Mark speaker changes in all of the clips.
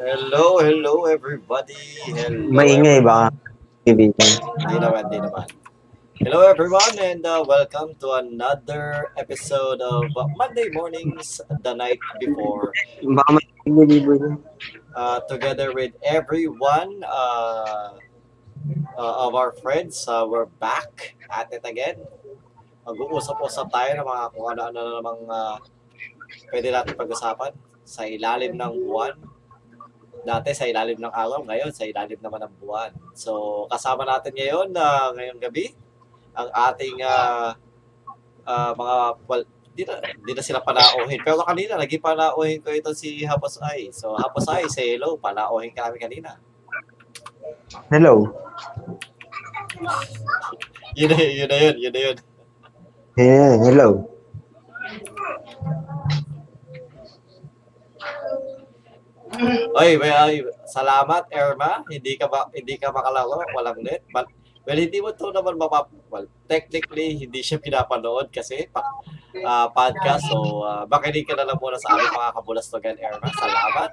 Speaker 1: Hello, hello everybody. Hello,
Speaker 2: Maingay ba? Kaibigan.
Speaker 1: Di naman, di naman. Hello everyone and uh, welcome to another episode of uh, Monday Mornings the Night Before.
Speaker 2: Baka may nililibo niya.
Speaker 1: Uh, together with everyone uh, uh, of our friends, uh, we're back at it again. Mag-uusap-usap tayo ng mga kung ano-ano na namang uh, pwede natin pag-usapan sa ilalim ng buwan. Dati sa ilalim ng araw, ngayon sa ilalim naman ng buwan. So kasama natin ngayon, uh, ngayong gabi, ang ating uh, uh, mga, well, di na, di na sila panauhin. Pero kanina, naging panauhin ko ito si Hapos Ay. So Hapos Ay, say hello. Panauhin ka namin kanina.
Speaker 2: Hello.
Speaker 1: Yun na yun, yun na yun, yun na yun.
Speaker 2: Yeah, hello.
Speaker 1: Oy, may ay, salamat Erma. Hindi ka ba hindi ka makalaro, walang net. But well, hindi mo to naman mapap well, technically hindi siya pinapanood kasi pa, ah, podcast. So uh, makinig ka na lang muna sa aming mga kabulastogan Erma. Salamat.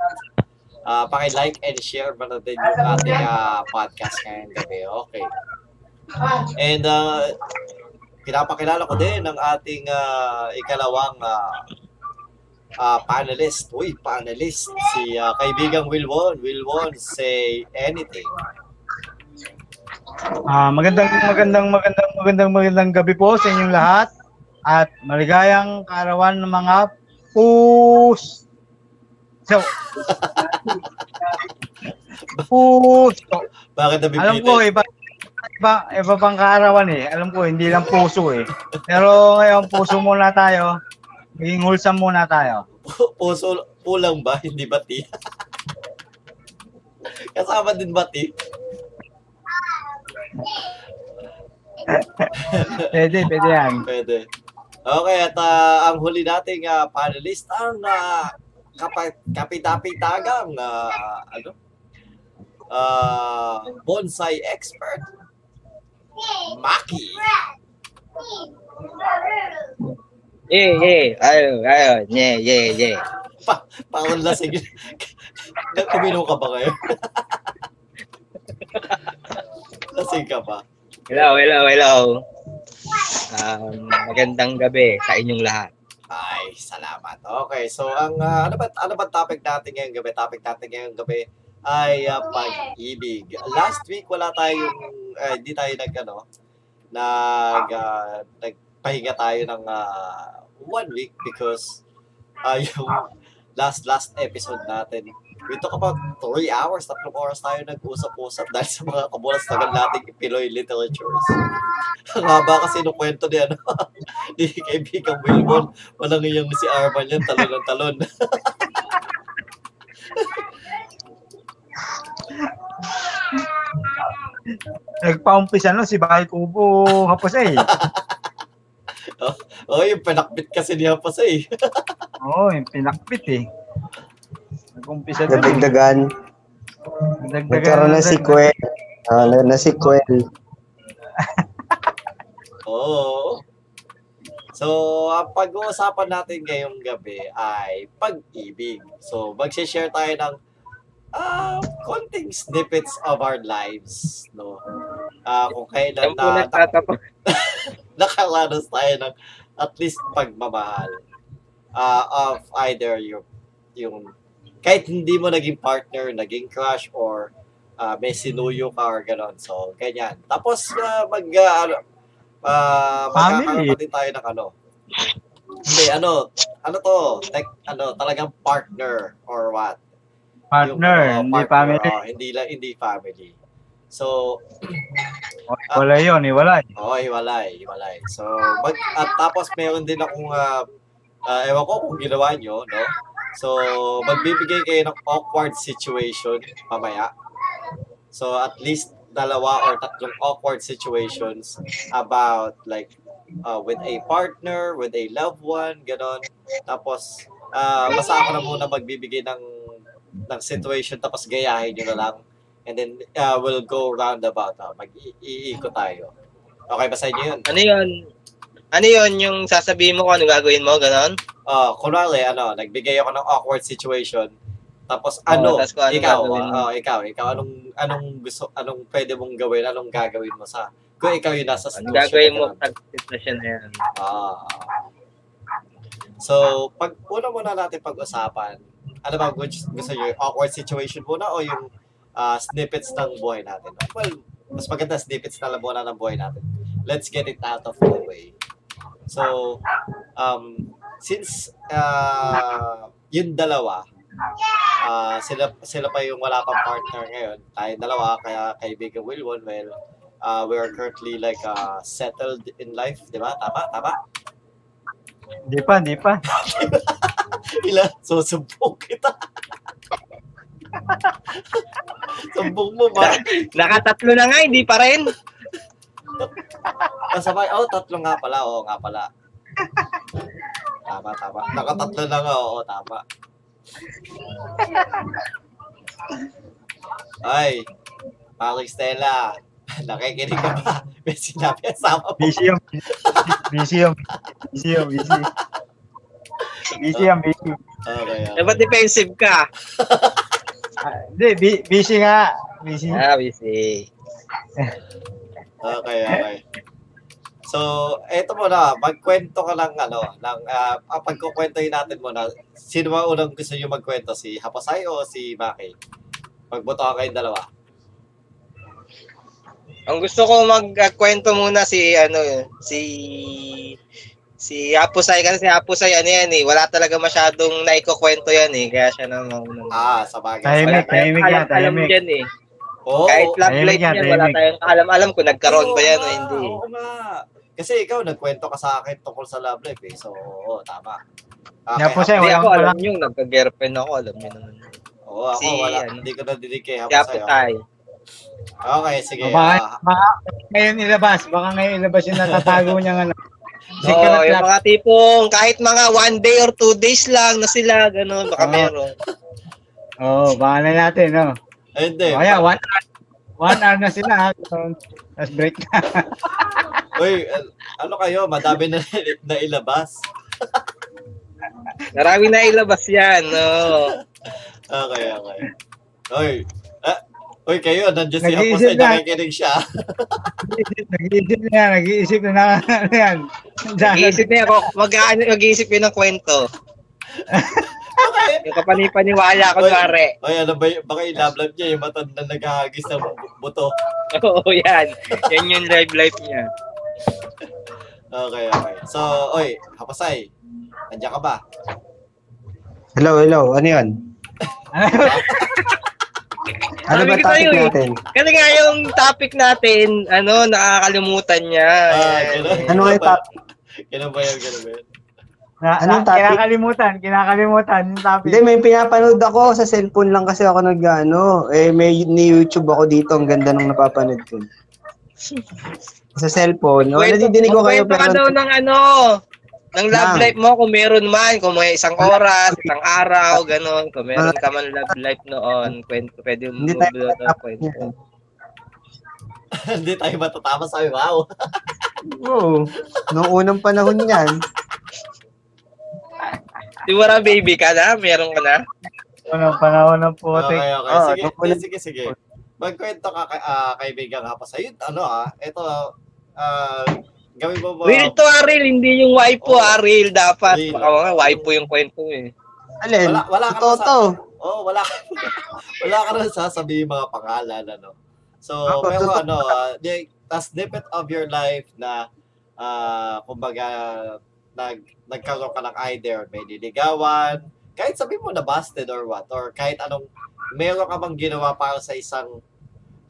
Speaker 1: Ah, paki-like and share mo na din yung ating ah, podcast ngayong gabi. Okay. And uh, pinapakilala ko din ang ating ah, ikalawang ah, ah panelist. Uy, panelist. Si ah, kaibigang Wilwon. Wilwon, say anything.
Speaker 3: Ah, magandang magandang magandang magandang magandang gabi po sa inyong lahat at maligayang kaarawan ng mga pus. So, puso.
Speaker 1: Bakit nabibitin?
Speaker 3: Alam ko eh. iba iba iba pang kaarawan eh. Alam ko hindi lang puso eh. Pero ngayon puso muna tayo. Maging wholesome muna tayo.
Speaker 1: Puso, pulang ba? Hindi bati. Kasama din bati.
Speaker 3: Pwede, pwede yan.
Speaker 1: Pwede. Okay, at ah, ang huli nating ah, panelist, ang uh, kap- kapitapitagang ah, ano? Ah, bonsai expert, Maki.
Speaker 4: Yeah, yeah. Ayun, ayun. Yeah, yeah, yeah.
Speaker 1: Parang lasing. Uminom ka ba ngayon? lasing ka ba?
Speaker 4: Hello, hello, hello. Um, magandang gabi sa inyong lahat.
Speaker 1: Ay, salamat. Okay, so ang ah, ano ba ano ba topic natin ngayong gabi? Topic natin ngayong gabi ay ah, pag-ibig. Last week wala tayong eh, hindi tayo nag ano nag ah, nagpahinga tayo ng ah, one week because ah, yung last last episode natin we took about three hours, tatlong oras tayo nag-usap-usap dahil sa mga kamulas tagal nating Pinoy literatures. Ang haba kasi nung kwento ni, ano, ni kaibigang Wilbon Walang iyong si Arman yan, talon ng talon.
Speaker 3: Nagpaumpisa no si Bakay Kubo hapos eh.
Speaker 1: Oo, yung panakbit kasi niya pa sa eh.
Speaker 3: Oo, yung pinakpit eh. Nag-umpisa dun eh.
Speaker 2: Nadagdagan.
Speaker 3: Dagdagan
Speaker 2: Nagkaroon ng
Speaker 3: dagdagan.
Speaker 2: sequel. Ah, na, na sequel.
Speaker 1: Oo. So, ang pag-uusapan natin ngayong gabi ay pag-ibig. So, mag-share tayo ng ah, konting snippets of our lives, no? Ah, kung kailan
Speaker 4: Saan po
Speaker 1: na
Speaker 4: nagtatapos?
Speaker 1: nakaranas tayo ng at least pagmamahal ah, of either yung, yung kahit hindi mo naging partner, naging crush, or ah, may sinuyo ka or gano'n. So, ganyan. Tapos, ah, mag, ah, ano, ah, magkakaroon
Speaker 3: Family.
Speaker 1: pa din tayo ng ano. Hindi, ano, ano to, like, ano, talagang partner or what.
Speaker 3: Partner,
Speaker 1: Yung, ah,
Speaker 3: hindi
Speaker 1: partner,
Speaker 3: family.
Speaker 1: ah, hindi, la- hindi family. So,
Speaker 3: Wala yun, eh, wala.
Speaker 1: Oo, hiwalay, hiwalay. So, mag, at tapos meron din akong, ah ah, ewan ko kung ginawa nyo, no? So, magbibigay kayo ng awkward situation mamaya. So, at least dalawa or tatlong awkward situations about like ah, with a partner, with a loved one, ganon. Tapos, ah basta ako na muna magbibigay ng, ng situation tapos gayahin nyo na lang. And then, ah, we'll go roundabout. ah. Mag-iiko tayo. Okay ba sa inyo yun?
Speaker 4: Ano yun? Ano yun yung
Speaker 1: Oh,
Speaker 4: sasabihin mo kung ano gagawin mo? Ganon?
Speaker 1: Ah, kunwari, ano, nagbigay ako ng awkward situation. Tapos ano,
Speaker 4: Oh, tapos kung anong
Speaker 1: ikaw,
Speaker 4: gagawin mo.
Speaker 1: oh, ikaw, ikaw, anong, anong gusto, anong pwede mong gawin, anong gagawin mo sa, kung ikaw yung nasa
Speaker 4: Ang
Speaker 1: sitwasyon
Speaker 4: Ano gagawin
Speaker 1: na
Speaker 4: mo
Speaker 1: ganun.
Speaker 4: pag sitwasyon na yan?
Speaker 1: Ah. so, pag una muna natin pag-usapan, ano ba gusto, gusto nyo, yung awkward situation muna o yung ah, snippets ng buhay natin? Well, mas maganda snippets na lang muna ng buhay natin. Let's get it out of the way. So, um, since ah, yung dalawa, ah, sila, sila pa yung wala pang partner ngayon, tayo dalawa, kaya kaibigan Wilwon, well, uh, we are currently like uh, settled in life, di ba? Tama, tama.
Speaker 3: Hindi pa, hindi pa.
Speaker 1: Ila, susumbong kita. Sumbong mo, ma.
Speaker 4: Nakatatlo na nga, hindi pa rin.
Speaker 1: Masabay. Oh, tatlo nga pala. Oo, nga pala. Tama, tama. Nakatatlo na nga. Oo, tama. Ay, Paring Stella, nakikinig ka ba? May sinabi ang sama mo.
Speaker 3: Busy yung busy yung busy yung busy. Busy yung busy.
Speaker 1: Okay,
Speaker 4: Eh,
Speaker 1: okay.
Speaker 4: ba't defensive ka?
Speaker 3: Ah, Hindi, bu- busy nga. Busy.
Speaker 4: Ah, busy.
Speaker 1: Okay, okay. So, eto muna, magkwento ka lang, ano, ng, ah, ah, pagkukwentohin natin muna, sino ba unang gusto nyo magkwento? Si Hapasay o si Maki? Magbuto ka kayong dalawa.
Speaker 4: Ang gusto ko magkwento muna si, ano, si... Si Hapusay, kasi si Hapusay, ano yan eh, wala talaga masyadong naikukwento yan eh, kaya siya na maunang.
Speaker 1: Ah, sa bagay.
Speaker 3: Tahimik, tahimik yan,
Speaker 4: alam, alam
Speaker 3: tahimik.
Speaker 4: yan eh.
Speaker 1: Oo,
Speaker 4: Kahit love
Speaker 3: tahimik
Speaker 4: life
Speaker 3: yan,
Speaker 4: niya, wala
Speaker 3: tahimik.
Speaker 4: tayong alam-alam kung nagkaroon
Speaker 1: Oo
Speaker 4: ba yan o
Speaker 1: nga,
Speaker 4: hindi.
Speaker 1: Oo nga. Kasi ikaw, nagkwento ka sa akin tungkol sa love life, eh. So, oo, tama. Ah, kay
Speaker 3: Hapusay,
Speaker 1: Hap-
Speaker 4: Hindi
Speaker 3: walang-
Speaker 4: ako, alam
Speaker 3: walang-
Speaker 4: niyo, nagka-girlfriend ako, alam niyo naman.
Speaker 1: Oo, ako,
Speaker 4: si-
Speaker 1: wala.
Speaker 4: ano?
Speaker 1: Hindi ko nadinig kay
Speaker 4: Si
Speaker 1: Hapasay. oh.
Speaker 4: Hapusay.
Speaker 1: Okay, sige.
Speaker 3: Baka,
Speaker 1: ah,
Speaker 3: baka ngayon ilabas. Baka ngayon ilabas yung natatago niya nga. Secret
Speaker 4: Oo, yung
Speaker 3: lab.
Speaker 4: mga tipong kahit mga one day or two days lang na sila, gano'n, baka
Speaker 3: Oo.
Speaker 4: meron.
Speaker 3: Oo, oh, baka na natin, no?
Speaker 1: eh, hindi.
Speaker 3: Kaya, one hour. One hour na sila, ha? So, Tapos break na.
Speaker 1: Uy, eh, ano kayo? Madami na nailabas.
Speaker 4: Marami na ilabas yan, no?
Speaker 1: Okay, okay. Oy. Ah, oy, kayo, nandiyan si Apo
Speaker 3: Nag-iisip
Speaker 1: sa
Speaker 3: na.
Speaker 1: nakikinig siya.
Speaker 3: Nag-iisip na yan, nag-iisip na na. ano yan.
Speaker 4: Mag-iisip na ako, mag- mag-iisip yun ng kwento.
Speaker 1: Okay.
Speaker 4: Yung kapanipaniwala ko,
Speaker 1: Oy.
Speaker 4: pare.
Speaker 1: Oy, ano ba, y- baka yung love life niya, yung matanda naghahagis ng bu- buto.
Speaker 4: Oo, yan. Yan yung live life niya.
Speaker 1: Okay, okay. So, oy, Hapasay, nandiyan ka ba?
Speaker 2: Hello, hello. Ano yun? Ano
Speaker 4: Sabi
Speaker 2: ba
Speaker 4: ko
Speaker 2: topic
Speaker 4: sa'yo eh.
Speaker 2: natin?
Speaker 4: Kasi nga yung topic natin, ano, nakakalimutan niya.
Speaker 1: Ah,
Speaker 4: Yan.
Speaker 1: ganun.
Speaker 2: Ano kayo
Speaker 1: Ganun ba- Ganun ba yan, ganun ba yan?
Speaker 3: Na,
Speaker 2: Anong
Speaker 3: na,
Speaker 2: topic?
Speaker 3: kinakalimutan, kinakalimutan yung topic.
Speaker 2: Hindi, may pinapanood ako. Sa cellphone lang kasi ako nag ano. Eh, may ni-YouTube ako dito. Ang ganda ng napapanood ko. Sa cellphone. O,
Speaker 4: Kwento-
Speaker 2: nadidinig ko kayo.
Speaker 4: kwento ka daw
Speaker 2: Pero,
Speaker 4: ng ano, ng love
Speaker 2: Ng-
Speaker 4: life mo kung meron man, kung may isang oras, isang araw, ganun. Kung meron ka man love life noon, kwento, pwede mo
Speaker 2: Hindi tayo
Speaker 4: mabuhat ang
Speaker 2: matatapos
Speaker 4: kwento.
Speaker 2: yan.
Speaker 1: Hindi tayo matatama sa wow.
Speaker 2: oo. Noong unang panahon yan.
Speaker 4: Di ba na baby ka na? Meron ka na?
Speaker 3: Unang Ano, panahon ng putik.
Speaker 1: Okay, okay.
Speaker 2: Ah,
Speaker 1: Sige,
Speaker 2: nakulit.
Speaker 1: sige, sige. Magkwento ka, kay- ah, kaibigan Hapasay. Yun, Ano ah, ito, ah, gawin mo ba?
Speaker 4: Real to Aril, hindi yung waifu,
Speaker 1: Oo.
Speaker 4: Aril dapat.
Speaker 1: Real.
Speaker 4: Baka mga waifu yung kwento mo eh.
Speaker 2: Alin?
Speaker 1: Wala- wala ka
Speaker 2: Totoo
Speaker 1: na sa-
Speaker 2: to.
Speaker 1: Oh, wala ka, wala ka rin sasabihin mga pangalan, ano. So,
Speaker 2: Ah,
Speaker 1: pero
Speaker 2: totoo.
Speaker 1: ano, uh, the, a snippet of your life na, ah, kumbaga, nag, nagkaroon ka ng either may niligawan, kahit sabi mo na busted or what, or kahit anong, meron ka bang ginawa para sa isang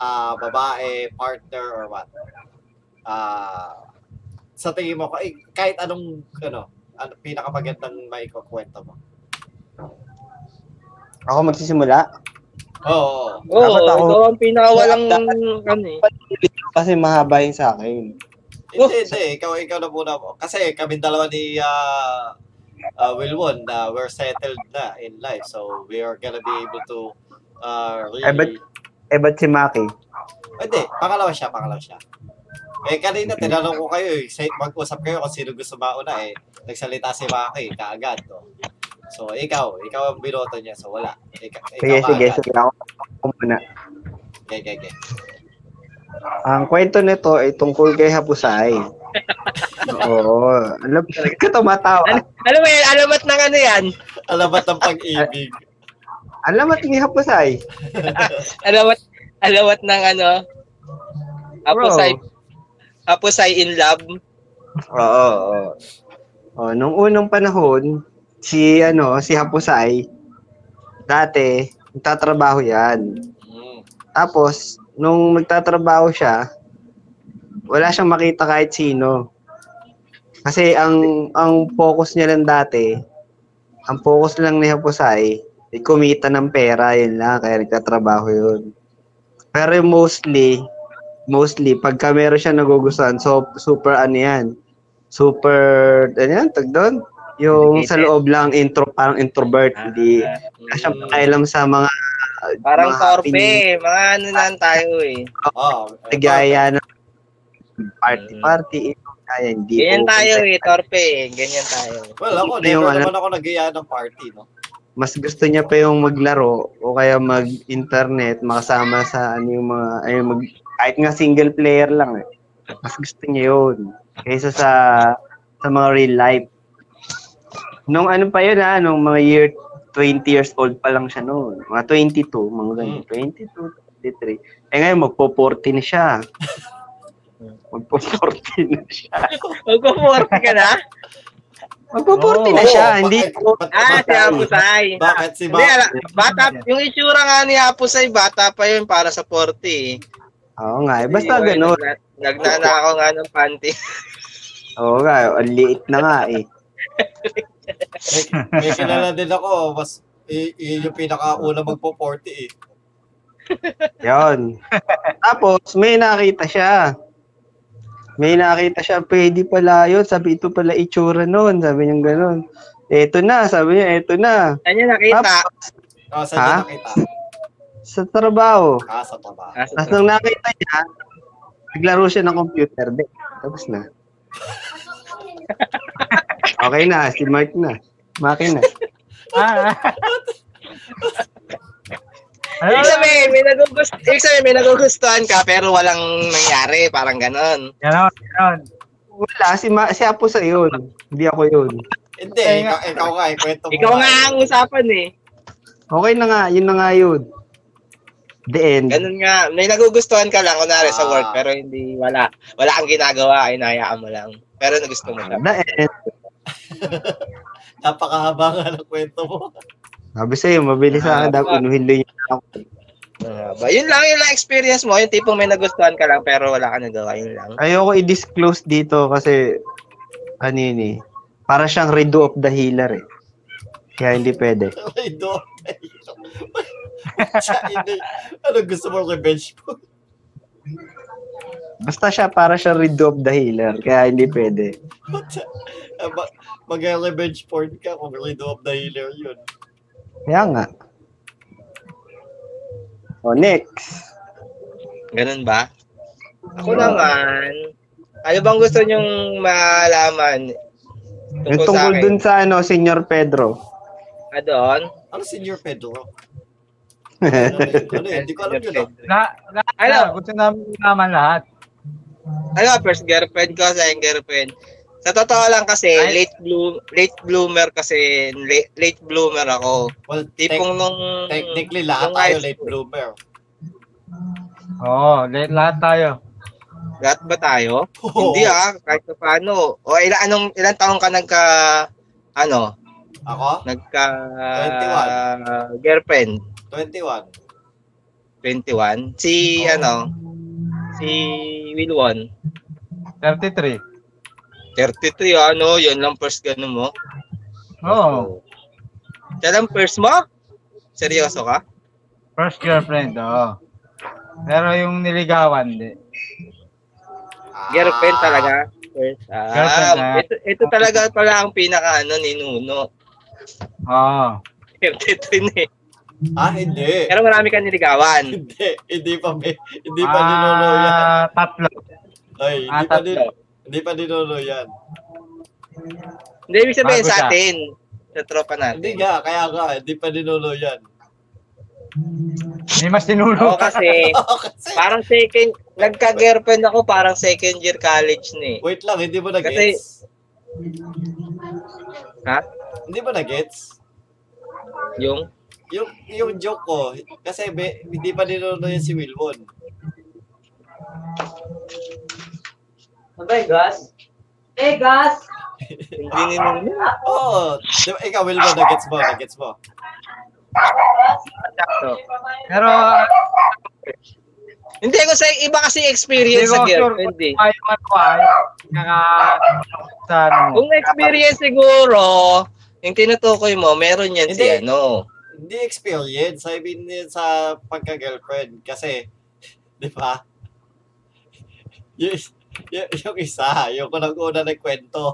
Speaker 1: ah, babae, partner, or what. Ah, sa tingin mo, eh, kahit anong, ano, ano pinakamagandang maikukwento mo.
Speaker 2: Ako magsisimula.
Speaker 1: Oo, oo.
Speaker 4: Oo,
Speaker 2: Dapat ako-
Speaker 4: ikaw ang pinakawalang
Speaker 2: Dapat-
Speaker 4: ano eh.
Speaker 2: Kasi mahaba yung sa akin.
Speaker 4: Oh.
Speaker 1: Hindi, hindi. Ikaw, ikaw na muna. Kasi kami dalawa ni ah, ah, Wilwon na we're settled na in life. So, we are gonna be able to uh, really... Ah,
Speaker 2: Eh, but- Eh, ba't si Maki?
Speaker 1: Hindi, pangalawa siya, pangalawa siya. Eh, kanina
Speaker 5: Mm-hmm.
Speaker 1: tinanong ko kayo, eh, say- mag-usap kayo kung sino gusto mauna eh. Nagsalita si Maki, kaagad. No? So, ikaw. Ikaw ang binoto niya. So, wala. Ikaw,
Speaker 5: Sige,
Speaker 1: ikaw
Speaker 5: sige,
Speaker 1: agad.
Speaker 5: sige. Ako, ako muna.
Speaker 1: Okay, okay, okay.
Speaker 5: Ang kwento nito ay tungkol kay Hapusay. Oo. Alam ko tumatawa.
Speaker 4: Al- alam mo yan, alamat ng ano yan.
Speaker 1: Alamat ng pag-ibig.
Speaker 5: Alamat ni Hapusay.
Speaker 4: Alawat, alawat ng ano. Apusay, apusay in love.
Speaker 5: Oo, oo. Oh, nung unang panahon, si ano, si Hapusay dati nagtatrabaho 'yan.
Speaker 1: Mm.
Speaker 5: Tapos, nung magtatrabaho siya, wala siyang makita kahit sino. Kasi ang ang focus niya lang dati, ang focus lang ni Hapusay, ay kumita ng pera, yun lang, kaya nagtatrabaho yun. Pero mostly, mostly, pagka meron siya nagugustuhan, so, super ano yan, super, ano yan, tag doon? Yung sa loob lang, intro, parang introvert,
Speaker 3: Ah,
Speaker 5: hindi, wala siyang pakialam sa mga
Speaker 4: Parang
Speaker 5: mga happening
Speaker 4: torpe. Mga ano lang tayo eh.
Speaker 1: Oh,
Speaker 5: gaya ng party-party, kaya hindi.
Speaker 4: Mm. Ganyan
Speaker 5: po-
Speaker 4: tayo eh, torpe eh. Ganyan tayo.
Speaker 1: Well, ako,
Speaker 5: Hindi ko
Speaker 1: never
Speaker 5: alam.
Speaker 1: naman ako nag-iya ng party, no?
Speaker 5: Mas gusto niya pa yung maglaro o kaya mag-internet, makasama sa ano yung mga, ay, mag, kahit nga single player lang eh. Mas gusto niya yun. Kaysa sa, sa mga real life. Nung ano pa yun ha, nung mga year 20 years old pa lang siya noon. Mga 22, mga ganyan.
Speaker 4: Mm.
Speaker 5: 22, 23. Eh ngayon, magpo-40 na siya. Magpo-40 na siya.
Speaker 4: Magpo-40 ka na?
Speaker 5: Magpo-40 na
Speaker 1: Oo,
Speaker 5: siya,
Speaker 1: bakit-
Speaker 5: hindi ko
Speaker 1: bakit-
Speaker 4: Ah, si Apusay.
Speaker 1: Bakit si
Speaker 4: Hindi,
Speaker 1: Bakit?
Speaker 4: ala, bata, yung itsura nga ni Apusay, bata pa yun para sa 40 eh.
Speaker 5: Oo nga, eh, basta
Speaker 4: Hindi,
Speaker 5: gano'n.
Speaker 4: nagna- Nagnana ako nga ng panty.
Speaker 5: Oo nga, ang liit na nga eh.
Speaker 1: May, may kilala din ako, mas y- yun yung pinakauna magpo-40 eh.
Speaker 5: Yun. Tapos, may nakita siya. May nakita siya, pwede pala yun. Sabi, ito pala itsura nun. Sabi niya gano'n. Eto na, sabi niya, eto na.
Speaker 4: Ano nakita?
Speaker 5: Tapos,
Speaker 1: Oh, sa
Speaker 5: Ha?
Speaker 1: nakita?
Speaker 5: sa trabaho.
Speaker 1: Ah, sa taba.
Speaker 4: Ah,
Speaker 5: Tapos nung nakita niya, naglaro siya ng computer. De, tapos na. Okay na, si Mark na. Makin na.
Speaker 3: Ah.
Speaker 4: Ibig
Speaker 3: Ano?
Speaker 4: sabihin, may nagugustuhan, ibig sabihin, may nagugustuhan ka pero walang nangyari, parang ganon.
Speaker 3: Ganon, ganon.
Speaker 5: Wala, si, Ma, si Apo sa yun. Hindi ako yun.
Speaker 1: Hindi,
Speaker 3: Kaya
Speaker 1: ikaw,
Speaker 3: nga-
Speaker 1: ikaw nga, ikwento mo.
Speaker 4: Ikaw nga ang usapan eh.
Speaker 5: Okay na nga, yun na nga yun. The end.
Speaker 4: Ganun nga, may nagugustuhan ka lang kunwari sa
Speaker 1: Ah.
Speaker 4: work pero hindi wala. Wala kang ginagawa, inayaan mo lang. Pero
Speaker 1: Ah,
Speaker 4: nagusto mo siya.
Speaker 5: The end.
Speaker 1: Napakahaba nga ng kwento mo.
Speaker 5: Sabi sa'yo, mabilis na daw unuhin lang yun.
Speaker 4: Ah, ba, yun lang yun lang experience mo, yung tipong may nagustuhan ka lang pero wala kang nagawa, yun lang.
Speaker 5: Ayoko i-disclose dito kasi, ano yun eh, para siyang redo of the healer eh. Kaya hindi pwede.
Speaker 1: Ay, do. Ay, do. Siya, hindi. Ano gusto mo revenge po?
Speaker 5: Basta siya, para siya redo of the healer. Kaya hindi pwede.
Speaker 1: Eh, Mag-revenge porn ka kung Rido of the Healer yun.
Speaker 5: Kaya nga. O, next.
Speaker 4: Ganun ba? Ako naman, ano bang gusto niyong malaman?
Speaker 5: Yung tungkol dun sa ano, Senyor Pedro.
Speaker 4: Ah, doon?
Speaker 1: Ano Senior Pedro? Ano, yun? ano yun? Hindi ko alam yun. ah.
Speaker 3: Na, na,
Speaker 4: Ano?
Speaker 3: na, gusto namin naman lahat.
Speaker 4: Ano, first girlfriend ko, second girlfriend. Sa totoo lang kasi,
Speaker 3: Ay.
Speaker 4: late bloom, late bloomer kasi, late, late bloomer ako.
Speaker 1: Well, tec-
Speaker 4: Tipong nung...
Speaker 1: technically lahat
Speaker 4: nung
Speaker 1: tayo
Speaker 4: high
Speaker 1: late
Speaker 4: school.
Speaker 1: bloomer.
Speaker 3: Oo, lahat, lahat tayo.
Speaker 4: Lahat ba tayo?
Speaker 1: Oo.
Speaker 4: Hindi ah, kahit pa paano. O ilan, anong, ilang taong ka nagka, ano,
Speaker 1: Ako?
Speaker 4: nagka... Girlfriend.
Speaker 1: 21.
Speaker 4: 21. Si,
Speaker 1: Oh.
Speaker 4: ano, si Wilwon.
Speaker 3: 33.
Speaker 4: 33, ano, yun lang first ganun mo.
Speaker 3: Oo,
Speaker 4: Siya lang first mo? Seryoso ka?
Speaker 3: first girlfriend, oo. Pero yung niligawan, di.
Speaker 1: Ah,
Speaker 4: Girlfriend talaga. First.
Speaker 3: Girlfriend, ah.
Speaker 4: Ah, ito, ito talaga pala ang pinaka ano ni Nuno.
Speaker 3: Oo.
Speaker 4: 33 na eh.
Speaker 1: Ah, hindi.
Speaker 4: Pero marami kang niligawan.
Speaker 1: Hindi, hindi pa may, hindi pa ninuno yan.
Speaker 3: Ah, tatlo.
Speaker 1: Ay,
Speaker 3: ah,
Speaker 1: hindi pa din,
Speaker 3: tatlo.
Speaker 1: hindi pa ninuno yan.
Speaker 4: Hindi ibig sabihin
Speaker 3: Bago
Speaker 4: sa
Speaker 3: siya.
Speaker 4: atin. sa tropa
Speaker 1: Hindi
Speaker 4: natin.
Speaker 1: nga, kaya nga, hindi pa ninulo yan.
Speaker 3: May mas tinulo
Speaker 4: Oo
Speaker 3: Eh,
Speaker 4: kasi,
Speaker 1: Oo, kasi,
Speaker 4: parang second, nagka-girlfriend ako parang second year college na eh.
Speaker 1: wait lang, hindi mo na-gets?
Speaker 4: Ha?
Speaker 1: Hindi mo na-gets?
Speaker 4: Yung,
Speaker 1: Yung, yung joke ko, kasi be, hindi pa ninulo yan si Wilwon.
Speaker 6: Sabay, gas. Eh, gas!
Speaker 4: hindi ninuno.
Speaker 1: Oo, di ba, ikaw Wilwon, na-gets mo, na-gets mo.
Speaker 4: Sakto.
Speaker 3: Pero ah,
Speaker 4: Hindi ko sa iba kasi
Speaker 3: hindi
Speaker 4: experience
Speaker 3: ko
Speaker 4: sa
Speaker 3: sure
Speaker 4: girlfriend eh.
Speaker 3: kung ayaw ano ay naka sa ano.
Speaker 4: Kung experience siguro, yung tinutukoy mo, meron yan si
Speaker 1: Hindi.
Speaker 4: ano.
Speaker 1: Hindi experience, I mean yun sa pagka-girlfriend. Kasi, di ba? Yung, yung, yung isa, yung kunang una nagkwento.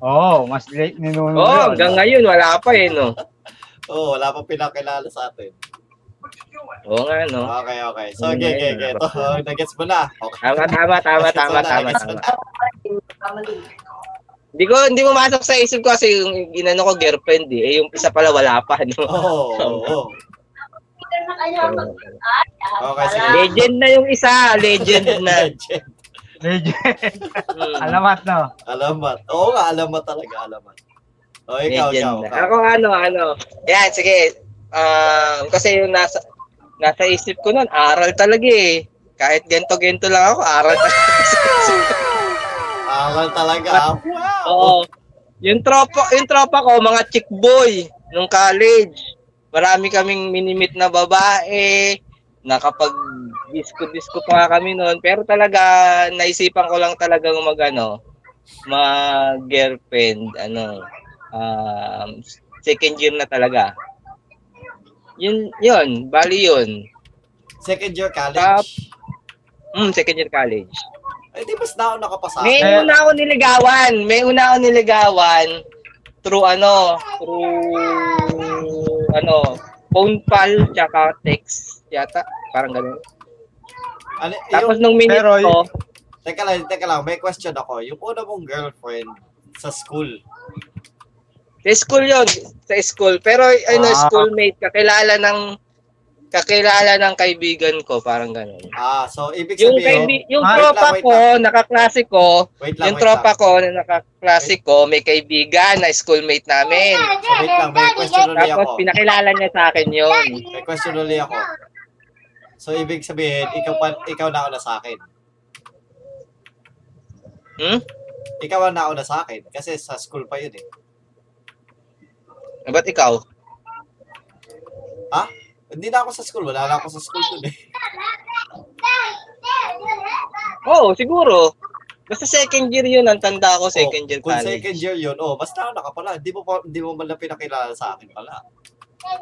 Speaker 3: Oo, mas late ninuno.
Speaker 4: Oo, oh,
Speaker 3: yun.
Speaker 4: hanggang ngayon, wala pa eh, no?
Speaker 1: Oo, oh, wala pang pinakilala sa atin.
Speaker 4: Oo nga, no?
Speaker 1: Okay, okay. So, okay, okay, okay. Ito, nag-gets mo na. Okay.
Speaker 4: Tama, tama, tama, tama,
Speaker 1: Nag-gets mo na,
Speaker 4: tama,
Speaker 1: nag-gets mo
Speaker 4: tama.
Speaker 1: na.
Speaker 4: Hindi ko, hindi pumasok sa isip ko kasi yung inano ko girlfriend eh. Eh, yung isa pala wala pa, no?
Speaker 1: Oo, oo, oo. Okay, sige.
Speaker 4: Legend na yung isa, legend na.
Speaker 1: Legend.
Speaker 3: Legit.
Speaker 4: Hmm.
Speaker 3: Alamat no.
Speaker 1: Alamat. Oo nga, alamat talaga, alamat. O, ikaw, ikaw.
Speaker 4: Legend.
Speaker 1: ikaw.
Speaker 4: Ako ano, ano. Yan, sige. Um, kasi yung nasa nasa isip ko nun, aral talaga eh. Kahit ganto-ganto lang ako, aral talaga.
Speaker 1: Aral talaga. ah. Wow!
Speaker 4: Oo. Yung tropa, yung tropa ko, mga chick boy nung college. Marami kaming minimit na babae. Nakapag disco-disco pa nga kami noon. Pero talaga, naisipan ko lang talaga mag ano, mag girlfriend, ano, um, second year na talaga. Yun, yun, bali yun.
Speaker 1: Second year
Speaker 4: Tap.
Speaker 1: college.
Speaker 4: Mm, second year college.
Speaker 1: Eh, di mas naon nakapasa.
Speaker 4: May
Speaker 3: Ayan.
Speaker 4: una ako niligawan. May una ako niligawan through ano, through ano, phone call tsaka text yata, parang ganun.
Speaker 1: Ano,
Speaker 4: Tapos
Speaker 1: yung,
Speaker 4: nung minute
Speaker 3: Pero-
Speaker 4: ko,
Speaker 1: teka lang, teka lang, may question ako. Yung una mong girlfriend sa school.
Speaker 4: sa school yon sa school. Pero ano,
Speaker 3: Ah.
Speaker 4: schoolmate, kakilala ng kakilala ng kaibigan ko, parang ganun.
Speaker 1: Ah, so ibig
Speaker 4: Yung,
Speaker 1: sabihin,
Speaker 4: kaibi, yung
Speaker 3: Ah, wait
Speaker 4: tropa
Speaker 1: lang, wait
Speaker 4: ko, nakaklase ko,
Speaker 1: wait lang,
Speaker 4: yung
Speaker 1: wait lang.
Speaker 4: tropa ko na nakaklase ko, may kaibigan na schoolmate namin.
Speaker 1: So, wait lang, may question ulit Ano ako.
Speaker 4: Tapos pinakilala niya sa akin yon.
Speaker 1: May question ulit ako. So ibig sabihin, ikaw, pa, ikaw na ako na sa akin.
Speaker 4: Hmm?
Speaker 1: Ikaw ang nauna sa akin kasi sa school pa yun eh.
Speaker 4: Ba't ikaw?
Speaker 1: Hindi na ako sa school, wala na ako sa school dun eh.
Speaker 4: Oo, siguro. Basta second year yun, ang tanda ko Oh, second year
Speaker 1: Oh, Kung
Speaker 4: college.
Speaker 1: second year yun, oh, mas nauna ka pala. Hindi mo, pa, hindi mo man lang pinakilala sa akin pala.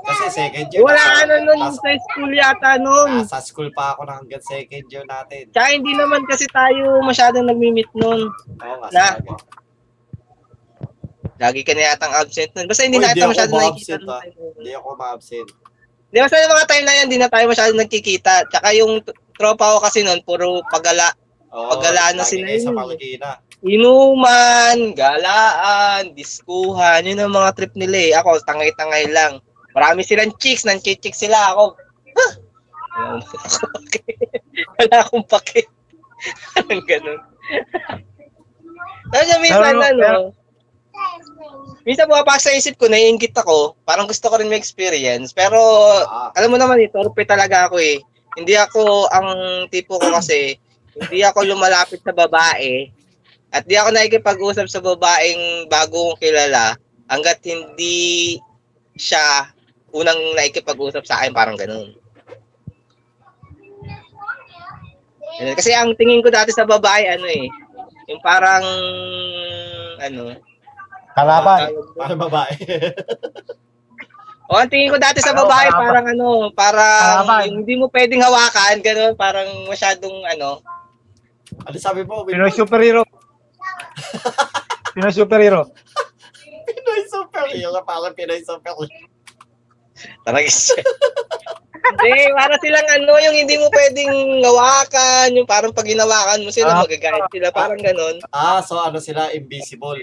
Speaker 1: Kasi second
Speaker 4: Eh,
Speaker 1: year.
Speaker 4: wala ka
Speaker 1: nasa-
Speaker 4: na nun
Speaker 1: nasa-
Speaker 4: sa school yata nun.
Speaker 1: Nasa ah, school pa ako na hanggang second year natin.
Speaker 4: Tsaka hindi naman kasi tayo masyadong nag-meet nun.
Speaker 1: Oo nga,
Speaker 4: Na.
Speaker 1: sabi ko.
Speaker 4: Lagi ka na yatang absent nun. Basta hindi
Speaker 1: Uy,
Speaker 4: na
Speaker 1: di
Speaker 4: yata
Speaker 1: ako
Speaker 4: masyadong nakikita
Speaker 1: ma-absent,
Speaker 4: nun
Speaker 1: ah.
Speaker 4: tayo.
Speaker 1: Hindi ako ma-absent.
Speaker 4: Di ba sa mga time na yan, hindi na tayo masyadong nagkikita. Tsaka yung t- tropa ko kasi nun, puro pagala,
Speaker 1: Oo,
Speaker 4: Paggalaan na
Speaker 1: lagi
Speaker 4: sila
Speaker 1: kayo Sa
Speaker 4: yun eh.
Speaker 1: Pangikina.
Speaker 4: inuman, galaan, diskuhan, yun ang mga trip nila eh. Ako, tangay-tangay lang. Marami silang chicks, nanchichik sila ako. huh? Wala akong pake. Wala akong pake. Parang ganun. Tapos yung minsan,
Speaker 3: Pero-
Speaker 4: ano,
Speaker 3: pero-
Speaker 4: minsan pumapasok sa isip ko, naiingit ako, parang gusto ko rin may experience, pero
Speaker 1: Ah,
Speaker 4: alam mo naman eh, torpe talaga ako eh. Hindi ako, ang tipo ko kasi, hindi ako lumalapit sa babae at di ako nakikipag-usap sa babaeng bago kong kilala hanggat hindi siya unang nakikipag-usap sa akin, parang ganun. Ganun. Kasi ang tingin ko dati sa babae, ano eh, yung parang, ano,
Speaker 3: Kalaban.
Speaker 4: tawag doon?
Speaker 1: para babae.
Speaker 4: O, ang tingin ko dati sa
Speaker 3: Ano,
Speaker 4: babae,
Speaker 3: kalaban.
Speaker 4: parang ano, parang
Speaker 3: Kalaban.
Speaker 4: yung hindi mo pwedeng hawakan, ganun, parang masyadong ano.
Speaker 1: ano sabi mo?
Speaker 3: Pinoy superhero. Pinoy superhero.
Speaker 1: Pinoy superhero. Parang Pinoy superhero.
Speaker 4: Parang isa. hindi, para silang ano, yung hindi mo pwedeng hawakan, yung parang pag hinawakan mo sila,
Speaker 3: Ah.
Speaker 4: magagalit sila, parang ganun.
Speaker 1: Ah, so ano sila? Invisible.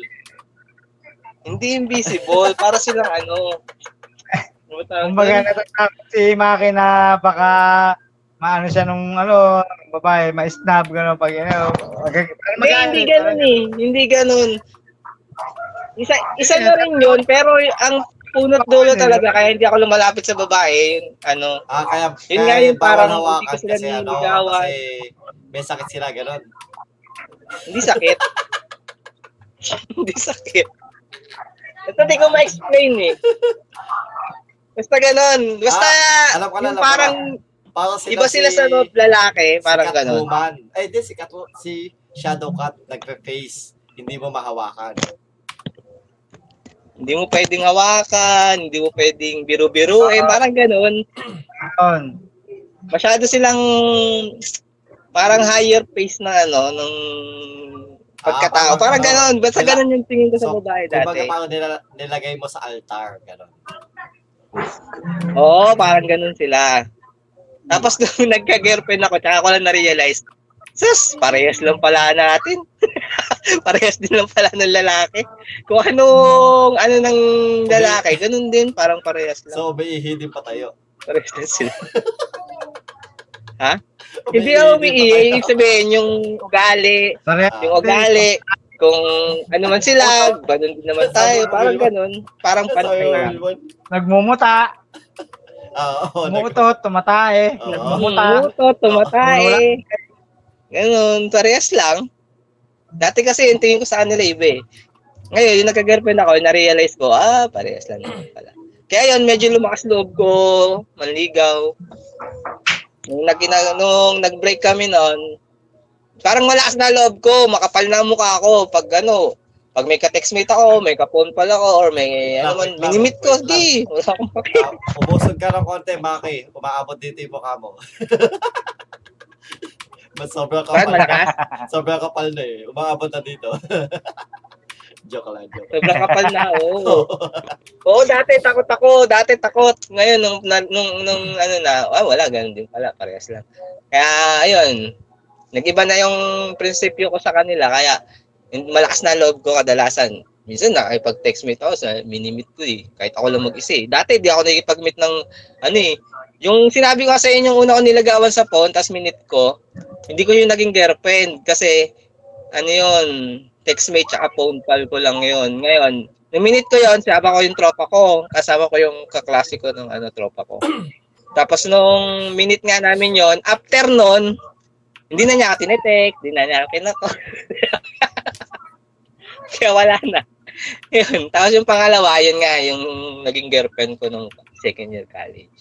Speaker 4: Hindi invisible. para silang ano. Ano ba tawag
Speaker 3: Kumbaga
Speaker 4: doon?
Speaker 3: natatakot si Maki na baka maano siya nung ano, babae, ma-snap gano'n pag ano. Mag-
Speaker 4: Hindi, hindi ganun eh. Hindi ganun. Isa, isa na rin yun, pero ang punot dulo talaga, kaya hindi ako lumalapit sa babae, yun, ano,
Speaker 1: Ah, kaya, kaya
Speaker 4: Yun nga yung
Speaker 1: bawal
Speaker 4: parang
Speaker 1: hawakan
Speaker 4: hindi ko sila
Speaker 1: kasi ano,
Speaker 4: niligawan.
Speaker 1: kasi may sakit sila, ganun.
Speaker 4: hindi sakit. hindi sakit. Ito di ko ma-explain eh. Basta ganun. Basta
Speaker 1: Ah, alam ko na, alam
Speaker 4: yung
Speaker 1: ko na.
Speaker 4: parang
Speaker 1: Parang sila
Speaker 4: iba sila
Speaker 1: si,
Speaker 4: sa loob lalaki, parang
Speaker 1: si
Speaker 4: ganun.
Speaker 1: Catwoman. Eh, di, si, Catwo- si Shadow Cat nagpe-face. Hindi mo mahawakan.
Speaker 4: Hindi mo pwedeng hawakan, hindi mo pwedeng biro-biro,
Speaker 1: Ah.
Speaker 4: eh parang ganun.
Speaker 3: Yun.
Speaker 4: masyado silang parang higher pace na ano ng
Speaker 1: Ah,
Speaker 4: pagkatao. parang
Speaker 1: ano,
Speaker 4: gano'n. Basta
Speaker 1: sila-
Speaker 4: gano'n yung tingin ko sa
Speaker 1: So,
Speaker 4: babae
Speaker 1: Kumbaga
Speaker 4: dati.
Speaker 1: parang nila- nilagay mo sa altar. Ganun.
Speaker 4: Oo, parang gano'n sila. Tapos nung nagka-girlfriend ako, tsaka ko lang na-realize, sus, parehas lang pala natin. parehas din lang pala ng lalaki. Kung anong, ano ng lalaki, ganun din, parang parehas lang.
Speaker 1: So, umiihi din pa tayo.
Speaker 4: parehas lang sila. Hindi ako
Speaker 1: pa
Speaker 4: umiiyak.
Speaker 1: tayo.
Speaker 4: Ibig sabihin, yung ugali,
Speaker 3: Sorry.
Speaker 1: Ah.
Speaker 4: Yung ugali, kung ano man sila, ganun din naman tayo. Parang ganun. Parang pantay
Speaker 1: Sorry,
Speaker 4: na.
Speaker 1: Wilbon.
Speaker 3: Nagmumuta,
Speaker 1: Ah, oo, nag-
Speaker 3: umuutot, tumatae,
Speaker 1: Oo.
Speaker 3: nagmumuta.
Speaker 4: Muto, tumatay. Ganun, parehas lang. Dati kasi yung tingin ko sa kanila iba eh. Ngayon, yung nagka-girlfriend ako, na-realize ko, ah, parehas lang naman pala. Kaya yun, medyo lumakas loob ko, manligaw. Nung, nag, na- nung nag-break kami noon, parang malakas na loob ko, makapal na ang mukha ko pag ano, pag may ka-textmate ako, may ka-phone pal ako, or may ano man, minimit ko, di, wala akong pake.
Speaker 1: Ah, Ubusog ka ng konti, Maki. Umaabot dito yung mukha mo. Mas sobrang kapal na.
Speaker 4: Parang malakas.
Speaker 1: Sobrang kapal na eh. Umaabot na dito. joke lang, joke.
Speaker 4: Sobrang kapal na,
Speaker 1: Oh.
Speaker 3: Oh,
Speaker 4: oo. oo, dati takot ako, dati takot. Ngayon, nung, na- nung, nung ano na, ah, wala, ganun din pala, parehas lang. Kaya, ayun, nag-iba na yung prinsipyo ko sa kanila, kaya yung malakas na loob ko kadalasan. Minsan nakipag-textmate ako sa minimit ko eh. Kahit ako lang mag-isa eh. Dati di ako nakikipag-meet ng ano eh. Yung sinabi ko sa inyo, yung una ko nilagawan sa phone, tapos minute ko, hindi ko yung naging girlfriend kasi ano yun, textmate tsaka phone call ko lang yun. Ngayon, naminit ko yun, sama ko yung tropa ko, kasama ko yung kaklase ko ng ano, tropa ko. Tapos nung minute nga namin yon after nun, hindi na niya ako tinetext, hindi na niya ako kinako. Kaya wala na. Yun. Tapos yung pangalawa, yun nga, yung naging girlfriend ko nung second year college.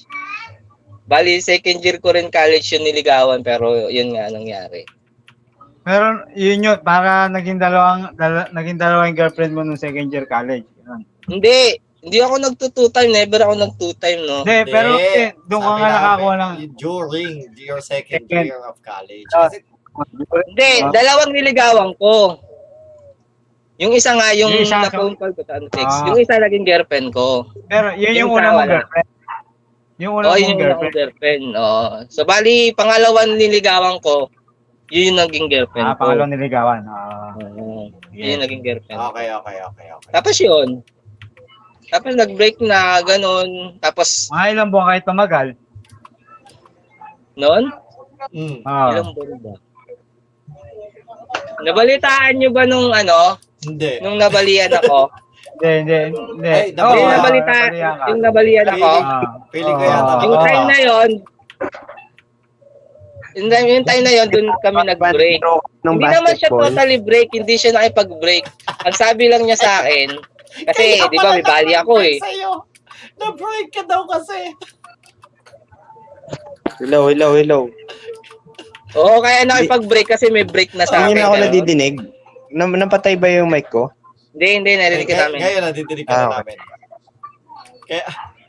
Speaker 4: Bali, second year ko rin college yung niligawan, pero yun nga nangyari.
Speaker 3: Meron, yun yun, para naging dalawang, dala, naging dalawang girlfriend mo nung second year college. Yun.
Speaker 4: Hindi. Hindi ako nag-two time. Never ako nag-two-time, no?
Speaker 3: Hindi, pero
Speaker 1: Hindi.
Speaker 3: eh, doon ka
Speaker 1: Sabi
Speaker 3: nga
Speaker 1: namin,
Speaker 3: nakakuha ng...
Speaker 1: During your second
Speaker 3: Second.
Speaker 1: year of college.
Speaker 3: Ah.
Speaker 1: Kasi,
Speaker 4: Hindi.
Speaker 3: Ah.
Speaker 4: Dalawang niligawan ko. Yung isa nga, yung,
Speaker 3: Yung isa,
Speaker 4: na-phone call ko sa ano, text.
Speaker 3: Ah.
Speaker 4: Yung isa naging girlfriend ko.
Speaker 3: Pero yun yung
Speaker 4: Yung
Speaker 3: unang mong
Speaker 4: wala.
Speaker 3: girlfriend. Yung unang
Speaker 4: Oo,
Speaker 3: mong
Speaker 4: yun yung
Speaker 3: girlfriend.
Speaker 4: girlfriend. girlfriend. Oo. So, bali, pangalawang niligawan ko, yun yung naging girlfriend
Speaker 3: Ah,
Speaker 4: ko.
Speaker 3: pangalawang niligawan. Ah.
Speaker 4: Oo. Yun yung naging girlfriend.
Speaker 1: okay, okay, okay, okay.
Speaker 4: Tapos yun. Tapos nag-break na, ganun. Tapos,
Speaker 3: Mga ilang buwan kahit tumagal.
Speaker 4: noon,
Speaker 1: Mm.
Speaker 3: Ah.
Speaker 4: ilang buwan ba? Nabalitaan nyo ba nung ano,
Speaker 1: Hindi.
Speaker 4: nung nabalian ako?
Speaker 3: Hindi, hindi, hindi.
Speaker 1: Ay,
Speaker 3: Oo,
Speaker 1: nabalian-
Speaker 4: yung
Speaker 3: ah,
Speaker 4: nabalita,
Speaker 3: nabalian ka.
Speaker 4: yung nabalian ako.
Speaker 3: Ah.
Speaker 1: Feeling ko
Speaker 3: Ah.
Speaker 1: yata
Speaker 4: Yung
Speaker 1: Oo.
Speaker 4: time na yon, yung time, yung time na yon, dun kami nag-break.
Speaker 2: Nung
Speaker 4: Hindi naman siya
Speaker 2: basketball.
Speaker 4: totally break, hindi siya nakipag-break. Ang sabi lang niya sa akin, kasi,
Speaker 1: Kaya
Speaker 4: di ba,
Speaker 1: pala
Speaker 4: may bali ako eh.
Speaker 1: nag-break sa'yo. Na-break ka daw kasi.
Speaker 2: Hello, hello, hello.
Speaker 4: Oo, kaya nakipag-break kasi may break na sa akin.
Speaker 2: Hindi na ako
Speaker 4: ano?
Speaker 2: nadidinig. Nam- napatay ba yung mic ko?
Speaker 4: Hindi, hindi, narinig ka
Speaker 1: Ngay-
Speaker 4: namin.
Speaker 1: Ngayon, nadidinig ka
Speaker 2: Ah,
Speaker 1: na
Speaker 2: okay.
Speaker 1: namin. Kaya,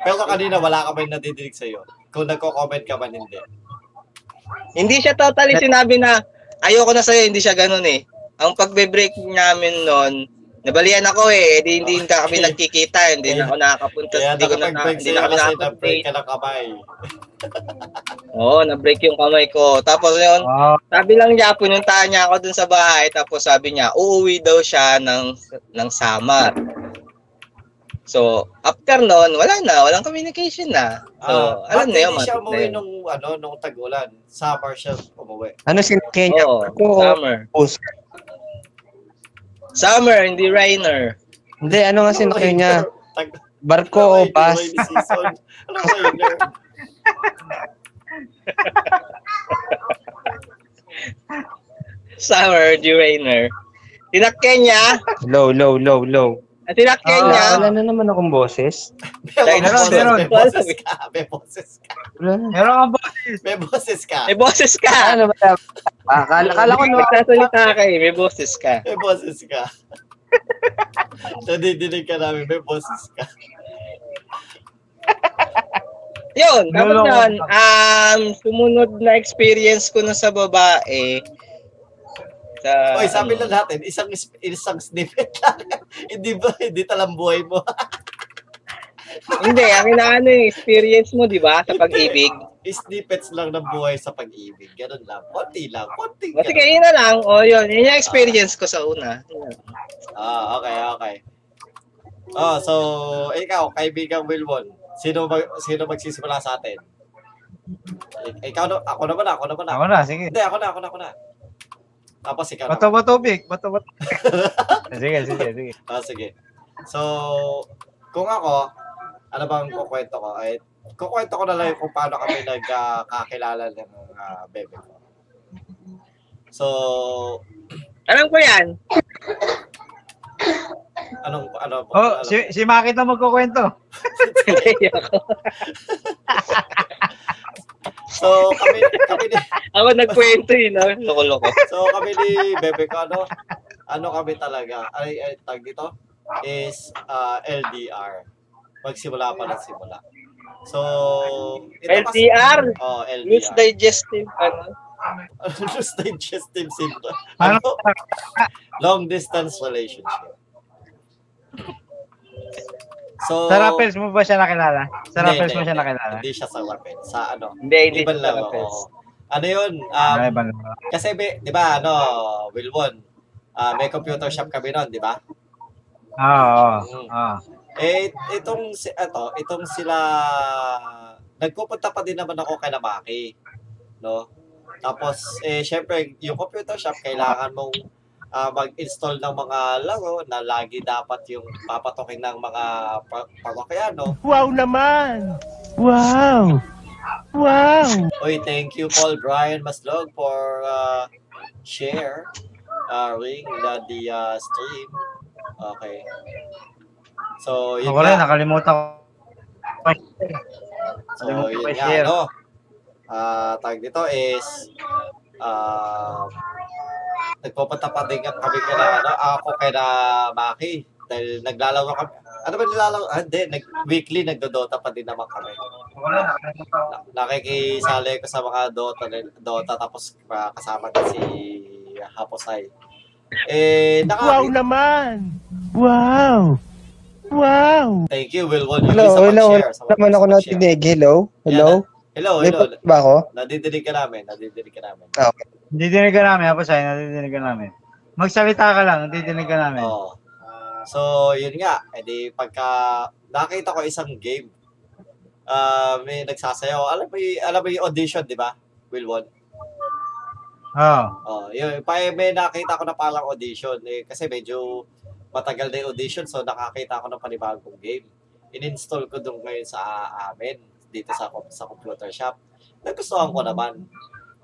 Speaker 1: pero kanina wala ka ba yung nadidinig sa'yo? Kung nagko-comment ka man, hindi.
Speaker 4: Hindi siya totally sinabi na, ayoko na sa'yo, hindi siya ganun eh. Ang pagbe-break namin noon, nabalian ako eh, hindi, hindi na kami
Speaker 1: Okay.
Speaker 4: nagkikita, hindi na ako nakakapunta,
Speaker 1: Kaya
Speaker 4: hindi ko na,
Speaker 1: nakapag-break
Speaker 4: hindi
Speaker 1: sa'yo
Speaker 4: na kami
Speaker 1: kasi
Speaker 4: nakakapag
Speaker 1: na-break ka ng kamay.
Speaker 4: Oo, na-break yung kamay ko. Tapos yun,
Speaker 3: Ah.
Speaker 4: sabi lang niya, pinuntahan niya ako dun sa bahay. Tapos sabi niya, uuwi daw siya ng, ng summer. So, after noon, wala na. Walang communication na. So,
Speaker 1: Ah, ba't
Speaker 4: alam na yun.
Speaker 1: Hindi siya
Speaker 4: matik na
Speaker 1: umuwi
Speaker 4: yun.
Speaker 1: nung, ano, nung tag-ulan. Summer siya umuwi.
Speaker 5: Ano sinakyan niya?
Speaker 4: Oo,
Speaker 5: Ako,
Speaker 4: summer.
Speaker 5: bus.
Speaker 4: Summer, hindi rainer.
Speaker 5: Hindi, ano nga sinakyan niya?
Speaker 1: Tag-
Speaker 5: Barko o
Speaker 1: Rainer,
Speaker 5: bus?
Speaker 1: rainy season. Ano ba yun?
Speaker 4: Summer, hindi rainer. Tinakyan niya.
Speaker 5: Low, low, low, low.
Speaker 4: At tinakyan
Speaker 3: Ah,
Speaker 5: Wala,
Speaker 4: niya.
Speaker 5: wala na naman akong boses.
Speaker 1: May
Speaker 4: Meron,
Speaker 1: boses,
Speaker 3: meron.
Speaker 1: may boses ka. May boses ka.
Speaker 5: Wala na.
Speaker 3: Meron ang boss.
Speaker 1: May boses ka.
Speaker 4: May boses ka.
Speaker 5: Ano ba dapat?
Speaker 2: Ah, kala, kala ko no.
Speaker 4: Nagsasalita ka eh. May boses ka.
Speaker 1: May boses ka. Nadidinig ka namin, may boses ka.
Speaker 4: Yun, tapos
Speaker 3: Naloko
Speaker 4: nun,
Speaker 3: ka.
Speaker 4: um, sumunod na experience ko na sa babae. Sa,
Speaker 1: Oy, sabi
Speaker 4: ano,
Speaker 1: lang natin, isang is- isang snippet lang. hindi ba, hindi talang buhay mo.
Speaker 4: Hindi, ang inaano yung experience mo, di ba, sa pag-ibig.
Speaker 1: Snippets lang ng buhay sa pag-ibig. Ganun lang. Konti lang. Konti
Speaker 4: O Oh, sige, yun na lang. O yun, yun yung experience ko sa una. Yun.
Speaker 1: Ah, okay, okay. Oh, so, ikaw, kaibigang Wilwon, sino, mag, sino magsisimula sa atin? Ik- Ikaw, na- ako naman, ako naman. Ako.
Speaker 3: Tama na, sige.
Speaker 1: Hindi, ako na, ako na, ako na. Tapos ikaw na.
Speaker 3: Bato ba topic? Bato ba Sige, sige, sige.
Speaker 1: Ah, sige. So, kung ako, ano bang kukwento ko? Ay, kukwento ko na lang kung paano kami nagkakakilala ng ah, bebe ko. So,
Speaker 4: Alam ko yan.
Speaker 1: anong, ano, ano-
Speaker 3: Oh, si, si Makit na magkukwento.
Speaker 1: so, kami, kami ni,
Speaker 4: Ako nagkwento yun. ah. Loko-loko.
Speaker 1: so, kami ni bebe ko, ano, ano kami talaga, ay, ay tag dito, is ah, LDR. Magsimula pa ng simula. So, ito kasi-
Speaker 4: LDR?
Speaker 1: Oh, LDR.
Speaker 4: News digestive, ano?
Speaker 1: Ano yung digestive syndrome?
Speaker 3: Ano?
Speaker 1: Ano? Long distance relationship. So,
Speaker 3: Sa Rappels mo ba siya nakilala? Sa
Speaker 1: hindi,
Speaker 3: Rappels mo
Speaker 1: hindi,
Speaker 3: siya
Speaker 1: hindi.
Speaker 3: nakilala?
Speaker 1: Hindi siya sa Rappel. Sa ano?
Speaker 4: Hindi, hindi
Speaker 1: Ibang
Speaker 4: sa
Speaker 1: laro.
Speaker 4: Rapes.
Speaker 1: oo. Ano yun? Um,
Speaker 3: Ay, bala.
Speaker 1: kasi, may- di ba, ano, Wilwon, ah, may computer shop kami noon, di ba?
Speaker 3: Ah, Oo,
Speaker 1: Mm.
Speaker 3: oo.
Speaker 1: Eh, itong, si, ato, itong sila, nagpupunta pa din naman ako kay Lamaki. No? Tapos, eh, syempre, yung computer shop, kailangan mong ah, mag-install ng mga laro na lagi dapat yung papatokin ng mga pa- parokyano.
Speaker 7: Wow naman! Wow! Wow!
Speaker 1: Uy, thank you, Paul Brian Maslog, for ah, share, uh, ring the, the ah, stream. Okay. So, yun
Speaker 3: Ako rin,
Speaker 1: nga.
Speaker 3: nakalimutan ko.
Speaker 1: So,
Speaker 3: Alam mo,
Speaker 1: yun
Speaker 3: may
Speaker 1: nga,
Speaker 3: share.
Speaker 1: ano, ah tag dito is, ah nagpupunta pa din kami kay na, ano, ako kay na Maki. Dahil naglalaro kami. Ano ba nilalaro? Ah, hindi, nag, weekly nagdodota pa din naman kami.
Speaker 3: Ako rin, nakalimutan ko.
Speaker 1: Na, nakikisali ko sa mga Dota, Dota tapos ah, kasama din si Haposay. Eh,
Speaker 7: Wow
Speaker 1: naka-
Speaker 7: naman! Wow! Wow!
Speaker 1: Thank you, Wilwon. Yuli, sa
Speaker 5: Hello, hello.
Speaker 1: pag-share,
Speaker 5: Wala
Speaker 1: sa
Speaker 5: naman ako
Speaker 1: pag-share.
Speaker 5: natinig. Hello? Hello?
Speaker 1: Hello,
Speaker 5: May
Speaker 1: hello.
Speaker 5: pa- ba ako?
Speaker 1: Nadidinig ka namin, nadidinig ka namin.
Speaker 5: Ah, Okay.
Speaker 3: Hindi dinig ka namin, Apo Sai, nadidinig ka namin. Magsalita ka lang, hindi dinig ka namin.
Speaker 1: Oo. Ah, So, yun nga. E di pagka nakita ko isang game, ah may nagsasayaw. Alam mo, y- alam mo yung audition, di ba? Will Won.
Speaker 3: Oo.
Speaker 1: Oh, yun, pa, may nakita ko na parang audition. Eh, kasi medyo matagal na yung audition, so nakakita ko ng panibagong game. In-install ko doon ngayon sa ah, amin, dito sa, com- sa computer shop. Nagustuhan ko naman.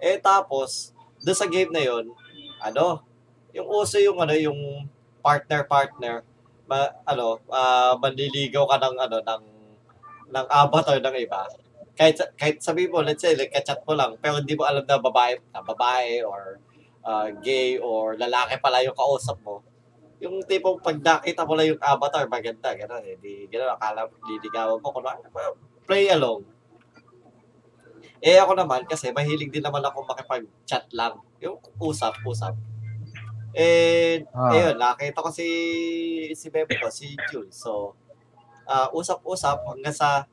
Speaker 1: Eh, tapos, doon sa game na yun, ano, yung uso yung ano, yung partner-partner, ma, ano, ah, manliligaw ka ng, ano, ng, ng avatar ng iba kahit kahit sabi mo let's say like chat mo lang pero hindi mo alam na babae na babae or ah, gay or lalaki pala yung kausap mo yung tipong pag nakita mo lang yung avatar maganda gano'n eh di gano'n akala mo, liligawan mo kung ano play along eh ako naman kasi mahilig din naman ako makipag-chat lang yung usap-usap eh
Speaker 3: Ah.
Speaker 1: Ayun, nakita ko si si Bebe ko, si Jules. So, ah, usap-usap hanggang sa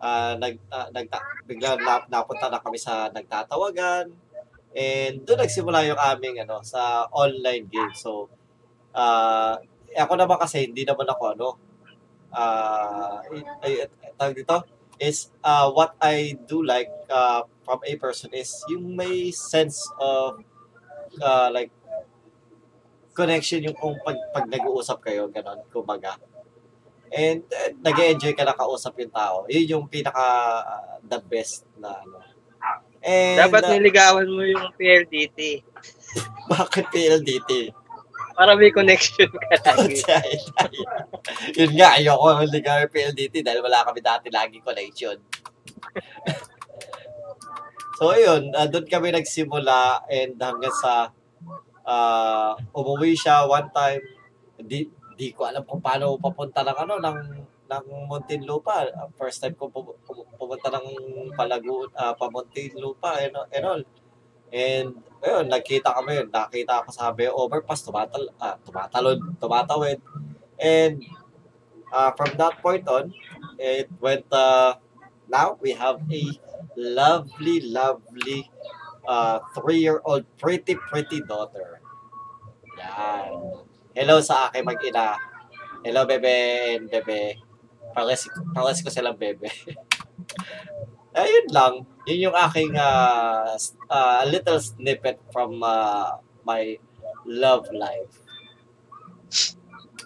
Speaker 1: ah, nag, ah, nagta, bigla na, napunta na kami sa nagtatawagan. And doon nagsimula yung aming ano, sa online game. So, ah, ako naman kasi hindi naman ako ano, uh, ay, ay- tawag dito, is uh, what I do like uh, from a person is yung may sense of uh, like connection yung kung pag, pag nag-uusap kayo, ganon, kumbaga. And uh, nag-enjoy ka na kausap yung tao. Yun yung pinaka uh, the best na ano. And,
Speaker 4: Dapat
Speaker 1: uh,
Speaker 4: niligawan mo yung PLDT
Speaker 1: bakit PLDT?
Speaker 4: para may connection ka lagi.
Speaker 1: Yun nga, ayoko hindi kami PLDT dahil wala kami dati lagi connection. so, yun. Uh, doon kami nagsimula and hanggang sa uh, umuwi siya one time. Di, di ko alam kung paano papunta ng ano, ng ng Muntinlupa. Uh, First time ko pu- pu- pumunta ng Palagu, uh, pa Muntinlupa ano, and, and all. And ayun, nagkita kami yun. Nakita ako sa may overpass, tumatal, ah, tumatalon, tumatawid. And uh, from that point on, it went, uh, now we have a lovely, lovely uh, three-year-old pretty, pretty daughter. Yan. Hello sa akin mag-ina. Hello, bebe and bebe. Pares, pares ko silang bebe. Ayun lang. Yun yung aking uh, s- uh, little snippet from uh, my love life.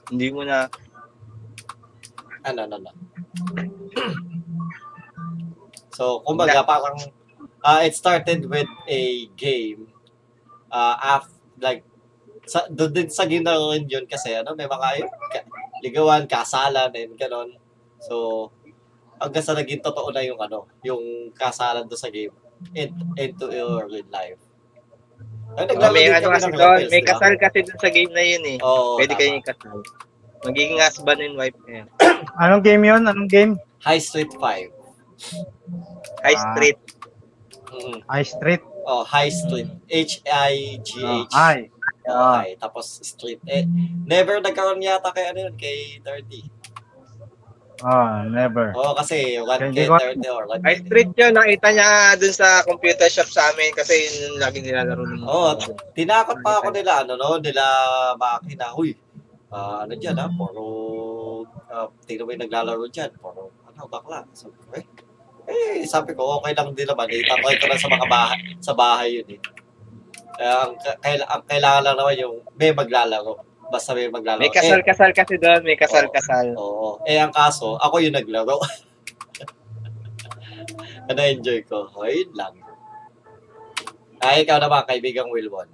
Speaker 4: Hindi mo na
Speaker 1: ano, ano, ano. so, kumbaga, parang uh, it started with a game. Uh, af, like, sa, doon din sa ginaro rin yun kasi, ano, may mga yung ka- ligawan, kasalan, and ganon. So, hanggang sa naging totoo na yung, ano, yung kasalan doon sa game. In, into your real life. Ay, naglalaro
Speaker 4: may
Speaker 1: din
Speaker 4: ano
Speaker 1: kami
Speaker 4: kasi
Speaker 1: ng
Speaker 4: doon,
Speaker 1: rappels,
Speaker 4: may
Speaker 1: di ba?
Speaker 4: kasal kasi dun sa game na yun eh.
Speaker 1: Oo,
Speaker 4: Pwede
Speaker 1: tama.
Speaker 4: kayong ikasal. Magiging husband and wife na yan.
Speaker 3: Anong game yun? Anong game?
Speaker 1: High Street 5.
Speaker 4: High
Speaker 3: Ah.
Speaker 4: street.
Speaker 1: Mm.
Speaker 3: High Street.
Speaker 1: Oh, High Street.
Speaker 3: Oh,
Speaker 1: H-I-G-H.
Speaker 3: hi.
Speaker 1: Oh, okay. Tapos street. Eh, never nagkaroon yata kay ano yun, kay 30.
Speaker 3: Oh, never.
Speaker 1: Oo, kasi one
Speaker 3: Hindi
Speaker 1: kay
Speaker 3: ko-
Speaker 1: 30 or one
Speaker 4: High street yun, nakita niya dun sa computer shop sa amin kasi yun yung lagi nilalaro ng mga
Speaker 1: Oo,
Speaker 4: tao.
Speaker 1: tinakot pa ako nila, ano no, nila makina. Huy, ah, ano dyan ha, puro, uh, tingnan mo yung naglalaro dyan, puro, ano, bakla. So, eh, eh, sabi ko, okay lang din naman, itatry ko lang sa mga bahay, sa bahay yun eh. Eh, ang, ka- kaila- ang kailangan lang naman yung may maglalaro. Basta may maglalaro.
Speaker 4: May
Speaker 1: Eh,
Speaker 4: kasal-kasal kasi doon, may kasal-kasal.
Speaker 1: Oo. Eh, ang kaso, ako yung naglaro. Kaya na-enjoy ko. Hoy, lang. Ay, ikaw naman, kaibigang Wilbon.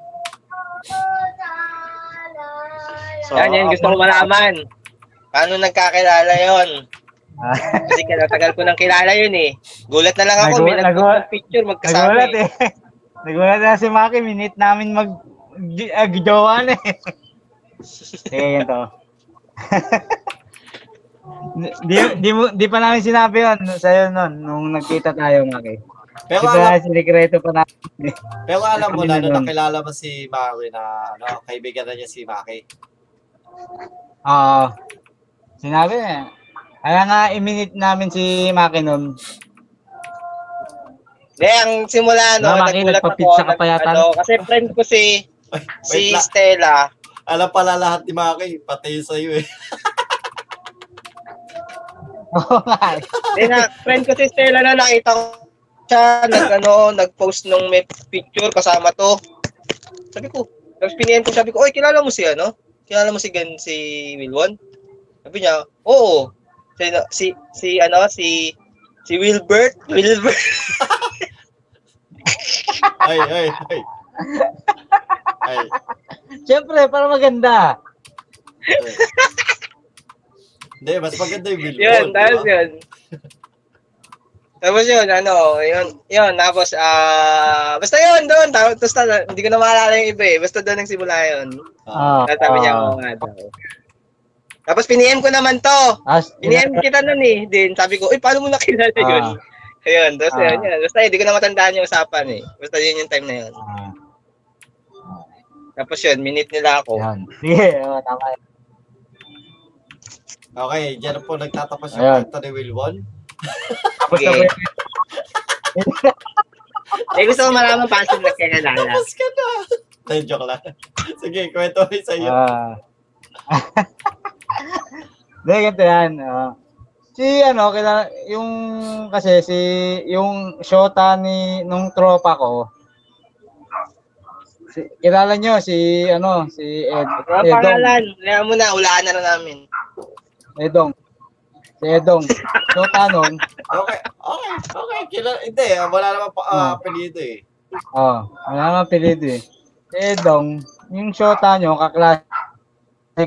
Speaker 3: So,
Speaker 4: yan, yan, gusto ko malaman. Paano nagkakilala yon?
Speaker 3: Ah.
Speaker 4: Kasi kinatagal ko nang kilala yun eh. Gulat na lang ako, may
Speaker 3: Nagulat-
Speaker 4: nag picture magkasama
Speaker 3: Nagulat
Speaker 4: eh.
Speaker 3: eh. Nagulat na si Maki. Minit namin mag gi- ah, gijowa na eh. Sige, ganito. di, di, mo- di pa namin sinabi yun sa'yo nun, nung nagkita tayo, Maki. Di
Speaker 1: Pero
Speaker 4: ano-
Speaker 3: pa
Speaker 1: alam,
Speaker 3: namin sinikreto pa namin.
Speaker 1: pero alam mo na,
Speaker 3: Kanina
Speaker 1: nung
Speaker 3: lang.
Speaker 1: nakilala mo si Maui na ano, kaibigan na niya si Maki.
Speaker 3: Oo. sinabi na. Kaya nga, iminit namin si Maki nun.
Speaker 4: Hindi, ang simula no,
Speaker 3: Mama, Maki,
Speaker 4: nagulat ako.
Speaker 3: nagpa-pizza ka
Speaker 4: nag-
Speaker 3: pa yata.
Speaker 4: ano, kasi friend ko si,
Speaker 1: Wait
Speaker 4: si
Speaker 1: lang,
Speaker 4: Stella.
Speaker 1: alam pala lahat ni Maki, pati sa'yo eh.
Speaker 3: Oo nga. eh.
Speaker 4: Hindi na, friend ko si Stella na nakita ko siya, nag, ano, nag-post nung may picture kasama to. Sabi ko, tapos pinigyan ko, sabi ko, oy, kilala mo si ano? Kilala mo si Gan, si Wilwon? Sabi niya, oo. Si, si, si ano, si, si Wilbert? Wilbert?
Speaker 1: Ay, ay, ay. Ay,
Speaker 3: Siyempre, para maganda.
Speaker 1: ay. Hindi, mas maganda yung Wilbon.
Speaker 4: yun,
Speaker 1: di
Speaker 4: tapos
Speaker 1: ba?
Speaker 4: yun. Tapos yun, ano, yun, yun, tapos, ah, basta yun, doon, tapos, tapos, na- hindi ko na maalala yung iba eh, basta doon nagsimula yun.
Speaker 1: Ah,
Speaker 3: Oo.
Speaker 4: Tapos Ah, sabi niya, oh. oo nga daw. Tapos piniem ko naman to,
Speaker 3: As,
Speaker 4: Piniem kita nun eh. Din, sabi ko, uy, paano mo nakilala yun? Ayun, tapos
Speaker 3: Ah.
Speaker 4: yun, yun. Basta hindi ko na matandaan yung usapan eh. Basta yun yung time na yun.
Speaker 3: Ah,
Speaker 4: Tapos yun, minute nila ako.
Speaker 3: yun. Sige, oo, tama yun.
Speaker 1: Okay, dyan po nagtatapos yung
Speaker 3: Ayan.
Speaker 1: kwento ni Wilbon.
Speaker 3: Tapos
Speaker 4: Okay.
Speaker 3: na-
Speaker 4: Eh, gusto ko malaman paano sila nagkakilala.
Speaker 3: Eh,
Speaker 1: Tapos ka na. Ay, joke lang. Sige, kwento ulit sa iyo.
Speaker 3: Ah. Hindi, ganito yan. ah. si ano, kila, yung kasi si yung shota ni nung tropa ko. Si, kilala nyo si ano, si Ed,
Speaker 4: Ang
Speaker 3: Edong.
Speaker 4: pangalan, kaya mo na, ulaan na lang namin.
Speaker 3: Edong. Si Edong. Shota nun.
Speaker 1: Okay, okay, okay. Kila, hindi, ah, wala naman pa
Speaker 3: Hmm.
Speaker 1: ah, apelyido eh.
Speaker 3: Oh, wala nang pilit eh. Si Edong, yung shota nyo, kaklase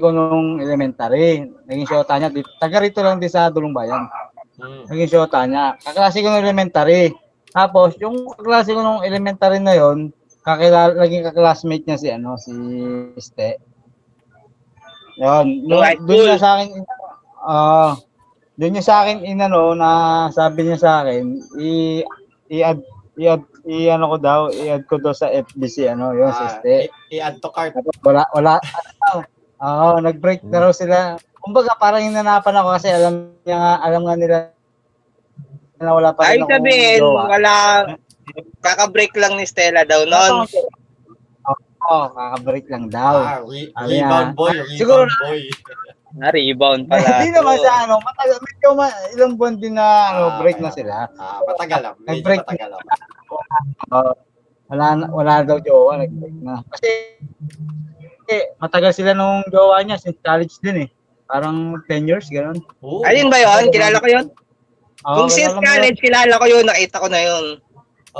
Speaker 3: ko nung elementary. Naging shota niya. di- Taga rito lang din sa Dulong Bayan.
Speaker 1: Hmm.
Speaker 3: naging shota niya. Kaklase ko nung elementary. Tapos, yung kaklase ko nung elementary na yon, kakilala, naging kaklasmate niya si, ano, si Ste. Yun.
Speaker 4: Yung high
Speaker 3: Doon niya
Speaker 4: school.
Speaker 3: sa akin, ah, doon niya sa akin, inano, na sabi niya sa akin, i, i-add, i-add, i-ano ko daw, i-add ko daw sa FBC, ano, yun, si
Speaker 1: Ah,
Speaker 3: Ste.
Speaker 1: i- i-add to cart.
Speaker 3: Tapos wala, wala. Oo, nag-break na raw sila. Kumbaga parang hinanapan ako kasi alam niya nga, alam nga nila na wala pa
Speaker 4: Ay,
Speaker 3: rin akong
Speaker 4: sabihin,
Speaker 3: jowa.
Speaker 4: wala, kaka-break lang ni Stella daw noon.
Speaker 3: Oo, oh, kaka-break lang daw.
Speaker 1: Ah, re-
Speaker 3: Ano yan?
Speaker 1: rebound boy,
Speaker 3: Siguro
Speaker 1: rebound boy.
Speaker 4: Ah, rebound pala.
Speaker 3: Hindi naman
Speaker 4: Oo.
Speaker 3: sa ano, matagal, medyo ma- ilang buwan din na ano,
Speaker 1: Ah,
Speaker 3: break na
Speaker 1: kaya.
Speaker 3: sila.
Speaker 1: Ah, matagal lang, medyo
Speaker 3: Nag-break.
Speaker 1: matagal lang.
Speaker 3: Oo. wala, na- wala daw jowa, nag-break na. Kasi, eh, matagal sila nung jowa niya, since college din eh. Parang 10 years, gano'n.
Speaker 1: Oo.
Speaker 4: Ayun ba yun? Kilala ko yun?
Speaker 3: Oo,
Speaker 4: Kung since
Speaker 3: alam mo Ah, yun.
Speaker 4: college, kilala ko yun. Nakita ko na yun.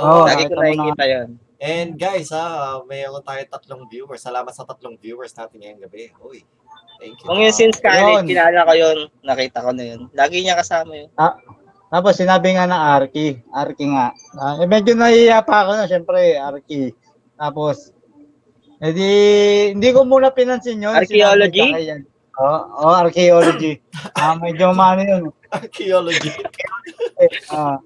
Speaker 1: Oo.
Speaker 3: Oo.
Speaker 4: Lagi ko
Speaker 3: nakita mo na.
Speaker 4: nakikita yun.
Speaker 1: And guys, ha, mayroon tayo tatlong viewers. Salamat sa tatlong viewers natin ngayong gabi. Uy, thank you.
Speaker 4: Kung yun since college,
Speaker 3: Yun.
Speaker 4: kilala ko yun. Nakita ko na yun. Lagi niya kasama yun.
Speaker 3: Ah, Tapos sinabi nga na Arki, Arki nga. Ah, eh, medyo nahiya pa ako na, syempre, Arki. Tapos, edi, hindi ko muna pinansin yun.
Speaker 4: Archaeology?
Speaker 3: Sinabi sa akin yan. Oo, oh, archaeology. ah, medyo maano yun.
Speaker 1: Ah, Archaeology.
Speaker 3: Eh, ah,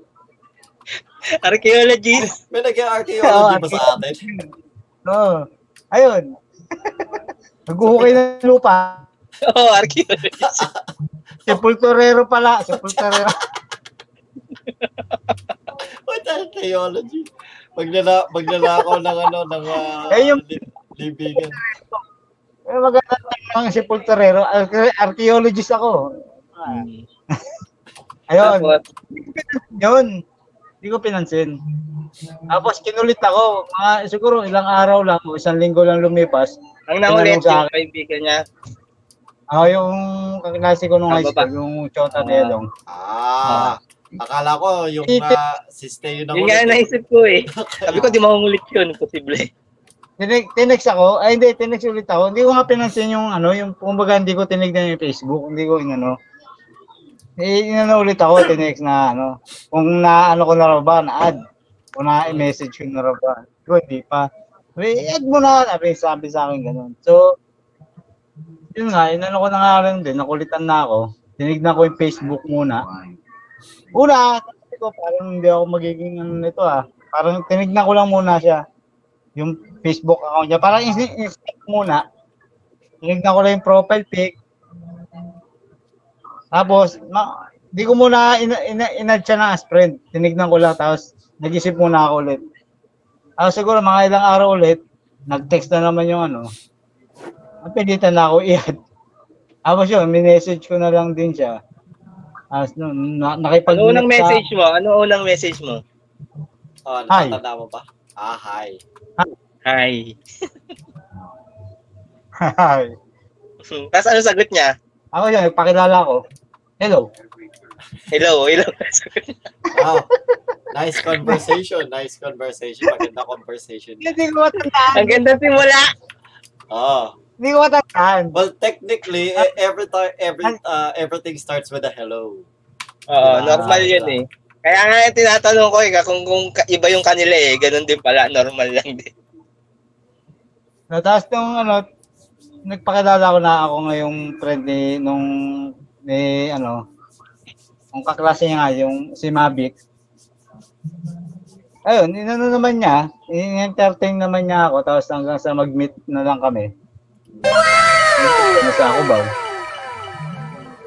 Speaker 4: Archaeologist.
Speaker 1: May nag-archaeology ba sa atin?
Speaker 3: no. Ayun. Nag-uhukay ng lupa.
Speaker 4: Oo, archaeologist.
Speaker 3: Sepulturero pala. Sepulturero.
Speaker 1: What archaeology? Magnala, magnanakaw ng ano, ng ah,
Speaker 3: Eh, yung-
Speaker 1: li- libigan.
Speaker 3: Eh, maganda ang sepulturero. Arche- Archaeologist ako. Ah, Ayun.
Speaker 4: Tapos,
Speaker 3: Yun. Hindi ko pinansin. Tapos kinulit ako. Mga, siguro ilang araw lang, o isang linggo lang lumipas.
Speaker 4: ang nangulit
Speaker 3: Tinanong sa
Speaker 4: yung
Speaker 3: akin.
Speaker 4: kaibigan niya.
Speaker 3: Ako yung kaklase ko nung
Speaker 4: Ang
Speaker 3: high school, yung Chota
Speaker 4: Ah.
Speaker 3: Nedong.
Speaker 1: Ah, akala ko yung uh, si Stay na
Speaker 4: Yun nga yung naisip ko eh. Sabi ko, di makungulit yun. Imposible.
Speaker 3: Tinig, tinex ako. Ay, hindi, tinex ulit ako. Hindi ko nga pinansin yung ano, yung kumbaga hindi ko tinignan yung Facebook. Hindi ko inano. Eh, inano ulit ako, tinex na ano. Kung na ano ko na raw ba, na-add. Kung na-message ko na raw ba. Hindi ko, hindi pa. Sabi, add mo na. Sabi, sabi sa akin ganun. So, yun nga, inano ko na nga rin din. Nakulitan na ako. Tinignan ko yung Facebook muna. Una, sabi ko, parang hindi ako magiging ano nito ah. Parang tinignan ko lang muna siya yung Facebook account niya. Parang in-inspect muna. Tinignan ko lang yung profile pic. Tapos, ma- di ko muna ina, ina, in-add siya na as friend. Tinignan ko lang. Tapos, nag-isip muna ako ulit. Tapos siguro mga ilang araw ulit, nag-text na naman yung ano. Napilitan na ako i-add. Tapos yun, minessage ko na lang din siya. Tapos nun, na, nakipag-
Speaker 4: Ano unang message mo? Ano unang message mo?
Speaker 1: Oh,
Speaker 3: Hi.
Speaker 1: natatanda mo ba? Ah, hi.
Speaker 4: Hi.
Speaker 3: ako
Speaker 4: Tapos ano sagot niya?
Speaker 3: yun, nagpakilala ko. Hello.
Speaker 4: Hello, hello.
Speaker 1: Wow. Oh, nice conversation. Nice conversation. Maganda conversation.
Speaker 3: Hindi ko matandaan.
Speaker 4: Ang ganda simula.
Speaker 1: Oh.
Speaker 3: Hindi ko matandaan.
Speaker 1: Well, technically, e- every time, every uh, everything starts with a hello.
Speaker 4: Oo,
Speaker 1: Ah,
Speaker 4: normal yun eh. Kaya nga yung tinatanong ko eh, kung, kung ka- iba yung kanila eh, ganun din pala, normal lang din.
Speaker 3: No, tapos nung ano, nagpakilala ko na ako ngayong friend ni, nung, ni, ano, nung kaklase niya nga, yung si Mavic. Ayun, inano naman niya, in-entertain naman niya ako, tapos hanggang sa mag-meet na lang kami. Nasa ako ba?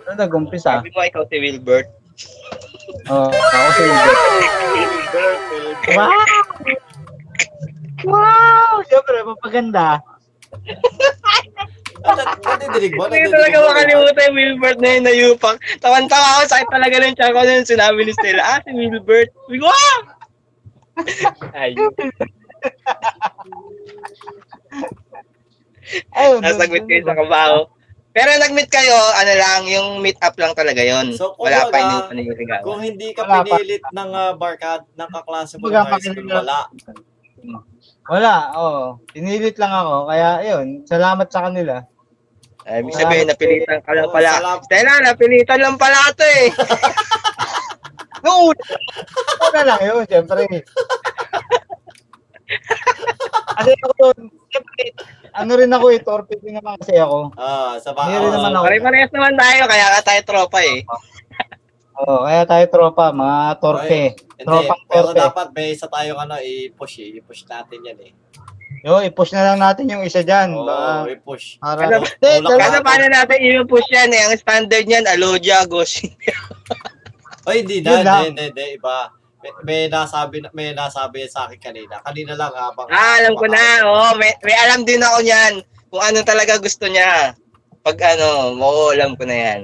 Speaker 3: So, nag-umpisa.
Speaker 4: Sabi mo ikaw si Wilbert.
Speaker 3: Oo, ako si Wilbert. Wow! Wow! Siyempre, mapaganda.
Speaker 1: Nat- Natidinig mo?
Speaker 4: Hindi ko
Speaker 1: Natidinig
Speaker 4: talaga
Speaker 1: mo?
Speaker 4: makalimutan yung Wilbert na yun na yupak. Tawan-tawa ako, sakit talaga ng tiyan ko nung sinabi ni Stella, ah, si Wilbert. Sabi ko, ah! Ayun.
Speaker 3: Ayun.
Speaker 4: Nasagot kayo sa kabaho. Pero nag-meet kayo, ano lang, yung meet up lang talaga yon.
Speaker 1: So, kung
Speaker 4: Wala
Speaker 1: wala,
Speaker 4: pa
Speaker 3: ah,
Speaker 4: yung panigiligawan.
Speaker 1: ah. Kung hindi ka
Speaker 3: Wala pa.
Speaker 1: pinilit ng uh, barkad, ng kaklase mo
Speaker 3: Kumbaga,
Speaker 1: ng high school,
Speaker 3: pakinggan.
Speaker 1: wala.
Speaker 3: Wala, oo. Pinilit lang ako. Kaya, ayun. Salamat sa kanila.
Speaker 4: Ay, ibig sabihin, napilitan ka lang
Speaker 1: Oo,
Speaker 4: pala.
Speaker 1: salam.
Speaker 4: Stella, napilitan lang pala ito eh.
Speaker 3: Noon! Una lang yun, syempre. Kasi ako doon, syempre, ano rin ako eh, torpid din naman kasi ako.
Speaker 1: Ah, sa ba?
Speaker 3: Meron
Speaker 1: ah,
Speaker 3: naman ako.
Speaker 4: Pare-parehas naman tayo, kaya ka tayo tropa eh.
Speaker 3: Oo, kaya tayo tropa, mga torpe.
Speaker 1: Hindi,
Speaker 3: Tropang
Speaker 1: pero
Speaker 3: torpe.
Speaker 1: dapat may isa tayong ano, i-push, eh. i-push natin yan eh.
Speaker 3: Yo, i-push na lang natin yung isa dyan.
Speaker 1: Oo,
Speaker 3: Baka,
Speaker 1: i-push.
Speaker 3: para,
Speaker 4: Alam-
Speaker 3: Hindi,
Speaker 1: Wala
Speaker 3: dalawa-
Speaker 1: ka.
Speaker 4: Kaso paano natin i-push yan eh? Ang standard niyan, Alodia, Goshi.
Speaker 1: Ay, hindi
Speaker 3: Yun
Speaker 1: na,
Speaker 3: lang.
Speaker 1: hindi, hindi, hindi, iba. May, may nasabi na- may nasabi sa akin kanina. Kanina lang habang
Speaker 4: Ah, alam ko na. Oo, may, may alam din ako niyan. Kung ano talaga gusto niya. Pag ano, oo, alam ko na yan.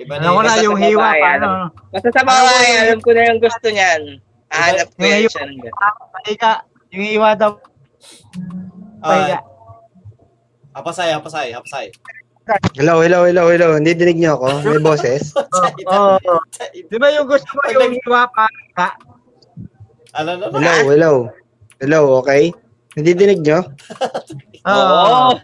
Speaker 1: Iba na, iba,
Speaker 3: Alam Ano ko na
Speaker 4: Basta
Speaker 3: yung
Speaker 4: sa
Speaker 3: hiwa
Speaker 4: babae,
Speaker 3: pa,
Speaker 4: ano.
Speaker 3: ano.
Speaker 4: Basta sa babae, alam ko na yung gusto niyan. Hanap ko yan siya ng gusto.
Speaker 3: Pahiga, yung hiwa daw, pahiga.
Speaker 1: Ah, apasay, apasay, apasay.
Speaker 5: Hello, hello, hello, hello. Hindi dinig niyo ako. May boses.
Speaker 3: Oo. oo. Di ba yung gusto mo yung hiwa pa? Ha?
Speaker 1: Ano na
Speaker 5: Hello, hello. Hello, okay? Hindi dinig niyo?
Speaker 4: Oo.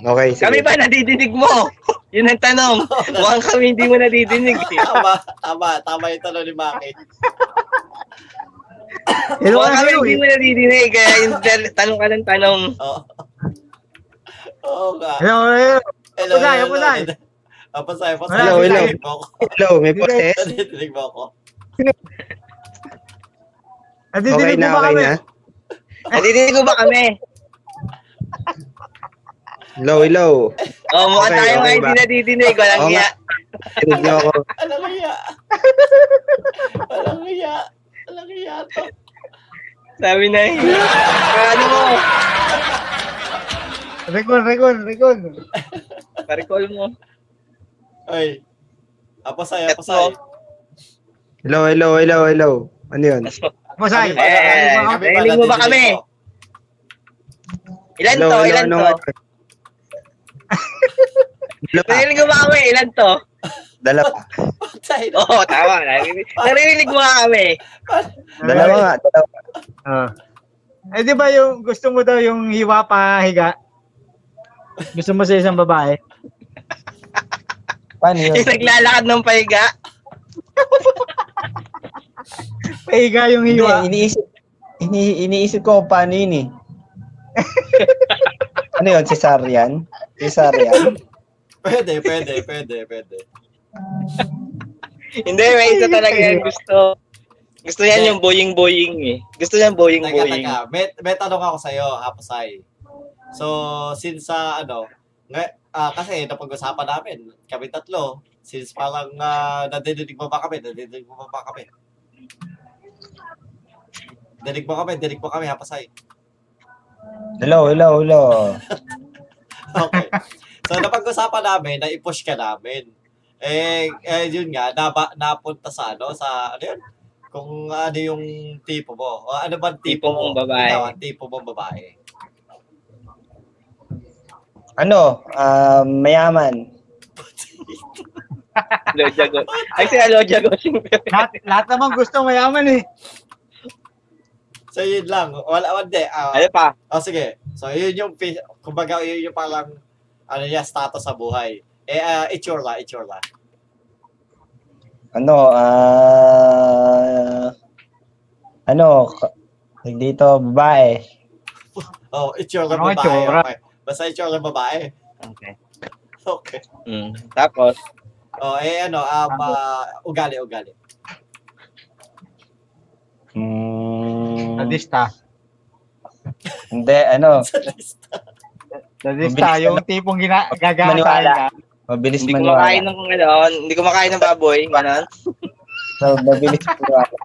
Speaker 5: Okay, sige.
Speaker 4: Kami ba nadidinig mo? Yun ang tanong. Mukhang kami hindi mo nadidinig. eh.
Speaker 1: Tama, tama, tama yung tanong ni Maki.
Speaker 3: Hello,
Speaker 4: Mukhang kami
Speaker 3: hello,
Speaker 5: eh.
Speaker 4: hindi mo nadidinig. Kaya yung tal- tanong ka ng tanong.
Speaker 1: Oo. Oo nga.
Speaker 3: hello, hello.
Speaker 1: Hello,
Speaker 3: Apasay,
Speaker 1: hello,
Speaker 3: apasay.
Speaker 1: hello. Apasay, apasay.
Speaker 3: Hello,
Speaker 5: hello.
Speaker 1: Natinig mo ako.
Speaker 5: Hello, may
Speaker 4: Eh.
Speaker 5: boses.
Speaker 1: Natinig mo ako.
Speaker 5: Okay
Speaker 3: Nadidinig mo
Speaker 5: na,
Speaker 3: ba
Speaker 5: okay
Speaker 3: kami?
Speaker 5: na.
Speaker 4: Nadidinig mo ba kami?
Speaker 5: Hello, hello.
Speaker 4: Oo, mukhang
Speaker 5: Okay, okay
Speaker 4: tayo nga hindi
Speaker 5: ba?
Speaker 4: nadidinig. Walang
Speaker 5: Oo nga.
Speaker 4: iya.
Speaker 5: Dinig niyo ako.
Speaker 1: Alang iya. Alang iya. Alang iya to.
Speaker 4: Sabi na yun. Ano mo?
Speaker 3: Regon, regon, regon.
Speaker 4: Parikol mo.
Speaker 1: Ay. Apasay,
Speaker 4: Eto.
Speaker 1: apasay.
Speaker 5: Hello, hello, hello, hello. Ano yun?
Speaker 1: Kami
Speaker 3: Masay.
Speaker 1: pala, kami
Speaker 4: Eh,
Speaker 1: pala,
Speaker 4: narinig mo ba
Speaker 1: natinig
Speaker 4: kami?
Speaker 1: mo.
Speaker 4: Ilan
Speaker 5: Hello,
Speaker 4: to?
Speaker 5: hello,
Speaker 4: Ilan
Speaker 5: ano,
Speaker 4: to?
Speaker 5: ano? Dalawa,
Speaker 4: Narinig mo ba kami? Ilan to?
Speaker 5: eh. dalawa.
Speaker 1: Patay na.
Speaker 4: Oo, tama. Narinig, narinig mo nga kami.
Speaker 5: Dalawa nga, dalawa.
Speaker 3: Ah. Eh, di ba yung gusto mo daw yung hiwa pa higa? Gusto mo sa isang babae?
Speaker 5: Paano yun?
Speaker 4: Yung naglalakad ng pahiga.
Speaker 3: Pahiga yung
Speaker 5: Hindi,
Speaker 3: hiwa.
Speaker 5: iniisip, ini, iniisip ko paano yun eh. ano yun, cesarean? Cesarean?
Speaker 1: Pwede, pwede, pwede, pwede.
Speaker 4: Hindi, may isa talaga yung gusto. Gusto niyan yung boying-boying eh. Gusto niyan
Speaker 1: Teka,
Speaker 4: boying-boying.
Speaker 1: teka. May, may tanong ako sa'yo, Hapasay. So, since sa ano, nga, ah, kasi napag-usapan namin, kami tatlo, since parang uh, nadidinig mo ba kami, nadidinig mo ba kami? Dinig mo kami, dinig mo kami, Hapasay.
Speaker 5: Hello, hello, hello.
Speaker 1: Okay. So, napag-usapan namin na i-push ka namin. Eh, eh yun nga, naba, napunta sa ano, sa, ano yun? Kung ano yung tipo mo. O, ano ba ang tipo,
Speaker 4: Tipo mong
Speaker 1: mo?
Speaker 4: babae.
Speaker 1: Ikaw, ang tipo mong babae.
Speaker 5: Ano, ah, mayaman.
Speaker 4: Lodja go. Ay, si Lodja go.
Speaker 3: Lahat, lahat naman gusto mayaman eh.
Speaker 1: So, yun lang. Wala, hindi. ah,
Speaker 4: Ano pa?
Speaker 1: oh, sige. So, yun yung, pi- kumbaga, yun yung parang, ano niya, status sa buhay. Eh, ah, itsura, itsura.
Speaker 5: Ano, ah... ano, ka- tag dito, babae.
Speaker 1: Oh, itsura babae.
Speaker 3: Ano itsura?
Speaker 1: Okay. Basta itsura babae.
Speaker 4: Okay.
Speaker 1: Okay.
Speaker 4: Mm. Tapos,
Speaker 1: Oh, eh, ano, um, ah, ugali, ugali.
Speaker 5: Hmm,
Speaker 3: Sadista.
Speaker 5: hindi, ano,
Speaker 1: Sa list.
Speaker 3: Sadista,
Speaker 5: Mabilis
Speaker 3: yung tipong gina-
Speaker 5: Maniwala.
Speaker 3: gagasahin ka.
Speaker 5: mabilis
Speaker 4: hindi ko
Speaker 5: maniwala.
Speaker 4: makain ng ano, hindi ko makain ng baboy. Ganon.
Speaker 5: So, mabilis maniwala.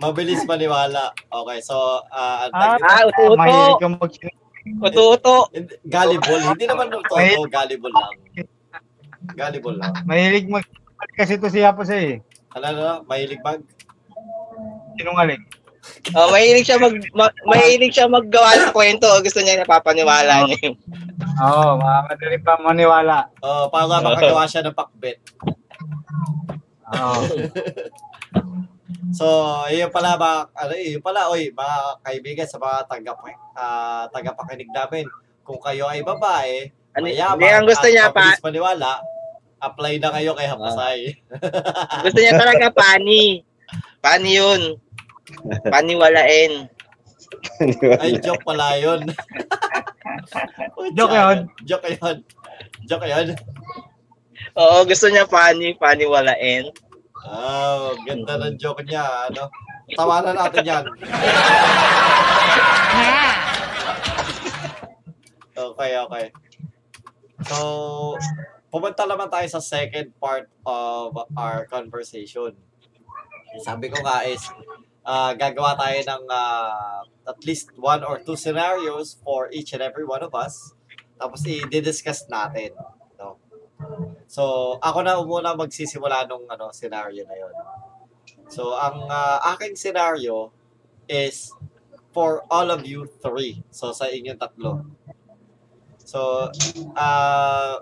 Speaker 1: Mabilis maniwala. Okay, so, ah, ang
Speaker 3: Ah,
Speaker 1: tag-
Speaker 4: Ah, uto-uto.
Speaker 3: Mahilig kang mag-
Speaker 4: Uto-uto.
Speaker 1: Hindi- Gullible. Hindi naman ng toto. Gullible lang. Gullible lang.
Speaker 3: Mahilig mag kasi to siya po siya eh.
Speaker 1: Ano na, mahilig mag?
Speaker 3: Sinungaling.
Speaker 4: Oh, mahilig siya mag ma- mahilig siya maggawa ng kwento. Gusto niya napapaniwala niya. yun.
Speaker 3: Oo, oh, madali pa maniwala.
Speaker 1: Oh, para
Speaker 4: Ano?
Speaker 1: makagawa siya ng pakbet.
Speaker 3: Oo.
Speaker 1: So, yun pala ba, ano, yun pala, oy, mga kaibigan sa mga tagap, ah tagapakinig namin, kung kayo ay babae,
Speaker 4: Ano,
Speaker 1: mayaman,
Speaker 4: hindi, ang gusto
Speaker 1: at
Speaker 4: niya pa, Ah.
Speaker 1: mabilis maniwala, apply na kayo kay Hapasay.
Speaker 4: gusto niya talaga pani. Pani yun. Paniwalain.
Speaker 1: ay, joke pala yun.
Speaker 3: Joke yun.
Speaker 1: Joke yun. Joke yun.
Speaker 4: Oo, gusto niya pani, paniwalain.
Speaker 1: Oh, ganda ng joke niya, ano. Tawanan natin yan. Okay, okay. So, pumunta naman tayo sa second part of our conversation. Sabi ko nga is, ah, gagawa tayo ng ah, at least one or two scenarios for each and every one of us. Tapos i-discuss natin. No? So, ako na muna magsisimula nung ano, scenario na yon. So, ang ah, aking scenario is for all of you three. So, sa inyong tatlo. So, ah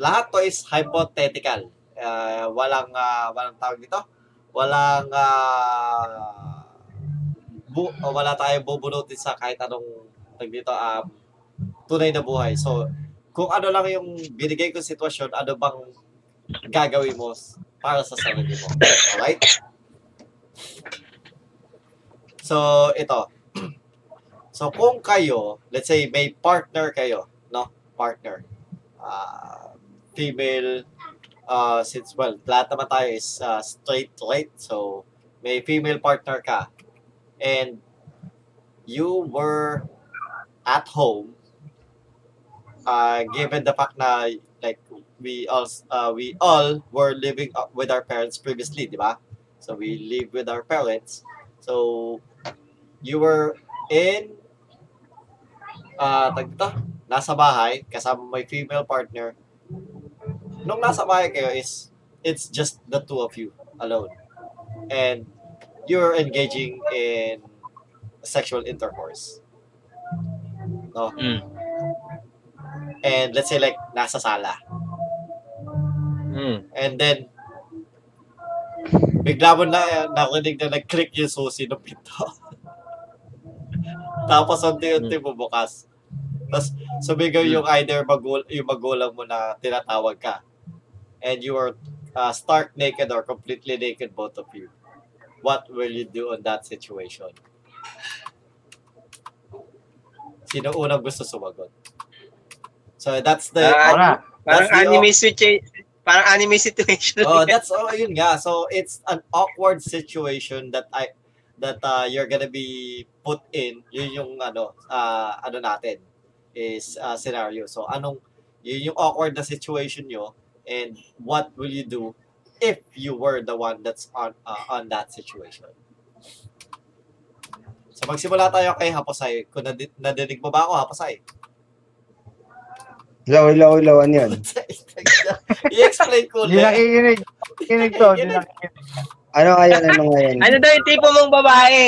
Speaker 1: lahat to is hypothetical. Ah, walang, ah, walang tawag dito. Walang, ah, bu- o wala tayong bubunutin sa kahit anong, tag dito, ah, tunay na buhay. So, kung ano lang yung binigay kong sitwasyon, ano bang gagawin mo para sa sarili mo. Alright? So, ito. So, kung kayo, let's say may partner kayo, no? Partner. Ah, female, uh, since, well, lahat naman tayo is ah, straight, right? So, may female partner ka. And you were at home uh, given the fact na like we all uh, we all were living up with our parents previously, di ba? So we live with our parents. So you were in uh, tag dito, nasa bahay kasama may female partner. Nung nasa bahay kayo is it's just the two of you alone. And you're engaging in sexual intercourse. No?
Speaker 4: Mm.
Speaker 1: And let's say like nasa sala.
Speaker 4: Mm.
Speaker 1: And then, bigla mo na narinig na nag-click yung susi ng pinto. Tapos, unti-unti bubukas. Tapos, sumigaw yung either magul yung magulang mo na tinatawag ka. And you are uh, stark naked or completely naked, both of you. What will you do on that situation? Sino unang gusto sumagot? So, that's the...
Speaker 4: Ah,
Speaker 3: Wala.
Speaker 4: Parang
Speaker 1: That's the
Speaker 4: anime situa- Parang anime situation.
Speaker 1: Oh, that's oh, yun nga. So it's an awkward situation that I that uh, you're gonna be put in. Yun yung ano ah, ano natin is ah, scenario. So anong yun yung awkward na situation nyo and what will you do if you were the one that's on ah, on that situation? So magsimula tayo kay Haposay. Kung nadi- nadinig mo ba ako, Haposay?
Speaker 5: Hello, hello, hello. Ano yun?
Speaker 1: I-explain ko
Speaker 3: Hindi nakikinig. Nakikinig to. Hindi nakikinig.
Speaker 5: Ano kaya ng mga yan?
Speaker 4: Ano daw yung tipo mong babae?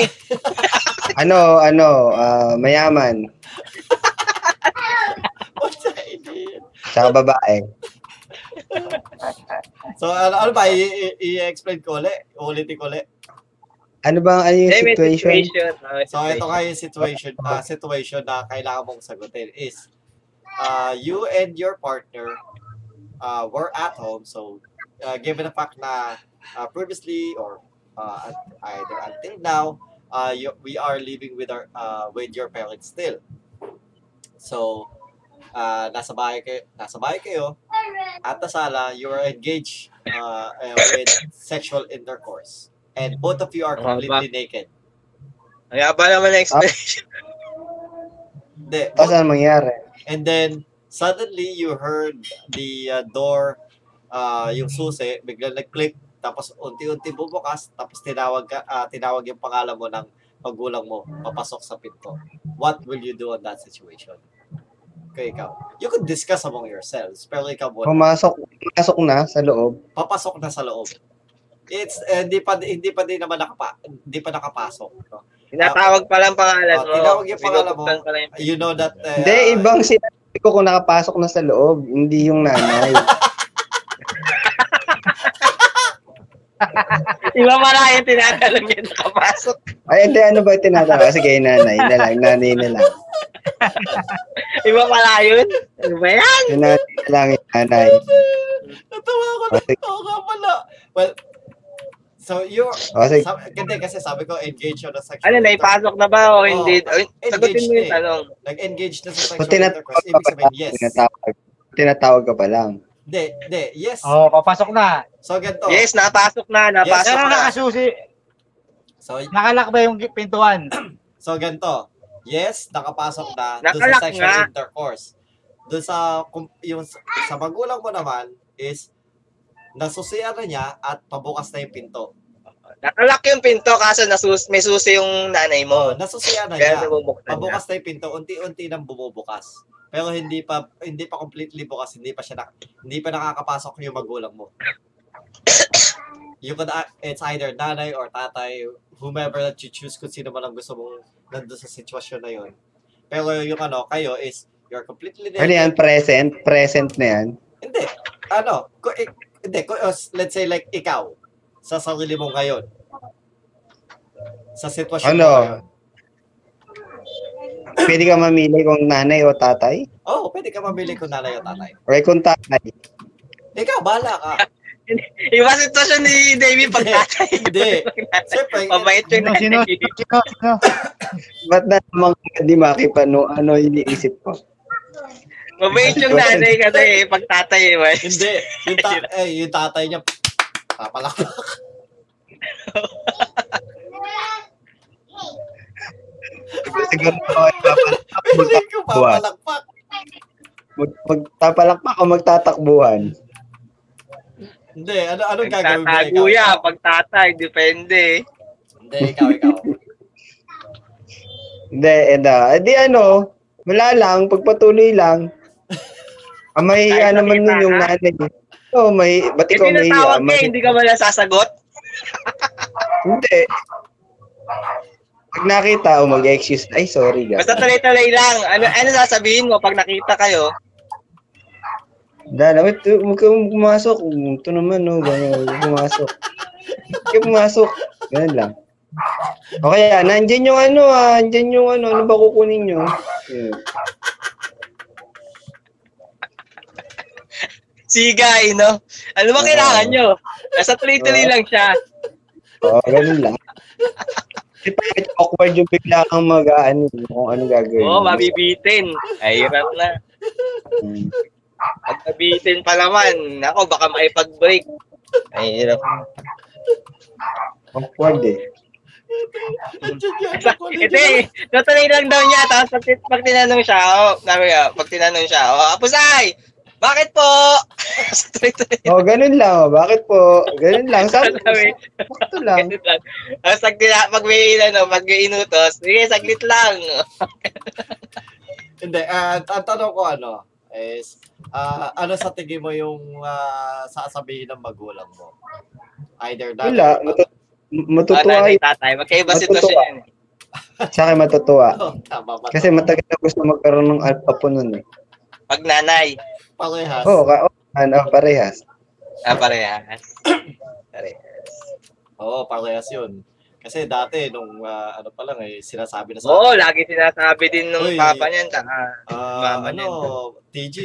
Speaker 5: Ano, ano, ah, mayaman. Tsaka babae.
Speaker 1: So, ano, ano ba? I- i- I-explain ko ulit. Ulitin ko ulit.
Speaker 5: Ano bang, ano yung
Speaker 4: Eh, may
Speaker 5: situation?
Speaker 4: Oh, may
Speaker 1: So, ito
Speaker 4: situation.
Speaker 1: nga yung situation, ah, situation na kailangan mong sagutin is uh, you and your partner uh, were at home. So, uh, given the fact na uh, previously or uh, at- either until now, uh, you, we are living with our uh, with your parents still. So, uh, nasa bahay kayo, nasa bahay kayo at the sala, you are engaged uh, uh, with sexual intercourse. And both of you are
Speaker 4: Mahaba.
Speaker 1: completely naked.
Speaker 4: Ang haba naman ng explanation.
Speaker 1: Hindi,
Speaker 5: Tapos ano mangyari?
Speaker 1: And then, suddenly, you heard the uh, door, uh, yung susi, biglang nag-click, tapos unti-unti bubukas, tapos tinawag, ka, ah, tinawag yung pangalan mo ng magulang mo papasok sa pinto, what will you do on that situation? Kaya ikaw, you could discuss among yourselves, pero ikaw mo,
Speaker 5: Pumasok, pumasok na sa loob.
Speaker 1: papasok na sa loob. It's, eh, hindi pa, hindi pa din naman nakapa, hindi pa nakapasok. No?
Speaker 4: Tinatawag pa lang pangalan
Speaker 1: Ah,
Speaker 4: mo.
Speaker 1: tinawag yung pangalan mo.
Speaker 4: Pinupuktan pa lang yung-
Speaker 1: You know that, eh,
Speaker 5: Hindi,
Speaker 4: Ah.
Speaker 5: ibang sinabi ko kung nakapasok na sa loob, hindi yung nanay.
Speaker 4: Iba pala yung tinatanong yun nakapasok.
Speaker 5: Ay, hindi, ano ba yung tinatawa? Sige, nanay na lang, nanay na lang.
Speaker 4: Iba pala yun. Ano ba yan?
Speaker 5: Yung nanay na lang yung nanay.
Speaker 1: Natawa ko na. Oo nga pala. Well, so you're,
Speaker 5: O, sige.
Speaker 1: sabi, hindi, kasi sabi ko, engage on a sexual
Speaker 4: Ano,
Speaker 1: intercourse.
Speaker 4: naipasok na ba o hindi?
Speaker 1: Oh,
Speaker 4: Ay, Sagutin mo
Speaker 1: engaged
Speaker 4: yung
Speaker 1: eh.
Speaker 4: tanong.
Speaker 1: Nag-engage na sa
Speaker 5: Kung
Speaker 1: sexual
Speaker 5: tinatawag
Speaker 1: intercourse.
Speaker 5: ka
Speaker 1: Ibig
Speaker 5: pa
Speaker 1: sabihin,
Speaker 5: lang,
Speaker 1: yes.
Speaker 5: tinatawag, tinatawag ka pa lang.
Speaker 1: Hindi, hindi, yes.
Speaker 3: Oh, papasok na.
Speaker 1: So, ganito.
Speaker 4: Yes, napasok na, napasok
Speaker 3: Pero
Speaker 4: na.
Speaker 3: nakasusi,
Speaker 1: So,
Speaker 3: nakalak ba yung pintuan?
Speaker 1: so ganito. Yes, nakapasok na doon sa
Speaker 4: Nakalak
Speaker 1: sexual
Speaker 4: nga.
Speaker 1: intercourse. Doon sa, kung, yung, sa magulang mo naman is nasusian na niya at pabukas na yung pinto.
Speaker 4: Nakalak yung pinto kaso nasus may susi yung nanay mo.
Speaker 1: Nasusian na
Speaker 4: Oh. Kaya
Speaker 1: niya.
Speaker 4: nabubuksan niya.
Speaker 1: Pabukas na yung pinto, unti-unti nang bumubukas. Pero hindi pa hindi pa completely bukas, hindi pa siya nak- hindi pa nakakapasok yung magulang mo. you could a- it's either nanay or tatay, whomever that you choose kung sino man ang gusto mong nandun sa sitwasyon na yun. Pero yung ano, kayo is you're completely naked.
Speaker 5: Ano yan, present? Present na yan.
Speaker 1: Hindi. Ano? Ko, ik- hindi. Ko, os- let's say like ikaw. Sa sarili mo ngayon. Sa sitwasyon
Speaker 5: Ano?
Speaker 1: mo ngayon.
Speaker 5: Pwede ka mamili kung nanay o tatay?
Speaker 1: Oh, pwede ka mamili kung nanay o tatay.
Speaker 5: Or kung tatay?
Speaker 1: Ikaw, bahala ka.
Speaker 4: Iba sitwasyon ni Davey pag
Speaker 1: Hindi.
Speaker 4: tatay.
Speaker 1: Hindi. Siyempre,
Speaker 4: Mabait yung
Speaker 3: Sino, sino,
Speaker 4: nanay.
Speaker 3: sino, sino?
Speaker 5: Ba't na naman ka di makipano? Ano iniisip ko?
Speaker 4: Mabait yung nanay kasi pag tatay. eh.
Speaker 1: Hindi. Yung, ta- eh, yung tatay niya, papalakpak.
Speaker 5: Siguro ako ay papal-
Speaker 1: Feeling ko papalakpak.
Speaker 5: mag- magtapalakpak o magtatakbuhan.
Speaker 1: Hindi, ano anong gagawin mo ikaw?
Speaker 4: Nagtataguya pag tatay. Depende.
Speaker 1: Hindi, ikaw, ikaw.
Speaker 5: Hindi, and uh, di ano, wala lang, pagpatuloy lang. Ah, Ang mahihiya
Speaker 4: Kahit
Speaker 5: naman nun
Speaker 4: nakita
Speaker 5: yung
Speaker 4: ka?
Speaker 5: nanay. Oo, may, ah, ba't
Speaker 4: Eh,
Speaker 5: ikaw mahihiya?
Speaker 4: pinatawag ka,
Speaker 5: May-
Speaker 4: hindi ka ba nasasagot?
Speaker 5: Hindi. Pag nakita o mag-excuse, ay sorry guys.
Speaker 4: Basta tuloy-tuloy lang. Ano,
Speaker 1: Ah.
Speaker 4: ano sasabihin mo pag nakita kayo?
Speaker 5: Dala, wait, huwag kang pumasok. Ito naman, no, gano'n, huwag kang pumasok. Huwag kang pumasok. Ganun lang. O kaya, nandyan yung ano, ah, nandyan yung ano, ano ba kukunin nyo? Yeah.
Speaker 4: Sigay, no? Ano ba kailangan nyo? Nasa tuloy-tuloy
Speaker 5: Oo.
Speaker 4: lang siya.
Speaker 5: Oo, Oh, ganun lang. Di pa kahit awkward yung bigla kang mag ano, kung ano gagawin.
Speaker 4: Oo, mabibitin. Ay, hirap na.
Speaker 5: Mm.
Speaker 4: Pag nabitin pa naman, ako baka maipag-break. Ay, hirap.
Speaker 5: Awkward eh.
Speaker 1: Andiyan yan. ako,
Speaker 4: Hindi, natuloy lang daw niya. Tapos pag, pag tinanong siya, oh, sabi niya, pag tinanong siya, oh, Apusay! Bakit po? Tuloy-tuloy
Speaker 5: Oo, ganun lang. oh. Bakit po? Ganun lang. Sabi ko,
Speaker 4: Sabi.
Speaker 5: sakto lang.
Speaker 4: Ganun lang. Tapos pag, tina- pag may, ano, pag may inutos, sige, saglit lang.
Speaker 1: Hindi, ah, ang tanong ko ano, is, ah, ano sa tingin mo yung ah, sasabihin ng magulang mo? Either that.
Speaker 5: Wala. matu-
Speaker 4: Ah,
Speaker 5: Matutuwa
Speaker 4: nanay,
Speaker 5: yun.
Speaker 4: tatay, magkaiba
Speaker 5: Matutuwa.
Speaker 4: sitwasyon yan.
Speaker 5: Sa akin matutuwa.
Speaker 1: Oh, tama ba?
Speaker 5: Kasi matagal na gusto magkaroon ng alpha po nun eh.
Speaker 4: Pag nanay,
Speaker 1: Parehas.
Speaker 5: Oo, oh, ka- oh, ano, parehas.
Speaker 4: ah, parehas. parehas.
Speaker 1: Oo, parehas yun. Kasi dati, nung ah, ano pa lang, eh, sinasabi na sa
Speaker 4: Oo, lagi sinasabi din nung
Speaker 1: Uy.
Speaker 4: papa niyan, tsaka
Speaker 1: Ah,
Speaker 4: Mama
Speaker 1: ano, TG,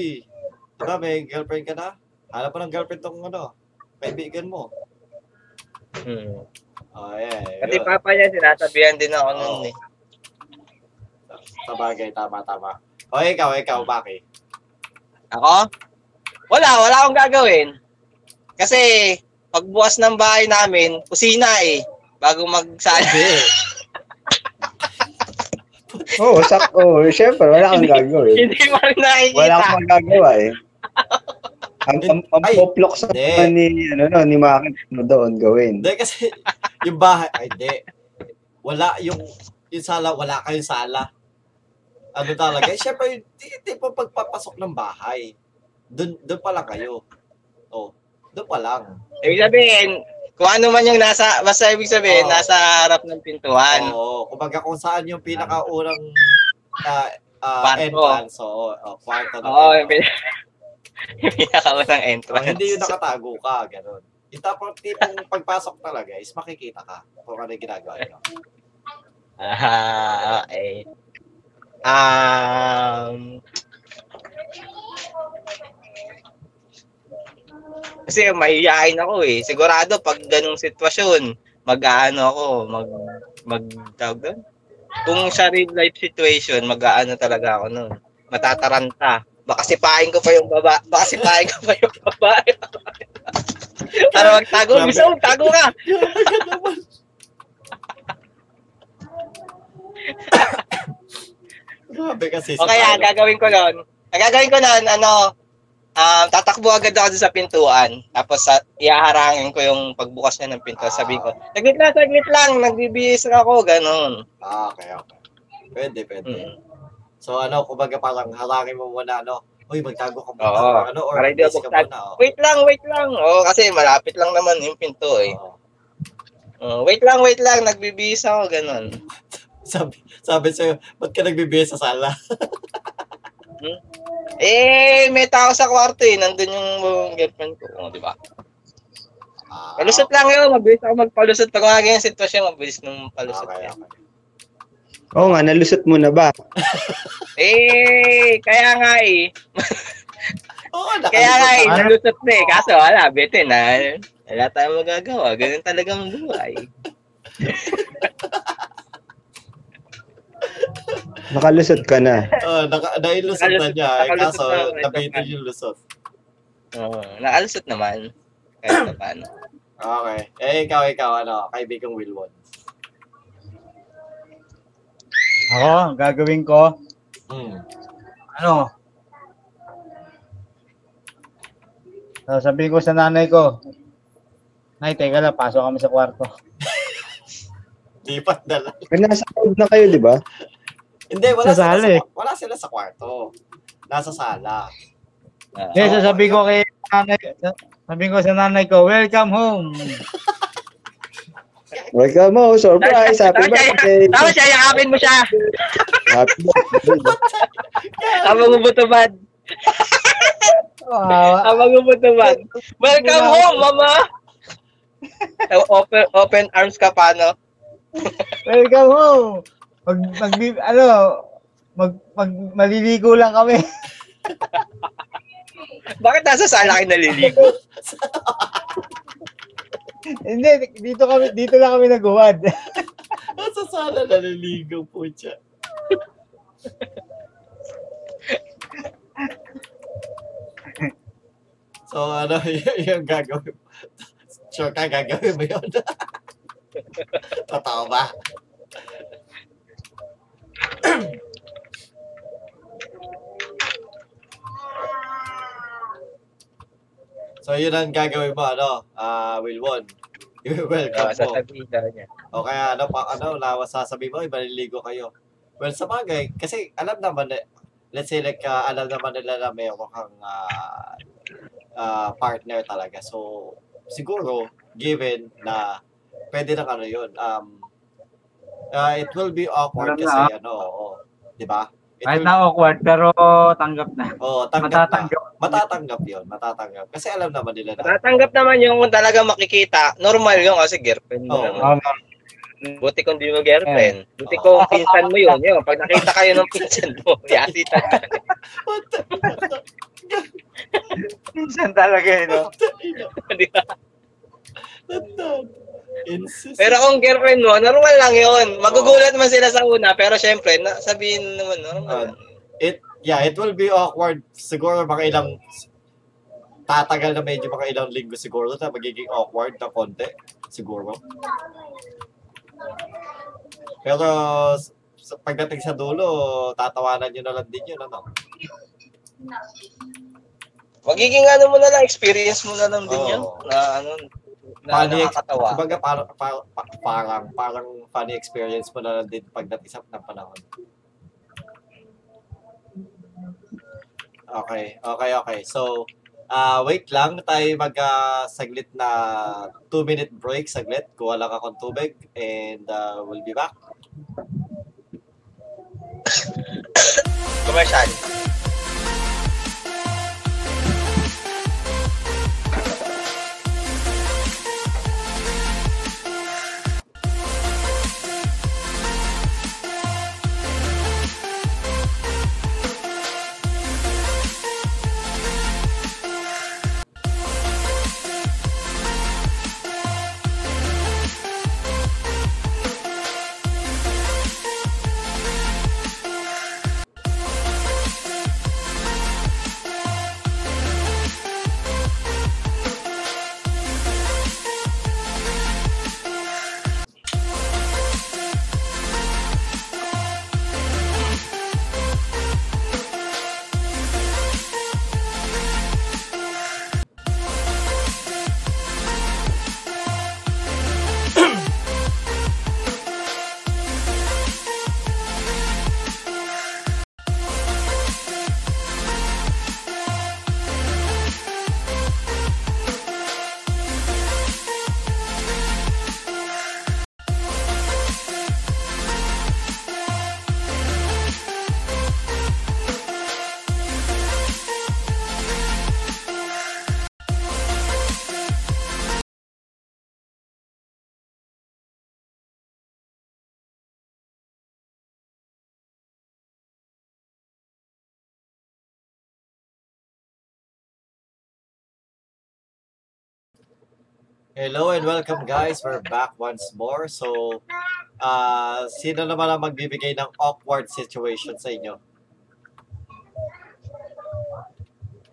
Speaker 1: di ba may girlfriend ka na? Hanap pa ng girlfriend tong ano, kaibigan mo. Oh, yeah.
Speaker 4: Kasi
Speaker 1: yun.
Speaker 4: hmm. papa niya, sinasabihan din ako nun eh.
Speaker 1: Sabagay, tama, tama. O, ikaw, ikaw, Maki.
Speaker 4: Ako? Wala, wala akong gagawin. Kasi, pagbukas ng bahay namin, kusina eh. Bago magsala.
Speaker 1: Hindi.
Speaker 5: Oo, oh, sak- oh, syempre, wala kang gagawin.
Speaker 4: Hindi mo rin nakikita.
Speaker 5: Wala kang magagawa eh. Ang, ang, ang
Speaker 1: Ay,
Speaker 5: poplok sa
Speaker 1: hindi.
Speaker 5: naman ni, ano, no, ni Maki, ano doon gawin.
Speaker 1: Hindi kasi yung bahay, ay hindi. wala yung, yung sala, wala kayong sala. Ano talaga? Eh, syempre, yung tipo pagpapasok ng bahay. Doon, doon pa lang kayo. Oh, doon pa lang.
Speaker 4: Ibig sabihin, kung ano man yung nasa, basta ibig sabihin,
Speaker 1: Oo.
Speaker 4: nasa harap ng pintuan.
Speaker 1: Oo, kumbaga kung saan yung pinakaunang ah, ah,
Speaker 4: Kwarto.
Speaker 1: entrance. Oo, oh, kwarto na.
Speaker 4: Oo, yung, pin- yung pinakaunang
Speaker 1: Oh,
Speaker 4: entrance.
Speaker 1: hindi yung nakatago ka, ganun. Yung tapang tipong pagpasok talaga is makikita ka kung ano yung ginagawa nyo.
Speaker 4: Ah, okay. Um, kasi mahihayin ako eh. Sigurado pag ganung sitwasyon, mag-aano ako, mag mag tawag doon. Kung sa real life situation, mag-aano talaga ako noon. Matataranta. Baka sipain ko pa yung baba, baka sipain ko pa yung babae. Para magtago, gusto mo, tago ka.
Speaker 1: Grabe kasi si
Speaker 4: O kaya, ang
Speaker 1: Paolo.
Speaker 4: gagawin ko nun, ang gagawin ko nun, ano, um, tatakbo agad ako dun sa pintuan. Tapos, sa, iaharangin ko yung pagbukas niya ng pintuan. Sabihin ko, saglit lang, saglit lang, nagbibihis lang ako, ganun.
Speaker 1: Ah, okay, okay. Pwede, pwede.
Speaker 4: Mm.
Speaker 1: So ano, kumbaga parang harangin mo muna, ano, Uy, magtago ka muna.
Speaker 4: Oo.
Speaker 1: or ano, or
Speaker 4: Para hindi
Speaker 1: umalis ka
Speaker 4: ako tag-
Speaker 1: muna. Oh.
Speaker 4: Wait lang, wait lang. Oo, kasi malapit lang naman yung pinto eh.
Speaker 1: Oo.
Speaker 4: Oo, wait lang, wait lang, nagbibihis ako, ganun.
Speaker 1: Sabi, sabi sa'yo, ba't ka nagbibigay sa sala?
Speaker 4: Eh, may tao sa kwarto eh, nandun yung um, girlfriend ko. Oo, di ba?
Speaker 1: Ah,
Speaker 4: Palusot lang yun, mabilis ako magpalusot. Pag mga ganyan sitwasyon, mabilis nung palusot
Speaker 1: Okay,
Speaker 4: niya.
Speaker 1: okay.
Speaker 5: Oo nga, nalusot mo na ba?
Speaker 4: Eh, kaya nga eh.
Speaker 1: Oo,
Speaker 4: Kaya nga eh,
Speaker 1: nakalimutan.
Speaker 4: nalusot na eh. Kaso wala, bete na. Wala tayong magagawa. Ganun talagang buhay.
Speaker 5: Nakalusot ka na.
Speaker 1: Oo, Oh, naka, nailusot na
Speaker 4: Nakalusot-
Speaker 1: niya. Eh,
Speaker 4: nakalusot
Speaker 1: kaso,
Speaker 4: na ako, ito,
Speaker 1: nabitin
Speaker 4: man.
Speaker 1: yung lusot.
Speaker 4: Oo, nakalusot naman. Kahit pa paano.
Speaker 1: Okay. Eh, ikaw, ikaw, ano, kaibigang Wilwon.
Speaker 3: Ako, ang gagawin ko,
Speaker 1: Hmm.
Speaker 3: ano, sasabihin ko sa nanay ko, Nay, teka lang, pasok kami sa kwarto.
Speaker 1: Lipat na lang.
Speaker 5: Eh, Nasa crowd na kayo, di ba?
Speaker 1: Hindi, wala
Speaker 3: Sa sala
Speaker 1: sila
Speaker 3: eh.
Speaker 1: sa, wala sila sa kwarto. Nasa sala.
Speaker 4: Ah,
Speaker 3: Hindi, sasabihin ko kay nanay, sabihin ko sa nanay ko, welcome home.
Speaker 5: Welcome mo, surprise, happy
Speaker 4: Tapos siya-
Speaker 5: birthday.
Speaker 4: Tapos siya, yakapin mo siya.
Speaker 5: Happy birthday.
Speaker 4: Habang ubutubad.
Speaker 3: Ah,
Speaker 4: Habang ubutubad. Welcome home, mama. open, open arms ka pa, no?
Speaker 3: welcome home. Mag, mag, ano, mag, mag, maliligo lang kami.
Speaker 4: Bakit nasa sala kayo naliligo?
Speaker 3: Hindi, dito kami, dito lang kami naguwad.
Speaker 1: Nasa sala naliligaw po siya. so, ano, y- yung gagawin mo. Sure ka, gagawin mo yun. Totoo ba? so, yun ang gagawin mo, ano, ah Wilwon. You're welcome
Speaker 4: Oo,
Speaker 1: po.
Speaker 4: sasabihin daw niya.
Speaker 1: O kaya ano pa ano lawa sasabihin mo, "Uy, maliligo kayo. Well, sa bagay, kasi alam naman na- let's say like ah, alam naman nila na mayroon kang ah, ah, partner talaga. So siguro given na pwede na ano 'yun. Um ah, it will be awkward
Speaker 3: Alam na, ah.
Speaker 1: kasi ano, oo, 'di ba? It
Speaker 3: Kahit
Speaker 1: will-
Speaker 3: na awkward, pero tanggap na.
Speaker 1: oo, tanggap na.
Speaker 3: Matatanggap.
Speaker 1: Matatanggap 'yun, matatanggap. Kasi alam naman nila na.
Speaker 4: Tatanggap naman yung kung talaga makikita. Normal yung kasi girlfriend mo
Speaker 1: Oo.
Speaker 4: naman. Buti kung di mo girlfriend. Buti
Speaker 1: Oo.
Speaker 4: kung pinsan mo yun. Yun, pag nakita kayo ng pinsan mo, yasitan ka.
Speaker 1: What the-
Speaker 3: Minsan talaga yun, no?
Speaker 4: Di ba?
Speaker 1: what the- Insist.
Speaker 4: Pero kung girlfriend mo, normal lang yun. Magugulat man sila sa una, pero syempre, na, sabihin naman, normal lang.
Speaker 1: uh, it yeah, it will be awkward siguro mga ilang tatagal na medyo mga ilang linggo siguro na magiging awkward na konti siguro. Pero s- sa pagdating sa dulo, tatawanan nyo na lang din yun, ano?
Speaker 4: Magiging ano mo na lang, experience mo na lang din
Speaker 1: Oo.
Speaker 4: yun. Na ano, na
Speaker 1: funny, ex-
Speaker 4: nakakatawa.
Speaker 1: kumbaga parang, parang, parang, parang funny experience mo na lang din pagdating sa ng panahon. Okay, okay, okay. So, ah wait lang tayo mag ah, saglit na 2 minute break saglit. Kuha lang akong tubig and ah, we'll be back.
Speaker 4: Commercial.
Speaker 1: Hello and welcome guys. We're back once more. So, ah sino naman ang magbibigay ng awkward situation sa inyo?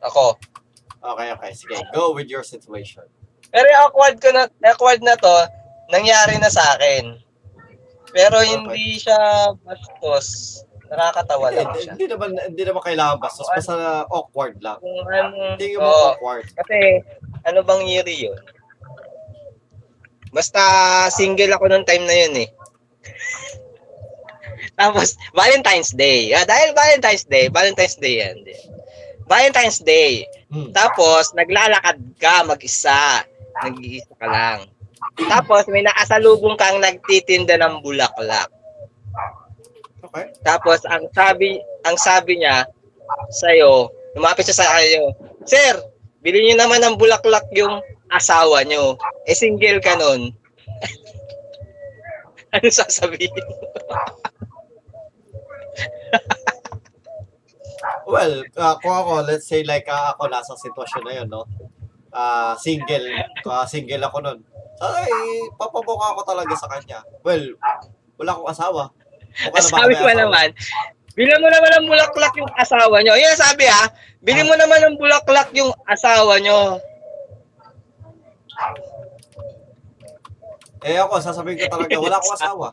Speaker 4: Ako.
Speaker 1: Okay, okay. Sige, go with your situation.
Speaker 4: Pero yung awkward ko na, awkward na to, nangyari na sa akin. Pero hindi siya bastos. Nakakatawa
Speaker 1: Hindi,
Speaker 4: lang siya.
Speaker 1: hindi naman, hindi naman kailangan bastos. Basta awkward lang.
Speaker 4: Kung ano,
Speaker 1: Hindi mo
Speaker 4: oo.
Speaker 1: awkward.
Speaker 4: Kasi, ano bang year yun? Basta single ako nung time na yun eh. Tapos, Valentine's Day. Ah, dahil Valentine's Day, Valentine's Day yan. Valentine's Day.
Speaker 1: Hmm.
Speaker 4: Tapos, naglalakad ka mag-isa. Nag-iisa ka lang. Tapos, may nakasalubong kang nagtitinda ng bulaklak.
Speaker 1: Okay.
Speaker 4: Tapos ang sabi ang sabi niya sa lumapit siya sa iyo. Sir, bilhin niyo naman ng bulaklak yung asawa niyo. Eh single ka nun. ano sasabihin?
Speaker 1: Well, uh, kung ako, let's say like ah, ako nasa sitwasyon na yun, no? Ah, single. Ah, single ako nun. Ay, papabuka ako talaga sa kanya. Well, wala akong asawa. Mukha na ba ako
Speaker 4: Sabi
Speaker 1: may
Speaker 4: ko
Speaker 1: asawa?
Speaker 4: naman, bilhin mo naman ng bulaklak yung asawa niyo. Yun ang sabi ha. Bilhin mo naman ng bulaklak yung asawa niyo.
Speaker 1: Eh ako, sasabihin ko talaga, wala akong asawa.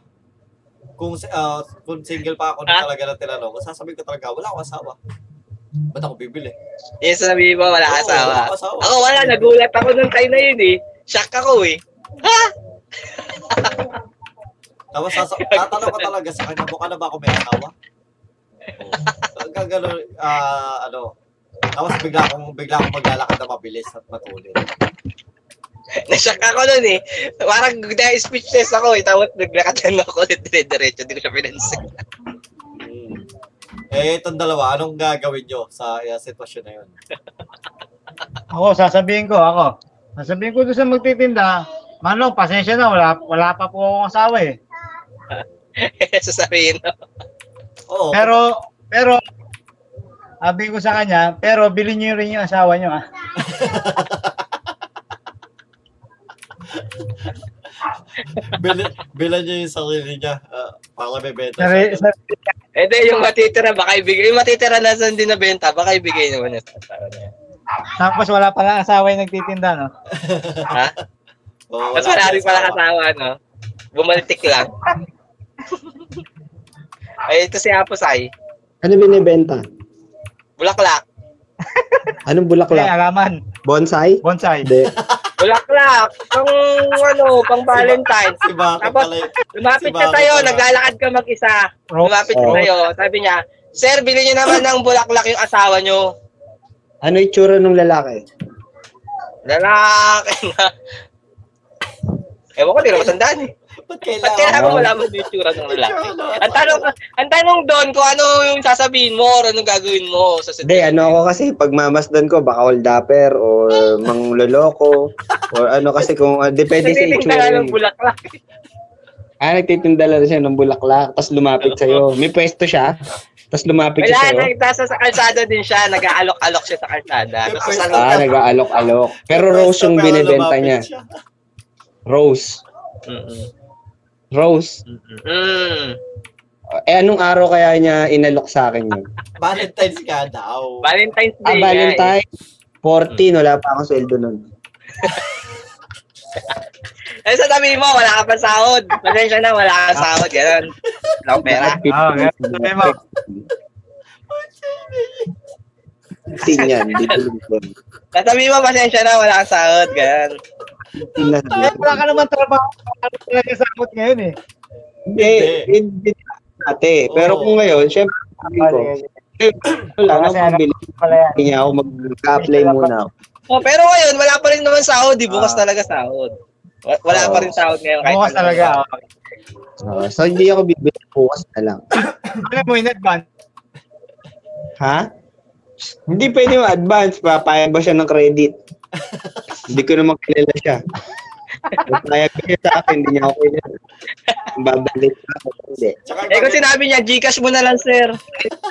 Speaker 1: Kung, si- ah, kung single pa ako na
Speaker 4: Ah?
Speaker 1: talaga na tinanong, sasabihin ko talaga, wala akong asawa. Ba't ako bibili?
Speaker 4: Yun ang sabi mo, wala
Speaker 1: Oo,
Speaker 4: asawa.
Speaker 1: wala akong asawa.
Speaker 4: Ako wala, nagulat ako nung time na yun eh. Shock ako eh. Ha?
Speaker 1: Tapos sasa- tatanong ko talaga sa kanya, mukha na ba ako may asawa? Oh. Gagano, ah, ano, tapos bigla akong, bigla akong maglalakad na mabilis at matuloy.
Speaker 4: Nashock ako nun eh. Parang na-speechless ako eh. Tapos naglakad lang ako ulit dire-diretso. Hindi ko siya pinansin. Hmm.
Speaker 1: Mm. Eh, itong dalawa, anong gagawin nyo sa eh, sitwasyon na yun?
Speaker 3: Ako, sasabihin ko, ako. Sasabihin ko doon sa magtitinda, Manong, pasensya na, wala, wala pa po akong asawa eh.
Speaker 4: Sasabihin no?
Speaker 1: Oo,
Speaker 3: Pero, pero, sabi ko sa kanya, pero bilhin niyo rin yung asawa niyo ah.
Speaker 1: bilan, bilan niya yung sarili niya. Ah, para may benta.
Speaker 3: Sari,
Speaker 1: siya.
Speaker 3: sari,
Speaker 4: Eh di, yung matitira, baka ibigay. Yung matitira na saan din nabenta, baka ibigay naman yung tao niya.
Speaker 3: tapos wala pa lang asawa yung nagtitinda, no?
Speaker 4: Ha?
Speaker 1: Oo,
Speaker 4: Tapos
Speaker 1: akong
Speaker 4: wala rin pala
Speaker 1: asawa.
Speaker 4: kasawa, no? Bumalitik lang. Ay, ito si Aposay.
Speaker 5: Ano binibenta?
Speaker 4: Bulaklak.
Speaker 5: Anong
Speaker 3: Kaya
Speaker 5: bulaklak?
Speaker 3: alaman,
Speaker 5: Bonsai?
Speaker 3: bonsai.
Speaker 5: Hindi.
Speaker 4: Bulaklak. Pang ano, pang Valentine's.
Speaker 1: Si Bakit
Speaker 4: Tapos,
Speaker 1: pala yun? Si
Speaker 4: Lumapit siya
Speaker 1: Bakit
Speaker 4: sa'yo,
Speaker 1: wala?
Speaker 4: naglalakad ka mag-isa.
Speaker 3: Oh.
Speaker 4: Lumapit siya
Speaker 5: Oh.
Speaker 4: sa'yo, sabi niya, Sir, bili niyo naman ng bulaklak yung asawa niyo.
Speaker 5: Ano yung tsura ng lalaki?
Speaker 4: Lalaki na. Ewan ko, di naman tandaan eh.
Speaker 1: Ba't
Speaker 4: Ba't
Speaker 1: kailangan?
Speaker 4: kailangan mo
Speaker 5: Oh.
Speaker 4: malaman yung tsura ng lalaki?
Speaker 1: Tsura ng-
Speaker 4: Ang tanong, ang tanong doon kung ano yung sasabihin mo or anong gagawin mo sa
Speaker 5: Hindi, ano ako
Speaker 4: eh.
Speaker 5: kasi pagmamasdan ko, baka holdapper or uh, mangloloko or ano kasi kung ah, depende sa
Speaker 4: Nagtitinda
Speaker 5: itsura.
Speaker 4: nga
Speaker 5: yun
Speaker 4: ng
Speaker 5: eh.
Speaker 4: bulaklak.
Speaker 5: Ah, nagtitinda lang siya ng bulaklak, tapos lumapit sa'yo. May pwesto siya, tapos lumapit
Speaker 4: Ano?
Speaker 5: siya
Speaker 4: Wala
Speaker 5: sa'yo.
Speaker 4: na, nasa sa kalsada din siya, nag-aalok-alok siya sa kalsada. Nasa
Speaker 1: Siyempre,
Speaker 4: salon
Speaker 5: Ah,
Speaker 4: ka.
Speaker 5: nag-aalok-alok. Pero
Speaker 1: Basta
Speaker 5: rose yung
Speaker 1: para
Speaker 5: binibenta
Speaker 1: lumapit
Speaker 5: niya.
Speaker 1: siya.
Speaker 5: Rose.
Speaker 4: Mm-mm.
Speaker 5: Rose.
Speaker 4: Mm.
Speaker 5: Eh, anong araw kaya niya inalok sa akin yun?
Speaker 1: Valentine's ka daw.
Speaker 4: Valentine's Day.
Speaker 5: Ah,
Speaker 4: nga eh.
Speaker 5: Valentine. 14,
Speaker 4: Mm.
Speaker 5: wala pa akong sweldo nun.
Speaker 4: Eh, sa tabi mo, wala ka pa sahod. Pasensya na, wala ka sahod. Ganun. Wala akong pera.
Speaker 3: Ah, okay. Sabi mo.
Speaker 5: 15 yan, hindi ko alam.
Speaker 4: Sa tabi mo, pasensya na, wala ka sahod. Ganun.
Speaker 5: 15 na sabi
Speaker 3: Eh,
Speaker 5: ko.
Speaker 3: wala ka naman trabaho. Ano ka lang sa amot ngayon eh.
Speaker 5: Hindi, hindi dati. Pero kung ngayon, syempre, sabi ko, eh, wala
Speaker 3: Kasi
Speaker 5: akong
Speaker 3: ano,
Speaker 5: bili.
Speaker 3: Pala yan.
Speaker 5: Hindi ako mag-apply muna ako.
Speaker 4: Oh, pero ngayon, wala pa rin naman sahod. Di bukas talaga sahod. Wa- Wala pa rin sahod ngayon. kahit
Speaker 3: Bukas
Speaker 4: ano.
Speaker 3: talaga. oh.
Speaker 5: Oo, so, hindi ako bibili bukas na lang.
Speaker 3: Alam mo in advance.
Speaker 5: Ha? Hindi pwede yung advance, papayag ba siya ng credit? hindi ko naman kilala siya. Papayag ba siya sa akin, hindi niya ako kilala. Babalik na ako, hindi.
Speaker 1: Tsaka
Speaker 4: Eh, kung sinabi niya, Gcash mo na lang, sir.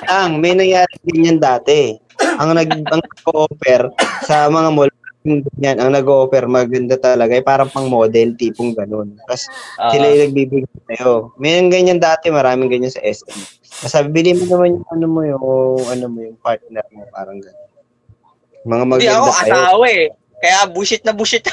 Speaker 5: Ang, may nangyari din yan dati. Ang nag ang nag-offer sa mga mall, yung ganyan, ang nag-offer, maganda talaga. Eh, parang pang model, tipong ganun. Tapos
Speaker 4: Ah.
Speaker 5: sila yung nagbibigay sa'yo. May nang ganyan dati, maraming ganyan sa SM. Sabi, bili mo naman yung ano mo yung, ano mo yung partner mo, parang ganun. Mga
Speaker 4: Hindi
Speaker 5: maganda
Speaker 4: ako
Speaker 5: kayo.
Speaker 4: asawa eh. Kaya bushit na bushit.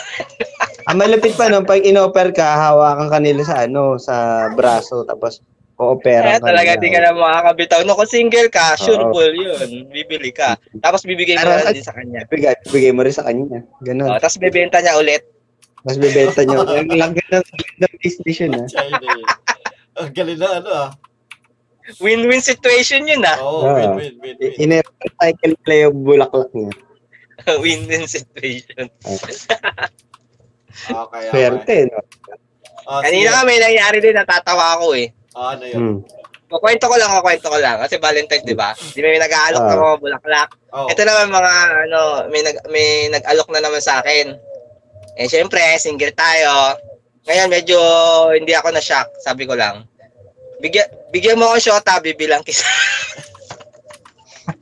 Speaker 5: Ang malapit pa nun, pag in-offer ka, hawakan kanila sa ano, sa braso, tapos
Speaker 4: Kaya
Speaker 5: o-opera
Speaker 4: talaga di ka na makakabitaw. No, kung single ka, sure
Speaker 5: Oo.
Speaker 4: full yun. Bibili ka. Tapos bibigay mo
Speaker 5: Ano, sa-
Speaker 4: na din sa kanya.
Speaker 5: Bigay, bigay mo rin sa kanya. Ganun.
Speaker 4: Oh, tapos bebenta niya ulit.
Speaker 5: Mas bebenta nyo. Ang laki ng, ng ah. PlayStation, ha?
Speaker 1: Chinese. Ang galing na ano ah.
Speaker 4: Win-win situation yun ah.
Speaker 1: Oo,
Speaker 5: Ah.
Speaker 1: win, win, win, win.
Speaker 5: I-recycle pala yung bulaklak niya.
Speaker 4: Win-win situation.
Speaker 1: Okay, okay.
Speaker 5: Swerte, no? Oh,
Speaker 1: Ah, sige.
Speaker 4: Kanina nga may nangyari din, natatawa ako eh.
Speaker 1: Ah, ano yun?
Speaker 5: Hmm.
Speaker 4: Kukwento ko lang, kukwento ko lang. Kasi Valentine, di ba? Di may nag-aalok
Speaker 5: Ah.
Speaker 4: na mga bulaklak.
Speaker 1: Oh.
Speaker 4: Ito naman mga, ano, may, nag, may nag-alok na naman sa akin. Eh, syempre, single tayo. Ngayon, medyo hindi ako na-shock. Sabi ko lang, bigyan, bigyan mo ako ng shota, bibilang kita.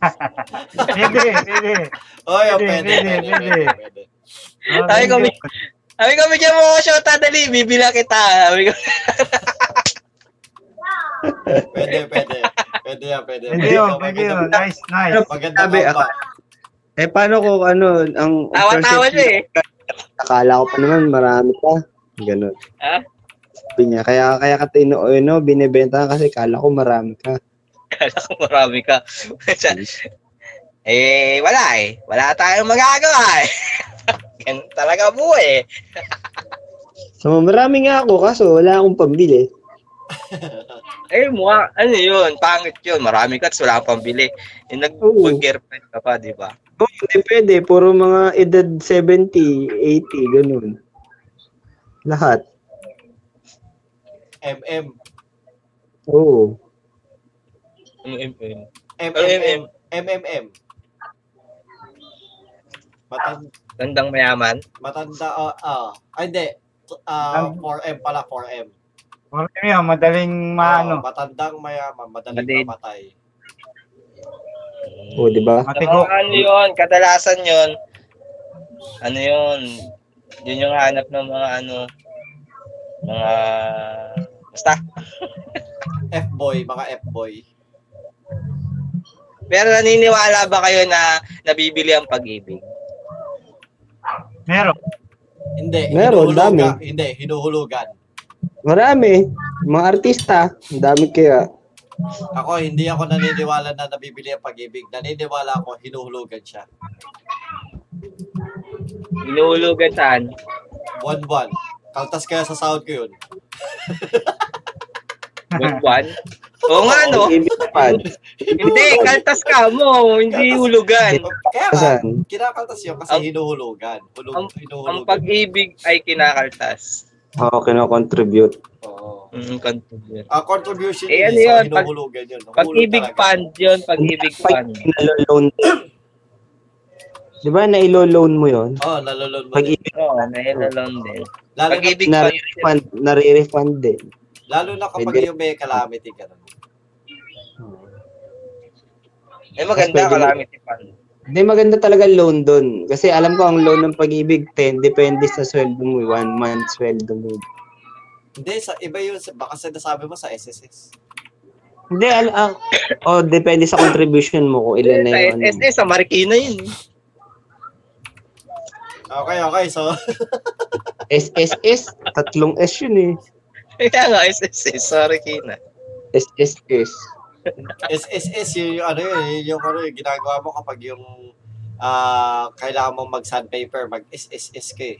Speaker 3: Hindi, hindi.
Speaker 1: Oy, oh, pwede,
Speaker 3: Pwede, pwede,
Speaker 1: pwede,
Speaker 3: pwede.
Speaker 1: pwede, pwede.
Speaker 4: Sabi ko, bi- sabi ko, bigyan mo ako ng shota, dali, bibilang kita. Sabi ko,
Speaker 1: Pwede, pwede. Pwede yan, pwede.
Speaker 3: Thank
Speaker 1: Maganda,
Speaker 3: you, thank you.
Speaker 1: maganda-
Speaker 3: oh, Nice, nice.
Speaker 1: Maganda
Speaker 5: Sabi,
Speaker 1: ka pa.
Speaker 5: Eh, paano kung ano, ang...
Speaker 4: tawa-tawa siya eh.
Speaker 5: Akala ko pa naman, marami pa. Ganun.
Speaker 4: Ha?
Speaker 5: Sabi niya, kaya, kaya ka tino, no, binibenta ka kasi kala ko marami ka.
Speaker 4: Kala ko marami ka. eh, wala eh. Wala tayong magagawa eh. Ganun talaga po eh.
Speaker 5: So, marami nga ako, kaso wala akong pambili.
Speaker 4: Eh, mukha, ano yun, pangit yun. Marami ka, tapos wala kang pambili. Yung
Speaker 5: Oo.
Speaker 4: nag-girlfriend ka pa, di ba?
Speaker 5: Oo, hindi pwede. Puro mga edad 70, 80, ganun. Lahat.
Speaker 1: MM.
Speaker 5: Oo.
Speaker 4: Mm-mm.
Speaker 1: MMM. MMM. Matan-
Speaker 4: Tandang mayaman.
Speaker 1: matanda, ah, ah. Ay, hindi. Ah, 4M pala, Ờ, 4M.
Speaker 3: Okay yun, madaling
Speaker 1: Oo,
Speaker 3: maano.
Speaker 1: matandang mayaman, madaling
Speaker 4: Madid.
Speaker 1: mamatay.
Speaker 5: Oo, di ba?
Speaker 3: Matigo.
Speaker 4: Pero ano yun, kadalasan yun, ano yun, yun yung hanap ng mga ano, mga, basta.
Speaker 1: F-boy, mga F-boy.
Speaker 4: Pero naniniwala ba kayo na nabibili ang pag-ibig?
Speaker 3: Meron.
Speaker 1: Hindi,
Speaker 5: Meron,
Speaker 1: hinuhulugan-
Speaker 5: dami.
Speaker 1: Hindi, hinuhulugan.
Speaker 5: Marami. Mga artista. Ang dami kaya.
Speaker 1: Ako, hindi ako naniniwala na nabibili ang pag-ibig. Naniniwala ako, hinuhulugan siya.
Speaker 4: Inuulugan saan?
Speaker 1: Buwan-buwan. Kaltas kaya sa sahod ko yun.
Speaker 4: Buwan-buwan? Oo nga, no?
Speaker 5: Pad.
Speaker 4: Hindi, kaltas ka mo.
Speaker 1: Kaltas-
Speaker 4: Hindi hulugan.
Speaker 1: Kaya nga,
Speaker 5: Saan?
Speaker 1: kinakaltas yun kasi
Speaker 4: Ang-
Speaker 1: hinuhulugan. Hulog,
Speaker 4: ang-
Speaker 1: hinuhulugan.
Speaker 4: Ang pag-ibig ay kinakaltas.
Speaker 5: Oo, kinocontribute.
Speaker 1: Oo.
Speaker 4: Mm, continue.
Speaker 1: Ang contribution yun,
Speaker 4: Eh,
Speaker 1: is
Speaker 4: ano
Speaker 1: ang
Speaker 4: yun, pag-
Speaker 1: hinuhulugan yun. Hulog
Speaker 4: Pag-ibig
Speaker 1: talaga.
Speaker 4: fund yun, pag-ibig fund.
Speaker 5: Naloloan. Di ba nailoloan mo yun?
Speaker 1: Oo, oh, nalulun mo.
Speaker 5: Pag
Speaker 1: din.
Speaker 4: Oo, nahilo lang din.
Speaker 1: Lalo, na,
Speaker 4: Pag-ibig fund.
Speaker 5: nare-refund, nare-refund din.
Speaker 1: lalo na kapag
Speaker 5: Pwede.
Speaker 1: yung may calamity ka na.
Speaker 4: Eh, maganda
Speaker 5: Pwede.
Speaker 4: calamity fund.
Speaker 5: Hindi, maganda talaga loan doon. Kasi alam ko ang loan ng pag-ibig, 10, depende sa sweldo mo, 1 month sweldo mo.
Speaker 1: Hindi, sa iba yun. sa- Baka sinasabi mo sa SSS.
Speaker 5: Hindi, al ah, oh, depende sa contribution mo kung ilan na
Speaker 4: Sa
Speaker 5: yung ano.
Speaker 4: SSS, sa Marikina yun. eh.
Speaker 1: Okay, okay. So,
Speaker 5: SSS, tatlong S yun eh.
Speaker 4: Kaya nga, SSS, sa Marikina.
Speaker 5: SSS.
Speaker 1: SSS, yun yung ano yun, yun yung ano yung ginagawa mo kapag yung ah kailangan mo mag sandpaper, mag SSS ka eh.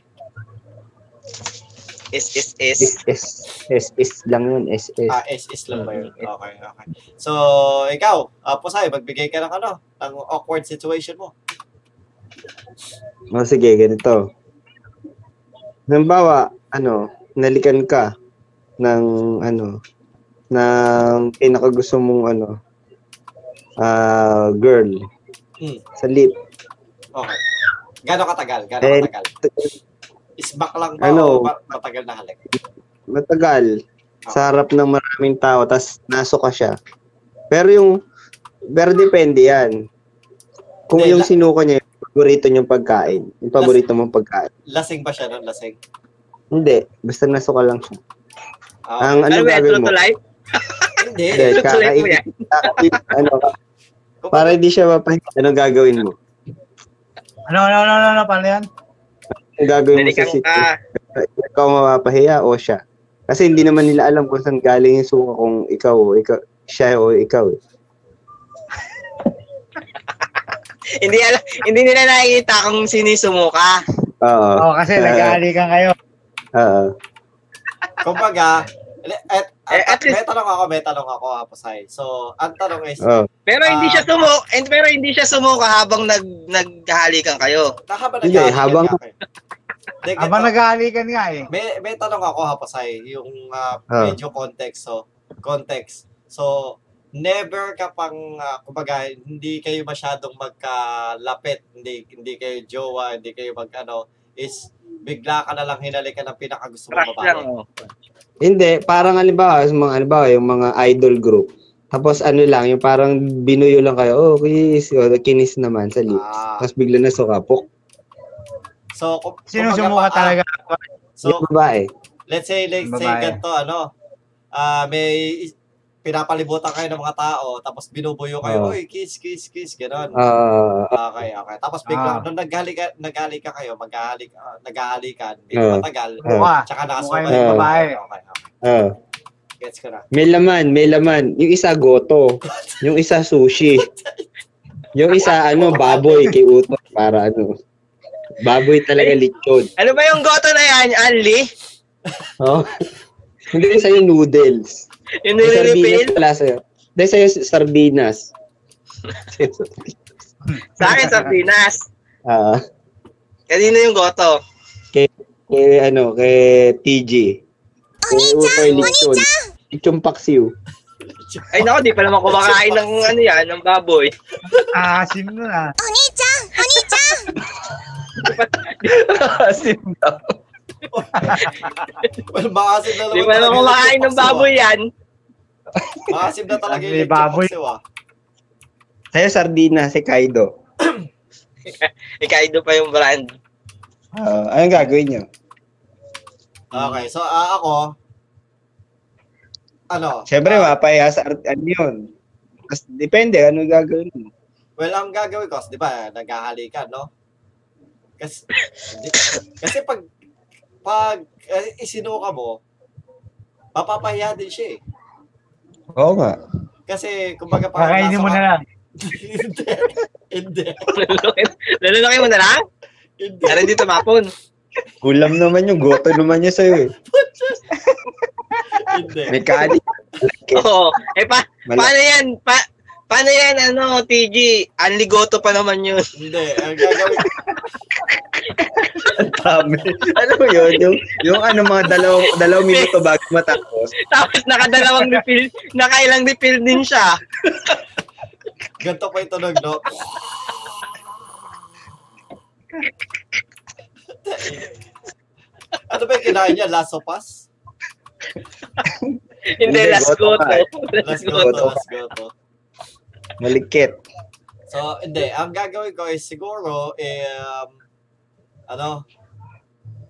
Speaker 4: SSS.
Speaker 5: SS. SS lang yun, SS.
Speaker 1: Ah, SS lang ba yun? Okay, okay. So, ikaw, uh, Pusay, magbigay ka ng ano, ng awkward situation mo.
Speaker 5: O Ah, sige, ganito. Halimbawa, ano, nalikan ka ng ano, ng pinakagusto mong ano, ah girl
Speaker 1: Hmm,
Speaker 5: sa lip.
Speaker 1: okay. Gano'ng katagal?
Speaker 5: Eh,
Speaker 1: Gano'ng katagal? Isbak lang ba o
Speaker 5: ano?
Speaker 1: ba- matagal na halik?
Speaker 5: Matagal. Sa harap ng maraming tao, tas naso ka siya. Pero yung, pero depende yan. Kung
Speaker 1: Hindi,
Speaker 5: yung
Speaker 1: la-
Speaker 5: sinuko niya, yung paborito niyang pagkain. Yung paborito mong pagkain.
Speaker 1: Lasing ba siya nun? Lasing?
Speaker 5: Hindi, basta naso ka lang siya.
Speaker 1: Ah,
Speaker 5: Ang ano
Speaker 4: Ano ba,
Speaker 5: gagawin
Speaker 4: true
Speaker 5: mo?
Speaker 4: to life?
Speaker 1: hindi.
Speaker 5: Hindi,
Speaker 4: True to life mo
Speaker 5: kakain.
Speaker 4: yan?
Speaker 5: kakain- ano,
Speaker 1: Kung-
Speaker 5: Para hindi siya mapahinga, anong gagawin mo?
Speaker 3: Ano, ano, ano, ano, ano, paano yan?
Speaker 5: Anong gagawin mo sa
Speaker 4: Nalikan
Speaker 5: city?
Speaker 4: ka.
Speaker 5: Ikaw mapapahiya o siya? Kasi hindi naman nila alam kung saan galing yung suka kung ikaw o ikaw, siya o ikaw. eh.
Speaker 4: Hindi, ala, hindi nila nakikita kung sino yung sumuka.
Speaker 5: Oo.
Speaker 3: Oo, Oh,
Speaker 5: Ah,
Speaker 3: kasi nag-aalikan kayo.
Speaker 5: Oo.
Speaker 1: Kumbaga, at, at,
Speaker 4: Eh,
Speaker 1: at,
Speaker 4: at least-
Speaker 1: may tanong ako, may tanong ako, ha, Pusay. So, ang tanong is,
Speaker 5: Oo.
Speaker 4: Pero hindi
Speaker 1: Ah.
Speaker 4: siya sumo, and pero hindi siya sumuka habang nag naghalikan kayo.
Speaker 1: Habang
Speaker 5: Hindi,
Speaker 1: nag-aaral
Speaker 5: habang-
Speaker 1: ka, okay. Hindi,
Speaker 3: Habang
Speaker 1: ganito.
Speaker 3: nag-aalikan nga eh.
Speaker 1: may, may tanong ako ha, Pasay, yung ah,
Speaker 5: Ah.
Speaker 1: medyo context. So, context. So, never ka pang, ah, kumbaga, hindi kayo masyadong magkalapit, hindi, hindi kayo jowa, hindi kayo mag, ano, is bigla ka na lang hinalikan ng pinakagusto
Speaker 4: Crush
Speaker 1: mong
Speaker 4: lang.
Speaker 1: babae.
Speaker 4: oh.
Speaker 5: Hindi, parang halimbawa, yung mga, halimbawa, yung mga idol group. Tapos ano lang, yung parang binuyo lang kayo, oh, kiss, o, kinis naman sa lips.
Speaker 1: Ah.
Speaker 5: Tapos bigla na sukapok.
Speaker 1: So, kung,
Speaker 3: Sino
Speaker 1: kumbaga,
Speaker 3: sumuka
Speaker 1: ah,
Speaker 3: talaga?
Speaker 1: So,
Speaker 5: yung babae.
Speaker 1: let's say, let's say,
Speaker 3: Babae.
Speaker 1: ganito, ano, ah may is- pinapalibutan kayo ng mga tao, tapos binubuyo kayo,
Speaker 5: Ah.
Speaker 1: uy, kiss, kiss, kiss, gano'n.
Speaker 5: Ah,
Speaker 1: Okay, okay. Tapos bigla,
Speaker 3: Ah.
Speaker 1: nung naghalik, naghalik ka kayo, maghalik, uh, naghalikan,
Speaker 5: Ah.
Speaker 1: bigla matagal,
Speaker 3: Mukha.
Speaker 1: tsaka nakasuka
Speaker 3: Mukha
Speaker 5: yung
Speaker 1: yung
Speaker 3: babae.
Speaker 1: Okay, okay.
Speaker 5: ah.
Speaker 1: Gets ko na.
Speaker 5: May laman, may laman. Yung isa goto, yung isa sushi. Yung isa ano, baboy kay Uto para ano. Baboy talaga lechon.
Speaker 4: Ano ba yung goto na yan, Ali?
Speaker 5: Oh. Hindi sa yung noodles. Yung
Speaker 4: Yung
Speaker 5: sardinas
Speaker 4: nire-refill?
Speaker 5: pala sa'yo. Hindi sa yung sardinas.
Speaker 4: Sa akin, sardinas.
Speaker 5: Ah,
Speaker 4: Kanino yung goto?
Speaker 5: kay ano, kay TG. Kay Uto yung lechon. Lechon paksiw.
Speaker 4: Ay nako, di pa naman kumakain ng ano yan, ng baboy.
Speaker 3: Asim nun ah.
Speaker 5: Asin daw.
Speaker 1: Well, makasim na
Speaker 4: Di pa naman
Speaker 1: talaga yung
Speaker 4: kumakain ng
Speaker 1: chipbox,
Speaker 4: baboy yan.
Speaker 1: ah. Makasim na talaga
Speaker 3: Ang
Speaker 1: yung
Speaker 3: may baboy.
Speaker 1: chipbox, ah.
Speaker 5: Sa'yo sardinas, si Kaido.
Speaker 4: Ikaido Eh, pa yung brand.
Speaker 5: Ah, anong gagawin niyo?
Speaker 1: Okay, so ah, ako, ano?
Speaker 5: Siyempre,
Speaker 1: ah,
Speaker 5: mapahiya sa art, ano yun. Mas, depende, ano gagawin mo.
Speaker 1: Well, ang gagawin ko, di ba, naghahalikan, no? Kasi, di- kasi pag, pag eh, isinuka mo, mapapahiya din siya eh.
Speaker 5: Oo nga.
Speaker 1: Kasi, kumbaga, parang
Speaker 3: Kakainin
Speaker 1: nasa
Speaker 3: mo
Speaker 1: ka-
Speaker 3: na lang.
Speaker 1: hindi. Hindi.
Speaker 4: Lalakin mo na lang?
Speaker 1: Hindi.
Speaker 4: Tara dito, Mapon.
Speaker 5: Gulam naman yung goto naman niya sa'yo eh.
Speaker 1: Hindi.
Speaker 5: Mechanic.
Speaker 4: Oo. Eh, pa,
Speaker 5: Mala-
Speaker 4: paano yan? Pa, paano yan, ano, TG? Anligoto pa naman yun.
Speaker 1: Hindi. Ang gagawin,
Speaker 5: Ang dami. Alam mo yun, yung, yung ano mga dalawang, dalawang minuto bago matapos.
Speaker 4: Tapos nakadalawang refill, nakailang refill din siya.
Speaker 1: ganito pa yung tunog, no? ano ba yung kinain niya? Last of Us?
Speaker 4: Hindi,
Speaker 5: Hindi,
Speaker 4: last
Speaker 5: goto
Speaker 4: goto.
Speaker 5: ka eh.
Speaker 1: Last
Speaker 4: Last
Speaker 1: go to,
Speaker 4: goto.
Speaker 1: last go to.
Speaker 5: Malikit.
Speaker 1: So, hindi. Ang gagawin ko is siguro, eh, um, ano,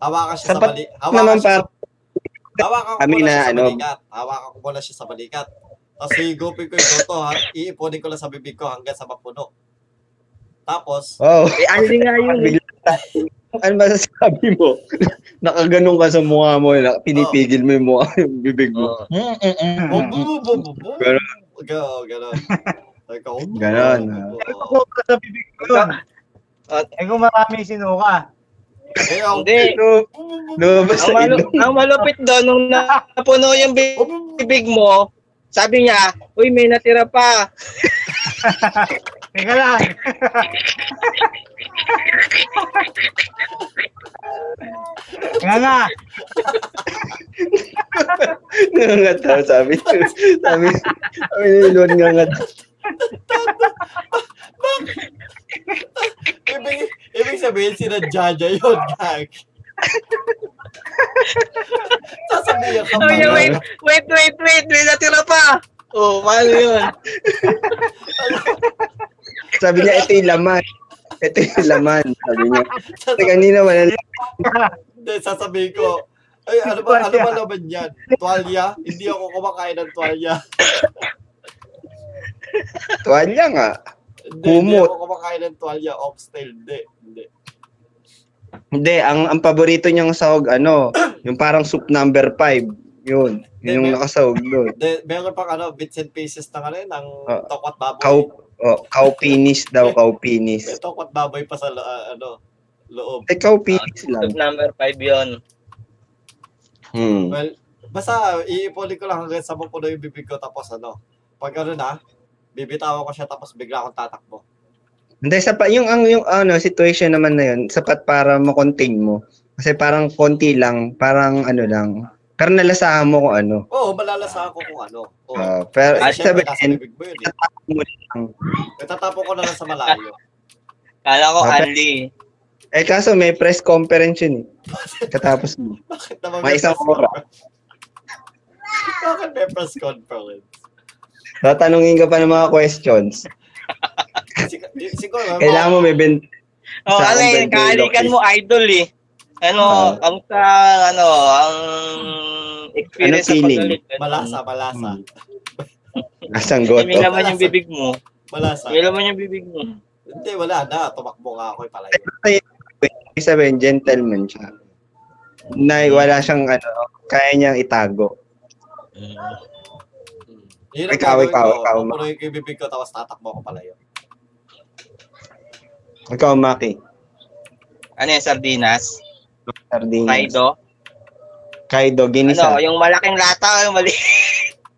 Speaker 1: hawakan siya sa
Speaker 5: Sapat
Speaker 1: bali.
Speaker 5: naman
Speaker 1: Hawakan siya sa, hawakan ko
Speaker 5: kami
Speaker 1: muna
Speaker 5: na,
Speaker 1: siya sa
Speaker 5: ano.
Speaker 1: balikat. Hawakan ko muna siya sa balikat. Tapos higupin ko yung goto, ha? iipunin ko lang sa bibig ko hanggang sa mapuno. Tapos,
Speaker 5: Wow.
Speaker 4: Eh, anli nga yun. eh.
Speaker 5: ano masasabi mo? Nakaganong ka sa mukha mo, na- pinipigil mo yung mukha, yung bibig mo.
Speaker 1: bum, bum, bum, bum, bum.
Speaker 5: Ganon.
Speaker 1: Ganon, ganon. Sabi ko, "Oh,
Speaker 5: Ganon, ah.
Speaker 1: oh,
Speaker 3: Ay,
Speaker 1: oh, oh."
Speaker 3: kukuha sa bibig ko yun.
Speaker 4: At-
Speaker 3: Ay, kung marami sinuka.
Speaker 1: Kaya ako,
Speaker 4: Hindi.
Speaker 5: No, lumabas
Speaker 4: Ang,
Speaker 5: sa
Speaker 4: malu-
Speaker 5: ilong.
Speaker 4: ang malupit doon, nung napuno yung bibig mo, sabi niya, uy, may natira pa.
Speaker 3: Teka lang. Nga nga.
Speaker 5: Nangangat daw, Ano sabi. Sabi, sabi ni Lord, nangangat.
Speaker 1: ibig, ibig sabihin, sinadya niya yun, gag. Sasabihin ka
Speaker 4: Oh, yeah,
Speaker 1: pa.
Speaker 4: wait, wait, wait, wait, may natira pa. Oh, paano yun?
Speaker 5: Sabi niya, ito yung laman. Ito yung laman, sabi niya. Kasi kanina wala lang.
Speaker 1: Hindi, sasabihin ko, ay, ano ba, ano ba naman yan? Tuwalya? Hindi ako kumakain ng tuwalya.
Speaker 5: Tuwalya nga.
Speaker 1: Hindi, hindi
Speaker 5: Humot.
Speaker 1: ako kumakain ng tuwalya. Oxtail, hindi. Hindi.
Speaker 5: Hindi, ang, ang paborito niyang sahog, ano, yung parang soup number 5. Yun, yun yung nakasahog doon.
Speaker 1: De, meron pang ano, bits and pieces na ano yun, ang
Speaker 5: Ah.
Speaker 1: tokwat baboy.
Speaker 5: Cow, oh, cow penis daw, cow penis.
Speaker 1: May tokwat baboy pa sa, lo- ah, ano, loob.
Speaker 5: Eh, cow penis lang.
Speaker 4: number 5 yun.
Speaker 5: Hmm.
Speaker 1: Well, basta iipunin ko lang hanggang sa mapuno yung bibig ko tapos ano. Pag ano na, bibitawan ko siya tapos bigla akong tatakbo.
Speaker 5: Hindi, sapat, yung, ang, yung ano, situation naman na yun, sapat para makontain mo. Kasi parang konti lang, parang ano lang. Pero nalasahan mo kung ano.
Speaker 1: Oo, malalasa ako kung ano. Oo.
Speaker 5: Ah, pero
Speaker 1: Kasi syempre,
Speaker 5: sabi,
Speaker 1: nasa bibig mo yun eh.
Speaker 5: mo lang.
Speaker 1: Itatapon ko na lang sa malayo.
Speaker 4: Kala ko,
Speaker 5: Okay.
Speaker 4: Anli.
Speaker 5: Eh kaso may press conference yun eh. Katapos mo.
Speaker 1: Bakit naman
Speaker 5: May isang
Speaker 1: press
Speaker 5: oras.
Speaker 1: conference? Bakit may press conference?
Speaker 5: Tatanungin ka pa ng mga questions.
Speaker 1: Sig- siguro,
Speaker 5: Kailangan mo may ben...
Speaker 4: Oh,
Speaker 5: Sa
Speaker 4: ano
Speaker 5: content
Speaker 4: yun, kahalikan
Speaker 5: creator.
Speaker 4: mo idol eh.
Speaker 5: Ah.
Speaker 4: Ano, kamusta, ano, ang experience
Speaker 5: Anong feeling?
Speaker 4: paggalit? Ganun.
Speaker 1: malasa, malasa.
Speaker 5: Hmm. Asang
Speaker 4: Eh, May
Speaker 5: goto.
Speaker 4: laman yung bibig mo.
Speaker 1: Malasa.
Speaker 4: May laman yung bibig mo.
Speaker 1: Hindi, wala na. Tumakbo nga ako eh, palayo.
Speaker 5: Ibig sabihin, gentleman siya. Na wala siyang ano, kaya niyang itago.
Speaker 1: Hmm. Yun ang
Speaker 5: Ikaw,
Speaker 1: gagawin
Speaker 5: ikaw,
Speaker 1: ko.
Speaker 5: ikaw.
Speaker 1: Pupunuin ko yung bibig ko tapos tatakbo ako palayo.
Speaker 5: Ikaw, Maki.
Speaker 4: Ano yung sardinas?
Speaker 5: Sardinas.
Speaker 4: Kaido?
Speaker 5: Kaido, ginisa.
Speaker 4: Ano, yung malaking lata o yung mali?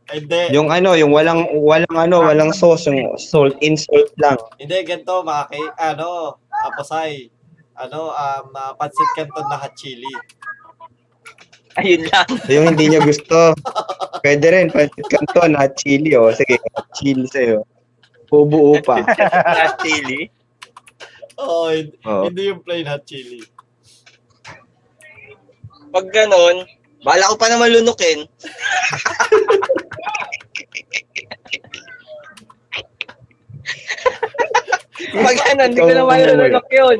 Speaker 1: Hindi,
Speaker 5: Yung ano, yung walang, walang ano, walang sauce, yung salt in, salt lang.
Speaker 1: Hindi, ganito, mga kay, ano, apasay, ano, um, uh, pancit canton na hot chili.
Speaker 4: Ayun lang.
Speaker 5: Yung hindi niya gusto. Pwede rin, pancit canton, hot chili, oh. Sige, hot chili sa'yo. Ubuo pa.
Speaker 4: Not chili.
Speaker 1: Oo, hindi,
Speaker 5: Oo.
Speaker 1: hindi yung plain hot chili.
Speaker 4: Pag ganun, bala ko pa naman lunukin. Pag ganun, hindi ko
Speaker 5: Ikaw ang ano
Speaker 4: naman
Speaker 5: eh. umuwi.
Speaker 4: lunok yun.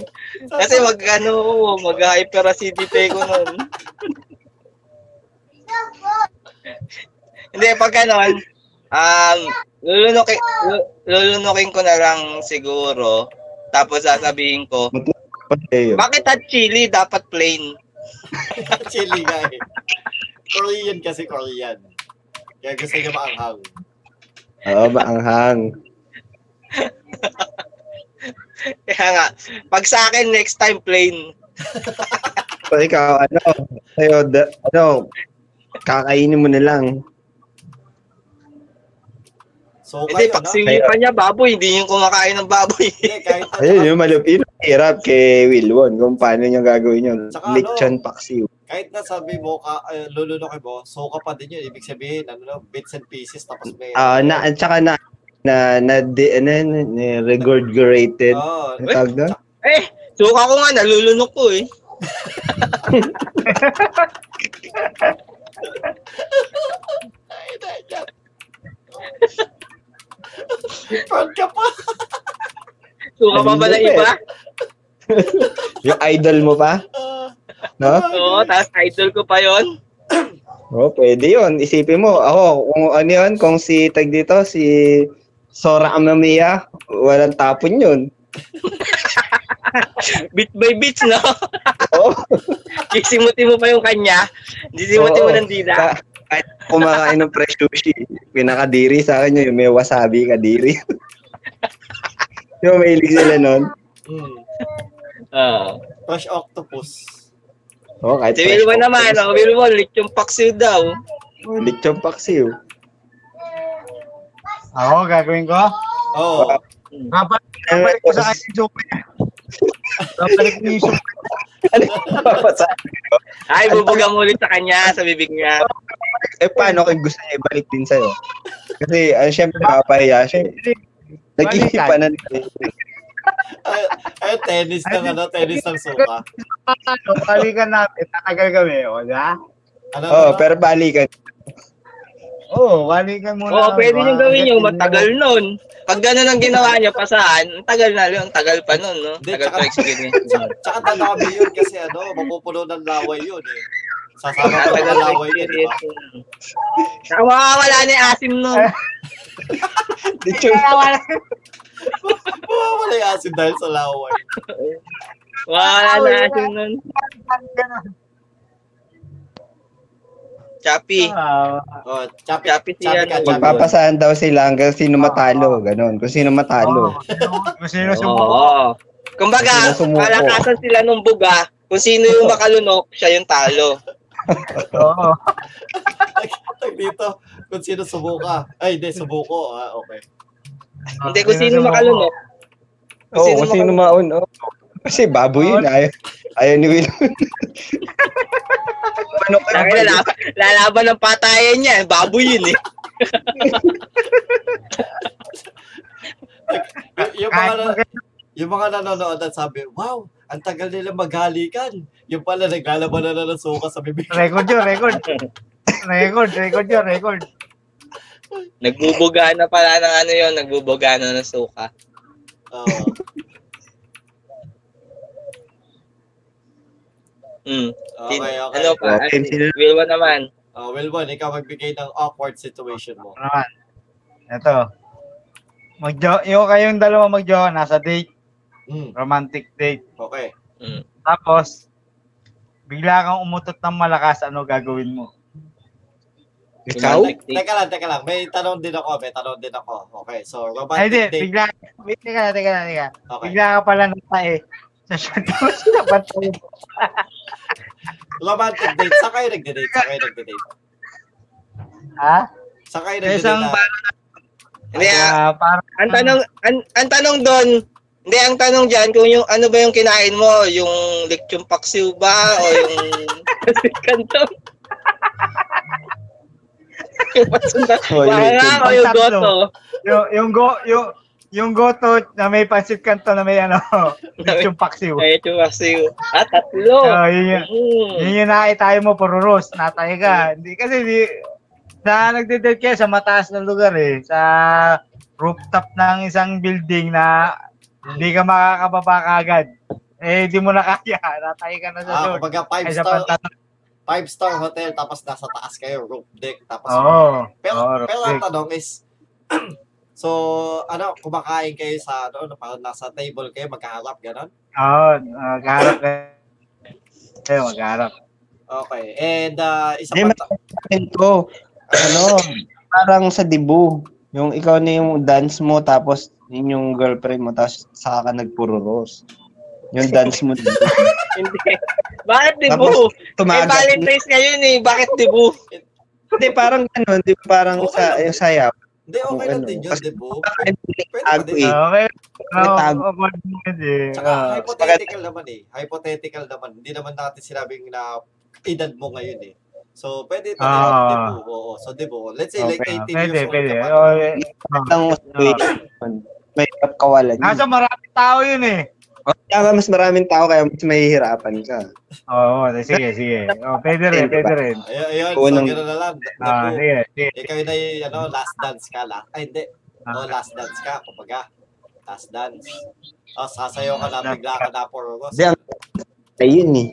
Speaker 4: Kasi mag ano, mag-hyperacidity ko nun. Hindi, pag ganun, um, lulunukin, lu- lulunukin ko na lang siguro. Tapos sasabihin ko,
Speaker 5: Pati yun.
Speaker 4: bakit at chili dapat plain?
Speaker 1: Hot chili nga eh. Korean kasi Korean. Kaya gusto niya maanghang.
Speaker 5: Oo, maanghang.
Speaker 4: Kaya nga, pag sa akin, next time, plane.
Speaker 5: So, ikaw, ano, sa'yo, da, ano, kakainin mo na lang.
Speaker 1: So,
Speaker 4: Hindi,
Speaker 1: kayo,
Speaker 4: pag
Speaker 5: ano?
Speaker 1: no?
Speaker 4: sinipan niya baboy, hindi yung kumakain ng baboy.
Speaker 1: Hindi, kahit ano,
Speaker 5: Ayun, yung malupin, hirap kay Wilwon kung paano niya gagawin yun.
Speaker 1: Tsaka
Speaker 5: Lechon paksiw.
Speaker 1: kahit na sabi mo, ka, uh, lulunokin mo, soka pa din yun. Ibig sabihin, ano, no, bits and pieces, tapos may...
Speaker 5: Ah, na, at saka na, na, na, di, ano, yun, eh, regurgitated.
Speaker 1: Oo,
Speaker 5: Ang tawag doon?
Speaker 4: Eh, suka ko nga, nalulunok ko eh.
Speaker 1: proud ka pa.
Speaker 4: Suka pa ba na iba?
Speaker 5: eh. Yung idol mo pa? No?
Speaker 4: Oo, tapos idol ko pa yon.
Speaker 5: Oo, pwede yun. Isipin mo, ako, kung ano yun, kung si tag dito, si Sora Amamiya, walang tapon yun.
Speaker 4: Bit by bit, no?
Speaker 5: Oo.
Speaker 4: Sisimuti mo pa yung kanya. Sisimuti mo
Speaker 5: Oo.
Speaker 4: ng dila.
Speaker 5: Ka- kahit kumakain ng fresh sushi, pinakadiri sa akin yun, yung may wasabi kadiri. yung mahilig sila nun.
Speaker 1: Mm.
Speaker 4: Oo.
Speaker 1: Fresh octopus.
Speaker 5: Oo, kahit
Speaker 4: Si Wilwon naman, oh, Wilwon, lick yung paksiw daw.
Speaker 5: Lechon oh. paksiw.
Speaker 3: Ako, gagawin ko.
Speaker 1: Oo. Oh,
Speaker 3: Babalik, babalik ko sa akin yung joke niya. Babalik ko yung joke.
Speaker 5: Ano
Speaker 4: Ay, bubuga mo ulit sa kanya, sa bibig niya.
Speaker 5: eh, paano kung gusto niya ibalik din sa'yo? Kasi, ano, syempre, mapapahiya siya. eh. Nag-iipanan.
Speaker 1: ay, eh, tennis ng ano, tennis ng soka.
Speaker 3: Ano, balikan natin. Tatagal kami, o, ha?
Speaker 1: Ano,
Speaker 5: Oo,
Speaker 1: ano?
Speaker 5: Oh, pero balikan.
Speaker 3: Oo, balikan
Speaker 4: Oo,
Speaker 3: muna.
Speaker 4: pwede niyong
Speaker 3: Hanggat
Speaker 4: gawin yung
Speaker 3: hindi mo-
Speaker 4: matagal nun. Pag gano'n ang ginawa niya, pasahan, ang tagal na, ang tagal pa nun, no?
Speaker 1: Hindi,
Speaker 4: Tagal
Speaker 1: tsaka-
Speaker 4: pa experience. nun.
Speaker 1: Tsaka tanabi yun kasi ano, mapupuno ng laway yun eh. Sasama pa
Speaker 4: Tagal
Speaker 1: ng
Speaker 4: pa
Speaker 1: laway yun, diba? di ba?
Speaker 4: experience. nun. Tsaka mawawala na yung asim nun.
Speaker 5: Lechon
Speaker 1: Mawawala yung asin dahil sa laway.
Speaker 4: Mawawala na yung asim nun. Chappy.
Speaker 3: Ah,
Speaker 1: Oh, chapi,
Speaker 4: Chapi si
Speaker 1: chapi
Speaker 4: ano,
Speaker 1: ka, chapi.
Speaker 5: Magpapasahan daw sila hanggang sino matalo. Ganon. Kung sino matalo.
Speaker 3: Kung sino sumuko.
Speaker 4: Oo. Kumbaga,
Speaker 5: Ah, Sino sumuko?
Speaker 4: palakasan sila nung buga. Kung sino yung makalunok, siya yung talo.
Speaker 3: Oo.
Speaker 1: Tag dito, kung sino subuka. Ay, hindi, subuko. Ah, okay.
Speaker 4: Hindi, kung sino makalunok.
Speaker 5: Ah, Oo, oh, kung sino maun. oo. Kasi baboy yun. Ayaw, ayaw ni Will. Manok ka
Speaker 4: Tangina, lalaban, lalaban ng patayan niya. Baboy yun eh.
Speaker 1: Y- Ah, yung mga, na- yung mga nanonood at sabi, wow, ang tagal nila maghalikan. Yung pala, naglalaban na na ng suka sa bibig.
Speaker 4: eh.
Speaker 3: Record yun, record. Record, record yun, record.
Speaker 4: Nagbubuga na pala ng ano yun. Nagbubuga na ng suka.
Speaker 1: Oo.
Speaker 4: Mm.
Speaker 1: okay, okay.
Speaker 4: Ano pa?
Speaker 5: Okay, sino-
Speaker 4: Wilwa naman.
Speaker 1: Oh, Wilbon, ikaw magbigay ng awkward situation mo.
Speaker 3: Ano naman? Ito. Magjo yung kayong dalawa magjo nasa date,
Speaker 1: Mm,
Speaker 3: romantic date.
Speaker 1: okay.
Speaker 4: Mm.
Speaker 3: Tapos bigla kang umutot ng malakas, ano gagawin mo?
Speaker 5: Ikaw?
Speaker 1: Teka lang, teka lang. May tanong din ako, may tanong din ako. Okay, so romantic
Speaker 3: Ay, di,
Speaker 1: date.
Speaker 3: bigla, wait, teka na, teka na, teka.
Speaker 1: Okay.
Speaker 3: Bigla ka pala nasa eh. Sa shot mo sila patayin.
Speaker 1: Romantic date. Saan kayo nagde-date? Saan kayo nagde-date?
Speaker 3: Ha?
Speaker 1: Saan kayo
Speaker 3: Sa
Speaker 1: nagde-date?
Speaker 3: isang
Speaker 1: na-
Speaker 3: parang,
Speaker 4: Hindi, ah,
Speaker 3: ah, parang,
Speaker 4: ang tanong, ang, ang tanong doon, hindi, ang tanong dyan, kung yung ano ba yung kinain mo, yung lechon paksiw ba, o yung kantong? yung pasundan,
Speaker 5: O, Oh, yung
Speaker 4: parang, o
Speaker 3: lechon.
Speaker 4: yung
Speaker 3: Tatlo.
Speaker 4: goto.
Speaker 3: yung, yung go, yung, yung goto na may pansit kanto na may ano, yung paksiw.
Speaker 4: Ay, lechon paksiw. Ah, tatlo.
Speaker 3: Oh, yun yun.
Speaker 5: eh.
Speaker 4: Mm.
Speaker 3: Yun yung nakitayo mo, puro rose. Natay ka. Hindi kasi di, na nagdedate kayo sa mataas na lugar eh. Sa rooftop ng isang building na hindi ka makakababa kagad. Eh, di mo na kaya. Natay ka na sa
Speaker 1: Ah,
Speaker 3: short.
Speaker 1: kumbaga five
Speaker 3: Ay, sa
Speaker 1: star,
Speaker 3: pantalon.
Speaker 1: five star hotel, tapos nasa taas kayo, roof deck, tapos...
Speaker 3: Oo.
Speaker 1: pero,
Speaker 3: Oo,
Speaker 1: pero ang
Speaker 3: Rodrick.
Speaker 1: tanong is, so, ano, kumakain kayo sa, ano, parang nasa table kayo, magkaharap, gano'n?
Speaker 3: Oo. Magharap ka. Eh, magharap.
Speaker 1: Okay, and uh, isa
Speaker 5: Hindi,
Speaker 1: pa,
Speaker 5: Ito, ano, parang sa dibu. Yung ikaw na yung dance mo, tapos yun yung girlfriend mo, tapos saka ka nagpururos. Yung dance mo dito.
Speaker 4: Hindi. Bakit dibu?
Speaker 5: tapos
Speaker 4: Eh,
Speaker 5: tumagat.
Speaker 4: Valentine's ngayon eh. Bakit dibu?
Speaker 5: Hindi, parang ganun. Di, parang sa, yung sayaw.
Speaker 1: Hindi, okay lang
Speaker 5: Ano,
Speaker 1: din yun,
Speaker 5: kasi-
Speaker 1: di ba?
Speaker 5: Bakit
Speaker 1: Pwede ba
Speaker 5: tago
Speaker 1: din?
Speaker 5: eh?
Speaker 3: Okay.
Speaker 5: May
Speaker 3: Oh,
Speaker 5: tag-
Speaker 3: awkward mo kasi.
Speaker 1: Tsaka
Speaker 3: Ah.
Speaker 1: hypothetical naman eh. Hypothetical naman. Hindi naman natin sinabing na edad mo ngayon eh. So, pwede pa rin.
Speaker 3: Ah.
Speaker 1: di ba? Oo. So, di ba? Let's say like
Speaker 5: Okay.
Speaker 1: 18
Speaker 3: Pwede,
Speaker 1: years old.
Speaker 3: pwede. Oh, eh.
Speaker 1: ka pa.
Speaker 3: Okay.
Speaker 5: Ang
Speaker 3: Ah.
Speaker 5: situation. May kawalan.
Speaker 3: Nasa maraming Ah, tao yun eh.
Speaker 5: Kaya mas maraming tao, kaya mas mahihirapan ka.
Speaker 3: Oo, sige, sige. Oh, pwede rin, pwede rin.
Speaker 1: Ay- Ayun, so
Speaker 5: Unang-
Speaker 1: gano'n na lang.
Speaker 3: Ah,
Speaker 1: Naku,
Speaker 3: sige, sige.
Speaker 1: ikaw na yung ano, last dance ka lang. Ay, hindi.
Speaker 3: Ah.
Speaker 1: Oh, last dance ka, kumbaga. Last dance. Oh, sasayaw ka na, bigla ka na, puro ko.
Speaker 5: Hindi, ang ayun eh.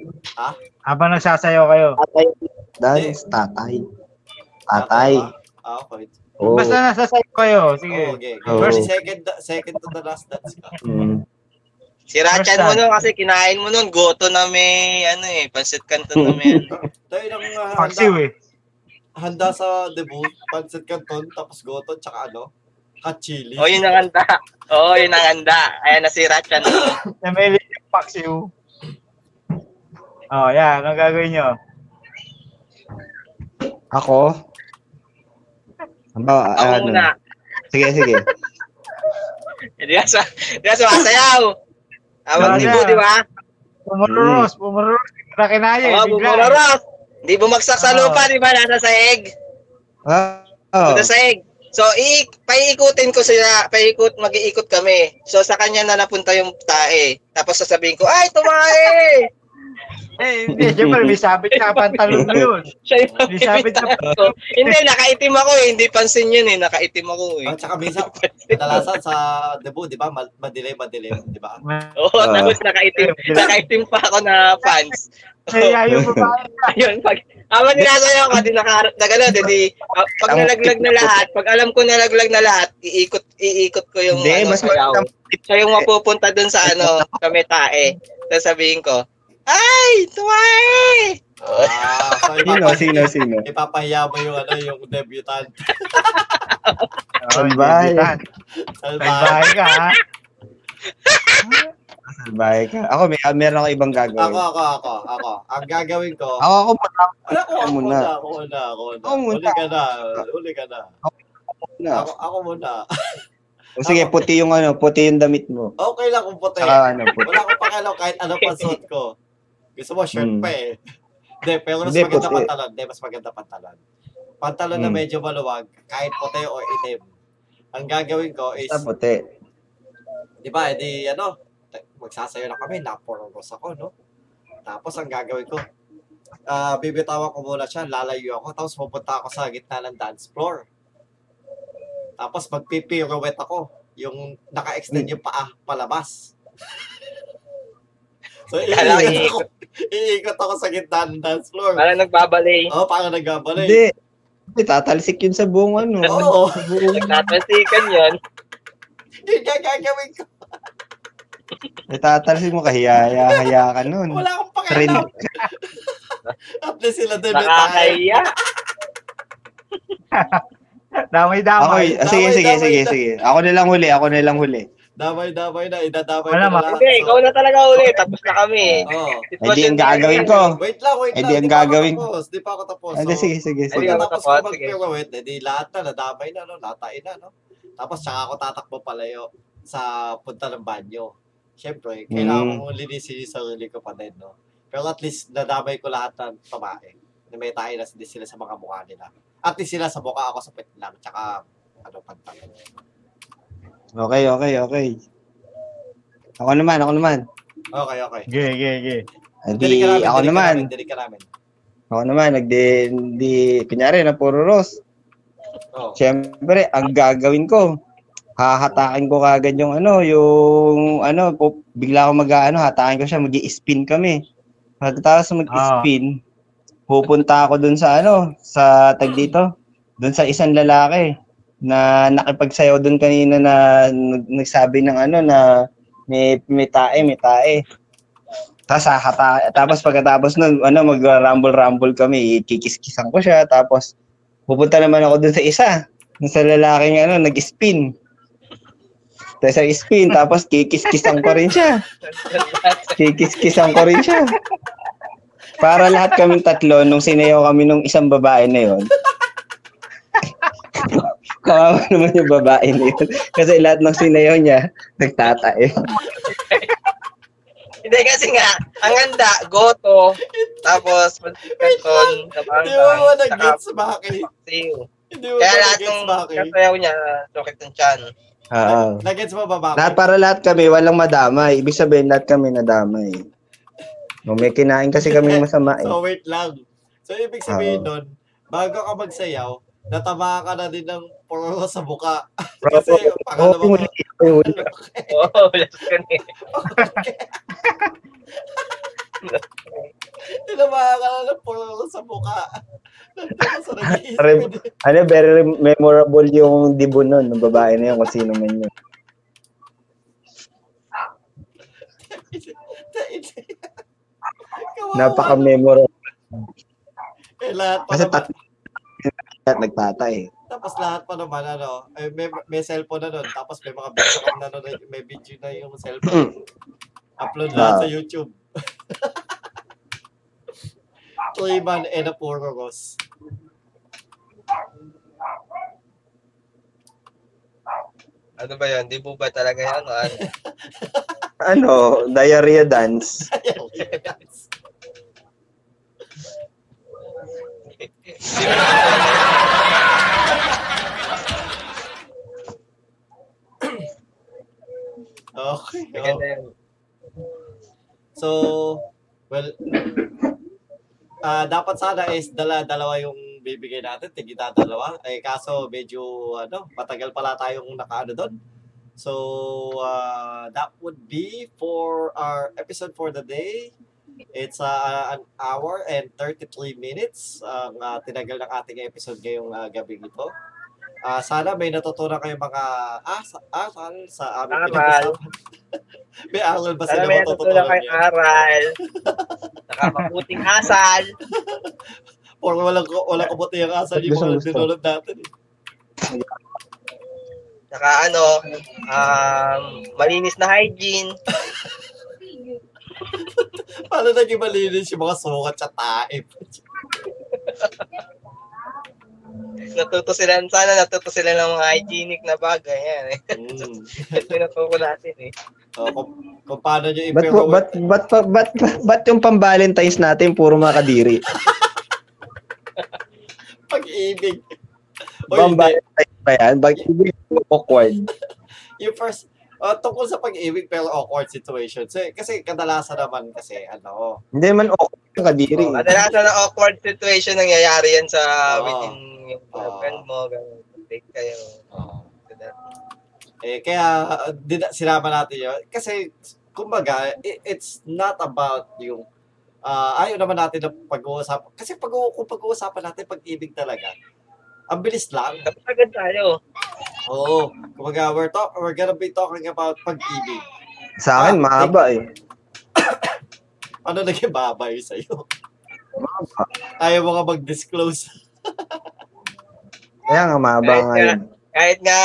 Speaker 3: Habang nagsasayaw kayo.
Speaker 5: Tatay. Dance, tatay. Tatay.
Speaker 1: Ah, okay.
Speaker 5: Oo.
Speaker 3: Basta nasasayaw
Speaker 1: Oh,
Speaker 3: kayo, sige.
Speaker 1: okay.
Speaker 5: Oo.
Speaker 1: First, second, second to the last dance ka.
Speaker 5: Mm.
Speaker 4: Sirachan mo
Speaker 3: Basta.
Speaker 4: nun kasi kinain mo nun. Goto na may, ano eh, pancit canton na may. ano.
Speaker 1: Tayo ng uh,
Speaker 3: Paksiw eh.
Speaker 1: handa sa debut, pancit canton, tapos goton, tsaka ano, hot chili.
Speaker 4: O, oh, yun ang handa. Oo, yun ang handa. Ayan na sirachan.
Speaker 3: Namili yung paksiw. Oh, yan. Anong gagawin nyo?
Speaker 5: Ako? Aba,
Speaker 4: Ako
Speaker 5: ano?
Speaker 4: muna.
Speaker 5: Sige, sige.
Speaker 4: Hindi ka sa, hindi ka sumasayaw.
Speaker 5: Ano?
Speaker 4: Awag ni Bu, di ba?
Speaker 3: Pumururos,
Speaker 5: Mm.
Speaker 3: pumururos. Hindi ko na kinaya. eh,
Speaker 4: Oo,
Speaker 3: bigla.
Speaker 4: bumularos. Hindi bumagsak sa
Speaker 3: Oo.
Speaker 4: lupa, di ba? Nasa saig.
Speaker 5: Ah,
Speaker 4: Oh.
Speaker 5: oh.
Speaker 4: Nasa saig. So, iik, paiikutin ko sila, paiikot, mag-iikot kami. So, sa kanya na napunta yung tae. Tapos sasabihin ko, ay, tumae!
Speaker 3: Eh, hindi. Siyempre, may sabit na pantalon mo yun.
Speaker 4: Siya yung
Speaker 3: May sabit na
Speaker 4: pipitahan ko. Hindi, nakaitim ako eh. Hindi pansin yun eh. Nakaitim ako eh.
Speaker 1: At saka Ah, minsan, kadalasan sa debut, di ba, ma- madilim, madilim, di ba?
Speaker 4: Oo,
Speaker 5: Ah.
Speaker 4: tapos nakaitim. Nakaitim pa ako na pants.
Speaker 3: Kaya yung babae.
Speaker 4: Ayun, pag ama nilasayaw ko, di nakaharap na gano'n, di, ah, pag
Speaker 5: Ang-
Speaker 4: nalaglag na lahat, pag alam ko nalaglag na lahat, iikot, iikot ko yung,
Speaker 5: Hindi,
Speaker 4: ano,
Speaker 5: mas
Speaker 4: sayaw.
Speaker 5: maganda.
Speaker 4: Siya yung mapupunta dun sa, ano, sa may tae. Sasabihin ko, ay, tuwae!
Speaker 1: Ah, so
Speaker 5: Sino,
Speaker 1: ipapahiya-
Speaker 5: sino, sino?
Speaker 1: Ipapahiya mo yung ano, yung debutant.
Speaker 3: Oh,
Speaker 5: Salbay.
Speaker 1: Salba.
Speaker 3: Salbahe ka, ha?
Speaker 5: Bye ka. Ako, may, ah, meron ako ibang
Speaker 1: Ako,
Speaker 5: gagawin.
Speaker 1: ako, ako, ako. Ang gagawin ko,
Speaker 5: Ako, ako,
Speaker 1: Wala, ako, ako
Speaker 5: muna.
Speaker 1: muna, ako muna, ako muna.
Speaker 5: Ako muna.
Speaker 1: Uli ka na, uli ka na.
Speaker 5: muna.
Speaker 1: Ako, ako muna.
Speaker 5: O sige, puti yung ano, puti yung damit mo.
Speaker 1: Okay lang kung puti.
Speaker 5: Saka ano, puti.
Speaker 1: Wala akong pakialam kahit ano pa suot ko. Gusto mo, shirt
Speaker 5: Hmm.
Speaker 1: pa eh. Hindi, pero mas
Speaker 5: Hindi,
Speaker 1: maganda
Speaker 5: puti.
Speaker 1: pantalon. Hindi, mas maganda pantalon. Pantalon na
Speaker 5: Hmm.
Speaker 1: medyo maluwag, kahit puti o itim. Ang gagawin ko is,
Speaker 5: Ah, puti.
Speaker 1: di ba, edi ano, magsasayo na kami, naporogos ako, no? Tapos ang gagawin ko, ah bibitawan ko muna siya, lalayo ako, tapos pupunta ako sa gitna ng dance floor. Tapos magpipirouette ako, yung naka-extend yung paa palabas. so,
Speaker 4: Kala ko
Speaker 1: iikot ako, iikot ako sa gitna ng dance floor.
Speaker 4: Parang nagbabalay.
Speaker 1: Oo, oh, parang nagbabalay.
Speaker 5: Hindi. Hindi, tatalsik yun sa buong ano.
Speaker 1: Oo,
Speaker 5: Sa buong...
Speaker 4: Nagtatansikan yun.
Speaker 1: yun nga gagawin ko.
Speaker 5: Eh, Tatalsik mo, kahiyaya-haya ka nun.
Speaker 1: Wala akong
Speaker 5: Trend.
Speaker 1: pakialam. At least sila din may tayo.
Speaker 4: Nakakahiya.
Speaker 5: Ako,
Speaker 3: Damay-damay.
Speaker 5: ah, sige,
Speaker 1: Damay,
Speaker 5: sige,
Speaker 1: damay,
Speaker 5: sige,
Speaker 1: damay.
Speaker 5: sige. Ako na lang huli, ako na lang huli.
Speaker 1: Damay-damay na, idadamay
Speaker 3: Wala,
Speaker 1: ko na lahat.
Speaker 4: Hindi, ikaw na talaga uli. Tapos na kami.
Speaker 1: Oo.
Speaker 5: Eh, di ang gagawin ko.
Speaker 1: Wait lang, wait
Speaker 5: Eh,
Speaker 1: lang.
Speaker 5: di ang
Speaker 1: Di pa ako
Speaker 5: gagawin-
Speaker 1: tapos, Di pa ako tapos.
Speaker 5: Hindi,
Speaker 1: So,
Speaker 5: sige, sige, sige.
Speaker 4: Ayun.
Speaker 1: Pagkatapos ko
Speaker 4: Tapos, sige.
Speaker 1: mag-pirouette, edi lahat na, nadamay na, no? Natay na, no? Tapos, tsaka ako tatakbo palayo sa punta ng banyo. Siyempre, kailangan
Speaker 5: Mm.
Speaker 1: kong linisin yung sarili ko pa din, no? Pero at least, nadamay ko lahat ng tabae. Na may tayo na hindi sila sa mga mukha nila. At least sila sa mukha ako sa pet lang, tsaka ano, pantalon.
Speaker 5: Okay, okay, okay. Ako naman, ako naman.
Speaker 1: Okay, okay.
Speaker 3: Sige, sige, sige.
Speaker 5: Hindi, ako
Speaker 1: dinig ka
Speaker 5: naman.
Speaker 1: namin, dinig ka namin.
Speaker 5: Ako naman, nagdi, di, kunyari, na puro rose.
Speaker 1: Oo.
Speaker 5: Siyempre, ang gagawin ko, hahatakin ko kagad yung ano, yung ano, po, bigla ako mag-ano, hatakin ko siya, mag spin kami. Pagkatapos mag-spin, pupunta ako dun sa ano, sa tag dito, dun sa isang lalaki na nakipagsayaw dun kanina na nag- nagsabi ng ano na may, may tae, may tae. Tapos, hahata, tapos pagkatapos nun, ano, mag-rumble-rumble kami, kikiskisan ko siya, tapos pupunta naman ako dun sa isa Yung sa lalaking ano, nag-spin. Tapos sa spin, tapos kikis-kisan ko rin siya. Kikis-kisan ko rin siya. Para lahat kami tatlo, nung sinayaw kami nung isang babae na yon. Kawawa naman yung babae na yun. Kasi lahat ng sinayaw niya, nagtatae.
Speaker 4: Hindi kasi nga, ang ganda, goto, tapos magsikanton,
Speaker 1: Hindi mo mo
Speaker 4: kabangkang, saka
Speaker 1: nag-gets Maki.
Speaker 4: siyo.
Speaker 1: Hindi mo
Speaker 4: Kaya
Speaker 1: mo
Speaker 4: lahat
Speaker 1: nag-gets
Speaker 4: ng eh.
Speaker 1: Maki.
Speaker 4: kasayaw niya, rocket ng chan.
Speaker 5: Oo.
Speaker 1: Nag-gets mo ba Maki?
Speaker 5: Ah. Lahat para lahat kami, walang madamay. Ibig sabihin, lahat kami nadamay. No, may kinain kasi kami masama eh.
Speaker 1: So wait lang. So ibig sabihin
Speaker 5: Ah.
Speaker 1: nun, bago ka magsayaw, natama ka na din ng puro sa buka. kasi
Speaker 5: Oo,
Speaker 1: pakalawa mo.
Speaker 5: huli. Oo, huli.
Speaker 4: Oo, oh, last ka na eh.
Speaker 1: Tinama ka na ng puro sa buka. Nandito sa nag-iisip.
Speaker 5: Rem- Ano, very memorable yung dibo nun, ng babae na yun, kung sino man yun.
Speaker 1: Kawawa.
Speaker 5: Napaka-memorable.
Speaker 1: Eh, lahat pa
Speaker 5: Kasi
Speaker 1: naman.
Speaker 5: tatlo lahat nagtata eh.
Speaker 1: Tapos lahat pa naman, ano, eh, may, may cellphone na nun. Tapos may mga video cam na nun. May video na yung cellphone. Upload lahat
Speaker 5: Ah.
Speaker 1: sa YouTube. Clayman and a puro rose.
Speaker 4: Ano ba yun? Di po ba talaga yan? Ano? Ano?
Speaker 5: Ano, diarrhea dance.
Speaker 1: okay. oh.
Speaker 4: Maganda yun.
Speaker 1: So, well, ah dapat sana is dala-dalawa yung bibigay natin, tigita dalawa. Eh, kaso medyo, ano, matagal pala tayong nakaano doon. So, uh, that would be for our episode for the day. It's uh, an hour and 33 minutes ang uh, tinagal ng ating episode ngayong uh, gabi ito. Ah, sana may natutunan kayo mga asa, asal sa aming
Speaker 4: Aral.
Speaker 1: pinag-usapan. may aral ba
Speaker 4: Sana
Speaker 1: sila
Speaker 4: may natutunan
Speaker 1: matututunan
Speaker 4: kay
Speaker 1: niyo?
Speaker 4: aral. Nakamakuting asal.
Speaker 1: Or walang, walang kabuti ang asal yung
Speaker 5: Gusto,
Speaker 1: mga
Speaker 5: gusto.
Speaker 1: dinulot natin. eh.
Speaker 4: Saka ano, um, malinis na hygiene.
Speaker 1: Paano naging malinis yung mga sukat sa tae?
Speaker 4: Natuto sila, sana natuto sila ng mga hygienic na bagay. Yan eh.
Speaker 1: Mm.
Speaker 4: Pinatuko natin eh.
Speaker 1: Oh, kung, kung paano nyo
Speaker 5: Ba't, po- ba't, ba't, ba't, ba't, ba't yung pang-valentines natin puro mga kadiri?
Speaker 1: pag-ibig. O hindi,
Speaker 5: Pang-valentines ba yan? Ba't ibig awkward?
Speaker 1: yung first, ah, tungkol sa pag-ibig pero awkward situation. So, eh, kasi kadalasan naman kasi, ano,
Speaker 5: Hindi man awkward yung kadiri. eh.
Speaker 4: Oh, Kadalasan ano na awkward situation nangyayari yan sa
Speaker 1: Oo.
Speaker 4: within yung
Speaker 1: Oo.
Speaker 4: girlfriend mo. Ganun. Take kayo.
Speaker 5: Oh.
Speaker 1: eh, kaya ah, dina- sinama natin yun. Kasi, kumbaga, i- it's not about yung ah, ayaw naman natin na pag-uusap. Kasi pag, kung pag-uusapan natin pag-ibig talaga, ang bilis lang.
Speaker 4: Tapos agad tayo.
Speaker 1: Oo. Kumbaga, we're, talk, we're gonna be talking about pag-ibig.
Speaker 5: Sa akin, mahaba eh.
Speaker 1: Ano naging babay sa'yo? Ayaw mo ka mag-disclose.
Speaker 5: Kaya nga, mahaba
Speaker 4: Kahit
Speaker 5: nga
Speaker 4: nga.
Speaker 5: yun.
Speaker 4: Kahit nga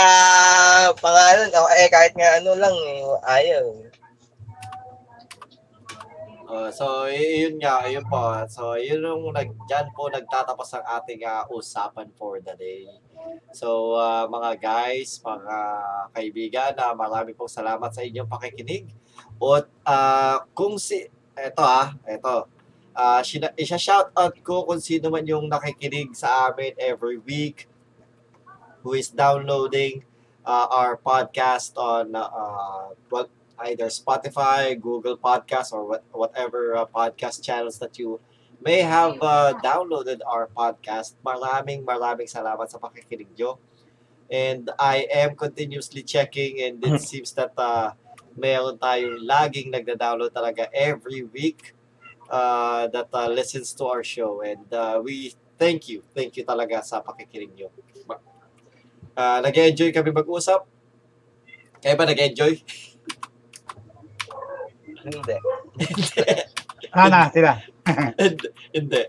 Speaker 4: pangalan, o eh, kahit nga ano lang eh, ayaw.
Speaker 1: Uh, so, y- yun nga, yun po. So, yun yung nag, dyan po nagtatapos ang ating ah, usapan for the day. So, ah, mga guys, mga kaibigan, na marami pong salamat sa inyong pakikinig. At ah, kung si, eto ah, eto, ah shina, isa-shout out ko kung sino man yung nakikinig sa amin every week who is downloading ah, our podcast on ah, what either Spotify, Google Podcasts, or what, whatever uh, podcast channels that you may have uh, downloaded our podcast. Maraming maraming salamat sa pakikinig nyo. And I am continuously checking and it seems that uh, mayroon tayong laging nagda-download talaga every week uh, that uh, listens to our show. And uh, we thank you. Thank you talaga sa pakikinig nyo. Ma- Uh, nag-enjoy kami mag-usap. Kayo ba nag-enjoy?
Speaker 4: Hindi.
Speaker 3: Sana, sila.
Speaker 1: Hindi. Hindi.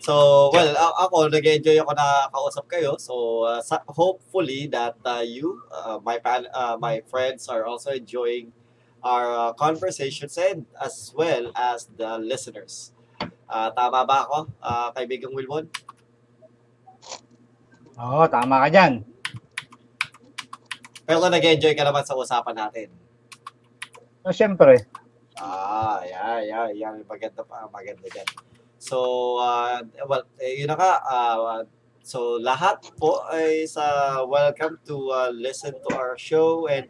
Speaker 1: So, well, a- ako, nag-enjoy ako na kausap kayo. So, uh, sa- hopefully that uh, you, uh, my pan- uh, my friends are also enjoying our uh, conversations and as well as the listeners. Ah, tama ba ako, ah, kaibigang Wilbon?
Speaker 3: Oo, tama ka dyan.
Speaker 1: Pero nag-enjoy ka naman sa usapan natin.
Speaker 3: So, syempre.
Speaker 1: Ah, yeah, yeah, yeah. Maganda pa, maganda dyan. So, uh, well, eh, yun na nga. ah, so, lahat po ay sa welcome to uh, listen to our show. And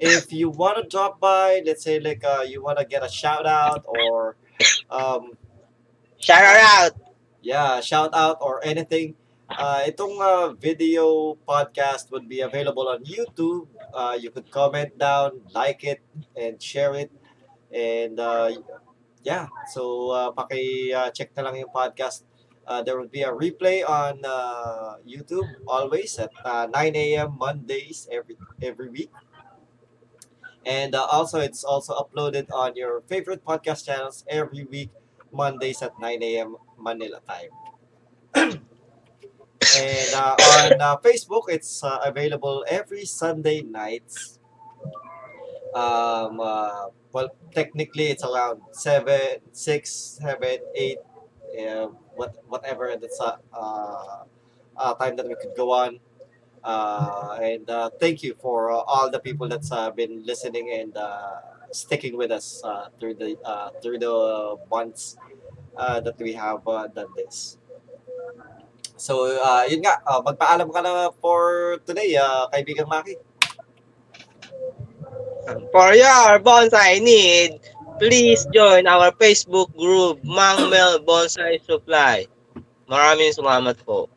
Speaker 1: if you want to drop by, let's say like uh, you want to get a shout out or um,
Speaker 4: Shout out!
Speaker 1: yeah, shout out or anything. Uh, itong uh, video podcast would be available on YouTube. Uh, you could comment down, like it, and share it. And uh, yeah, so uh, paki-check na lang yung podcast. Uh, there will be a replay on uh, YouTube always at uh, 9 a.m. Mondays every every week. And uh, also, it's also uploaded on your favorite podcast channels every week Mondays at 9 a.m. Manila time. and uh, on uh, Facebook, it's uh, available every Sunday nights. Um, uh, well, technically, it's around 7, 6, 7, 8, uh, what, whatever that's uh, uh, uh, time that we could go on. Uh, and uh, thank you for uh, all the people that's uh, been listening and uh, sticking with us uh, through the uh, through the months uh, that we have uh, done this. So, uh, yun nga, uh, magpaalam ka na for today, uh, kaibigan Maki.
Speaker 4: For your bonsai need, please join our Facebook group, Mangmel Bonsai Supply. Maraming salamat po.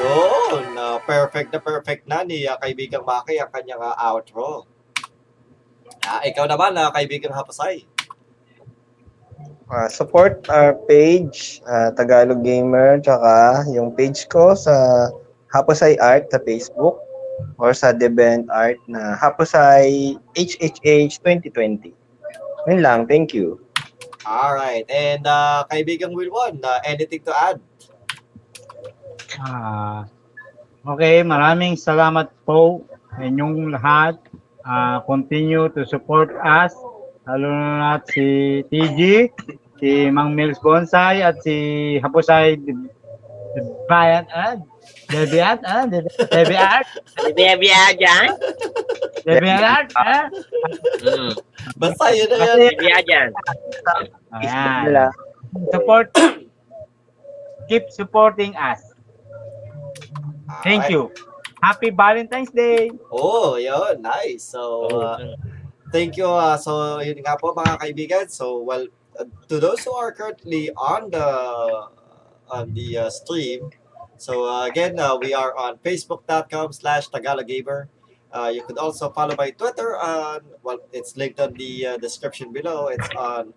Speaker 1: Yun, uh, perfect na perfect na ni uh, kaibigan Maki ang kanyang uh, outro. Ah, ikaw naman, uh, kaibigan Hapasay.
Speaker 5: Ah, support our page, ah, Tagalog Gamer, tsaka yung page ko sa Haposay Art sa Facebook or sa Deben Art na Haposay HHH 2020. Yun lang, thank you.
Speaker 1: All right, and uh, kaibigan Wilwon, uh, anything to add?
Speaker 3: Ah. okay, maraming salamat po sa inyong lahat. Ah, continue to support us. Lalo na at si TG, si Mang Mills Bonsai, at si Haposay Debiat, ah, Debiat, ah, Debiat,
Speaker 4: Baby Ajan?
Speaker 3: Debiat, ah.
Speaker 4: Mm.
Speaker 1: Basta yun na yan.
Speaker 4: Baby Ajan.
Speaker 3: Ayan. Support. Keep supporting us.
Speaker 1: Alright.
Speaker 3: Thank you. Happy Valentine's Day.
Speaker 1: Oh, yun. Nice. So, uh, thank you. Uh, so, yun nga po mga kaibigan. So, well, uh, to those who are currently on the on the uh, stream, so uh, again, uh, we are on facebook.com slash tagalogamer. Uh, you could also follow my Twitter on, well, it's linked on the uh, description below. It's on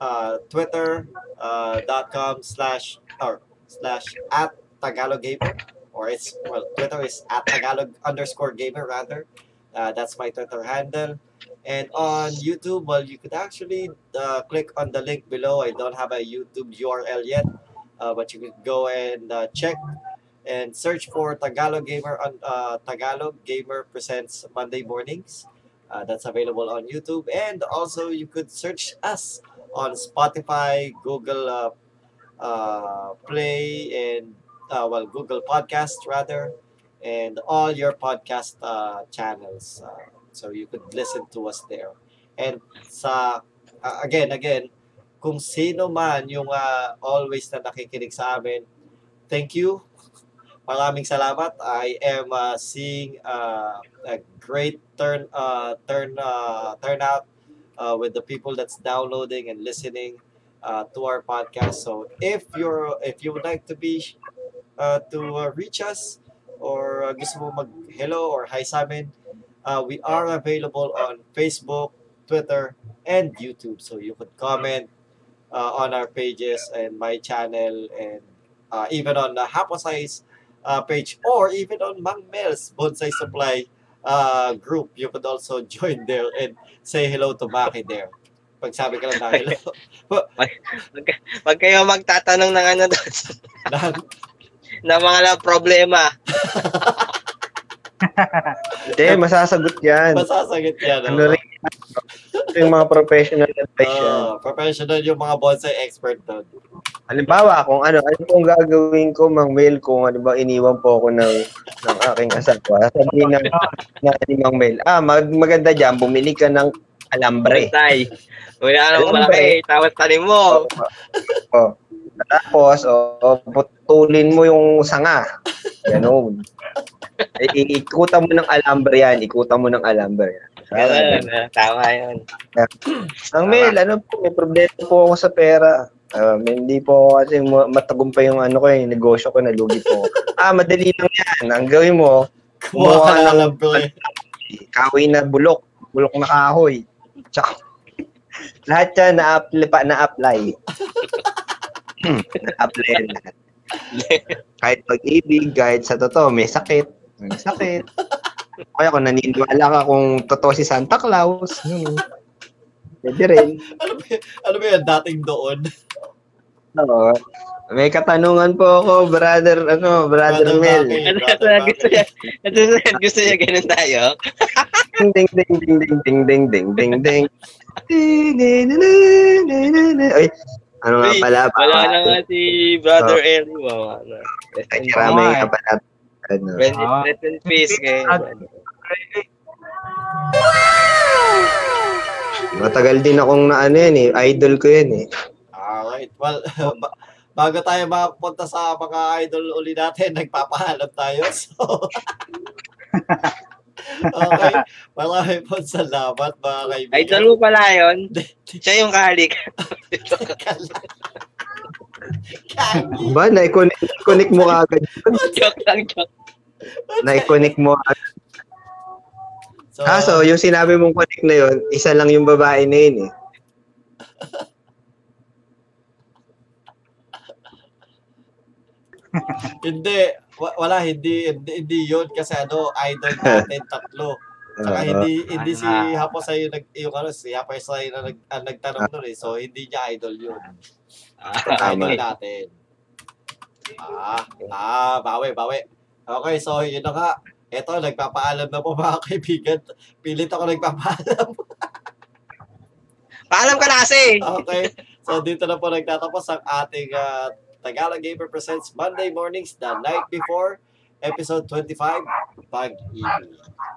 Speaker 1: uh, twitter.com uh, dot com slash or slash at tagalogamer. Or it's, well, Twitter is at tagalog underscore gamer rather. Uh, that's my Twitter handle. And on YouTube, well, you could actually uh, click on the link below. I don't have a YouTube URL yet, uh, but you could go and uh, check and search for Tagalog Gamer on uh, Tagalog Gamer presents Monday mornings. Uh, that's available on YouTube, and also you could search us on Spotify, Google uh, uh, Play, and uh, well, Google Podcast rather, and all your podcast uh, channels. Uh, So you could listen to us there. And sa uh, again again, kung sino man yung uh, always na nakikinig sa amin, thank you. Maraming salamat. I am uh, seeing uh, a great turn uh, turn uh, turnout uh, with the people that's downloading and listening uh, to our podcast. So if you're if you would like to be uh, to uh, reach us or uh, gusto mo mag hello or hi sa amin, uh, we are available on Facebook, Twitter, and YouTube. So you could comment uh, on our pages and my channel, and uh, even on the Haposai's uh, page, or even on Mang Mel's Bonsai Supply uh, group. You could also join there and say hello to Maki there. Pagsabi ka lang dahil.
Speaker 4: Huwag kayo magtatanong ng ano doon,
Speaker 1: Dahil-
Speaker 4: ng mga la- problema.
Speaker 5: Hindi, masasagot yan.
Speaker 1: Masasagot yan.
Speaker 5: Ano
Speaker 1: oh.
Speaker 5: rin Ito yung mga professional advice yan.
Speaker 1: Oo, Oh, professional yung mga bonsai expert doon.
Speaker 5: Halimbawa, kung ano, ano pong gagawin ko, Mang Mel, kung ano ba, iniwan po ako ng, ng aking asawa. Sabihin ng, na ni Mang Mel, ah, mag, maganda dyan, bumili ka ng alambre.
Speaker 4: Tay. Wala nang
Speaker 5: Alam,
Speaker 4: malaki, tawas tanim mo.
Speaker 5: Oh. Tapos, oh, oh, putulin mo yung sanga. Ganun. I- i- ikutan mo ng alambre yan. Ikutan mo ng alambre yan.
Speaker 4: Ganun, ah, Tama yun.
Speaker 5: Ang mail, ano po, may problema po ako sa pera. Ah, hindi po ako kasi ma- matagumpay yung ano ko, yung negosyo ko, nalugi po. ako. ah, madali lang yan. Ang gawin mo,
Speaker 1: Kumuha ka na lang bro. eh.
Speaker 5: kahoy na bulok, bulok na kahoy. Tsaka, lahat yan na-apply. Pa, na-apply. na-apply yan lahat. kahit pag-ibig, kahit sa totoo, may sakit. May sakit. Kaya kung naniniwala ka kung totoo si Santa Claus, yun. Pwede rin.
Speaker 1: Ano ba, ano ba yun, dating doon?
Speaker 5: Oo. May katanungan po ako, brother, ano, brother, Mel.
Speaker 1: Rocky,
Speaker 4: Ano
Speaker 1: brother
Speaker 4: na gusto
Speaker 1: Rocky.
Speaker 4: niya? Ano na gusto niya? Ganun tayo?
Speaker 5: Ding ding ding ding ding ding ding ding ding ding. Ding, ding, ding, ding, ding, ding, ding. Oy, ano nga
Speaker 4: Uy,
Speaker 5: pala?
Speaker 4: Wala na nga si Brother
Speaker 5: Oh.
Speaker 4: Ernie. Wow, ano. Rest in
Speaker 5: Kaya may
Speaker 3: Oo, eh.
Speaker 5: kapalat. Ano?
Speaker 4: Rest in-
Speaker 3: Ah.
Speaker 4: rest in peace kay
Speaker 5: Matagal din akong na ano yan eh. Idol ko yan eh.
Speaker 1: Alright, well, ba- bago tayo makapunta sa mga idol uli natin, nagpapahalam tayo. So, okay, maraming po salamat mga kaibigan.
Speaker 4: Idol mo pala yun. Siya yung kahalik.
Speaker 1: Kagi.
Speaker 5: Ba, na-connect connect mo agad.
Speaker 4: joke lang, joke.
Speaker 5: Na-connect mo agad.
Speaker 1: Ah, So,
Speaker 5: Kaso, yung sinabi mong connect na yun, isa lang yung babae na yun eh.
Speaker 1: hindi, wa- wala, hindi, hindi, hindi yun kasi ano, idol natin tatlo. Saka
Speaker 5: Oo.
Speaker 1: hindi, hindi si
Speaker 4: Ah.
Speaker 1: Hapo sa'yo, nag, yung ano, si Hapo sa'yo na nag, ang nagtanong nun eh. So, hindi niya idol yun.
Speaker 5: Tama.
Speaker 1: Idol natin. Ah, ah, bawi, bawi. Okay, so yun na nga. Eto, nagpapaalam na po mga kaibigan. Pilit ako nagpapaalam.
Speaker 4: Paalam ka na kasi.
Speaker 1: Okay, so dito na po nagtatapos ang ating ah, Tagalog Gamer Presents Monday Mornings, The Night Before, Episode 25, Pag-ibig.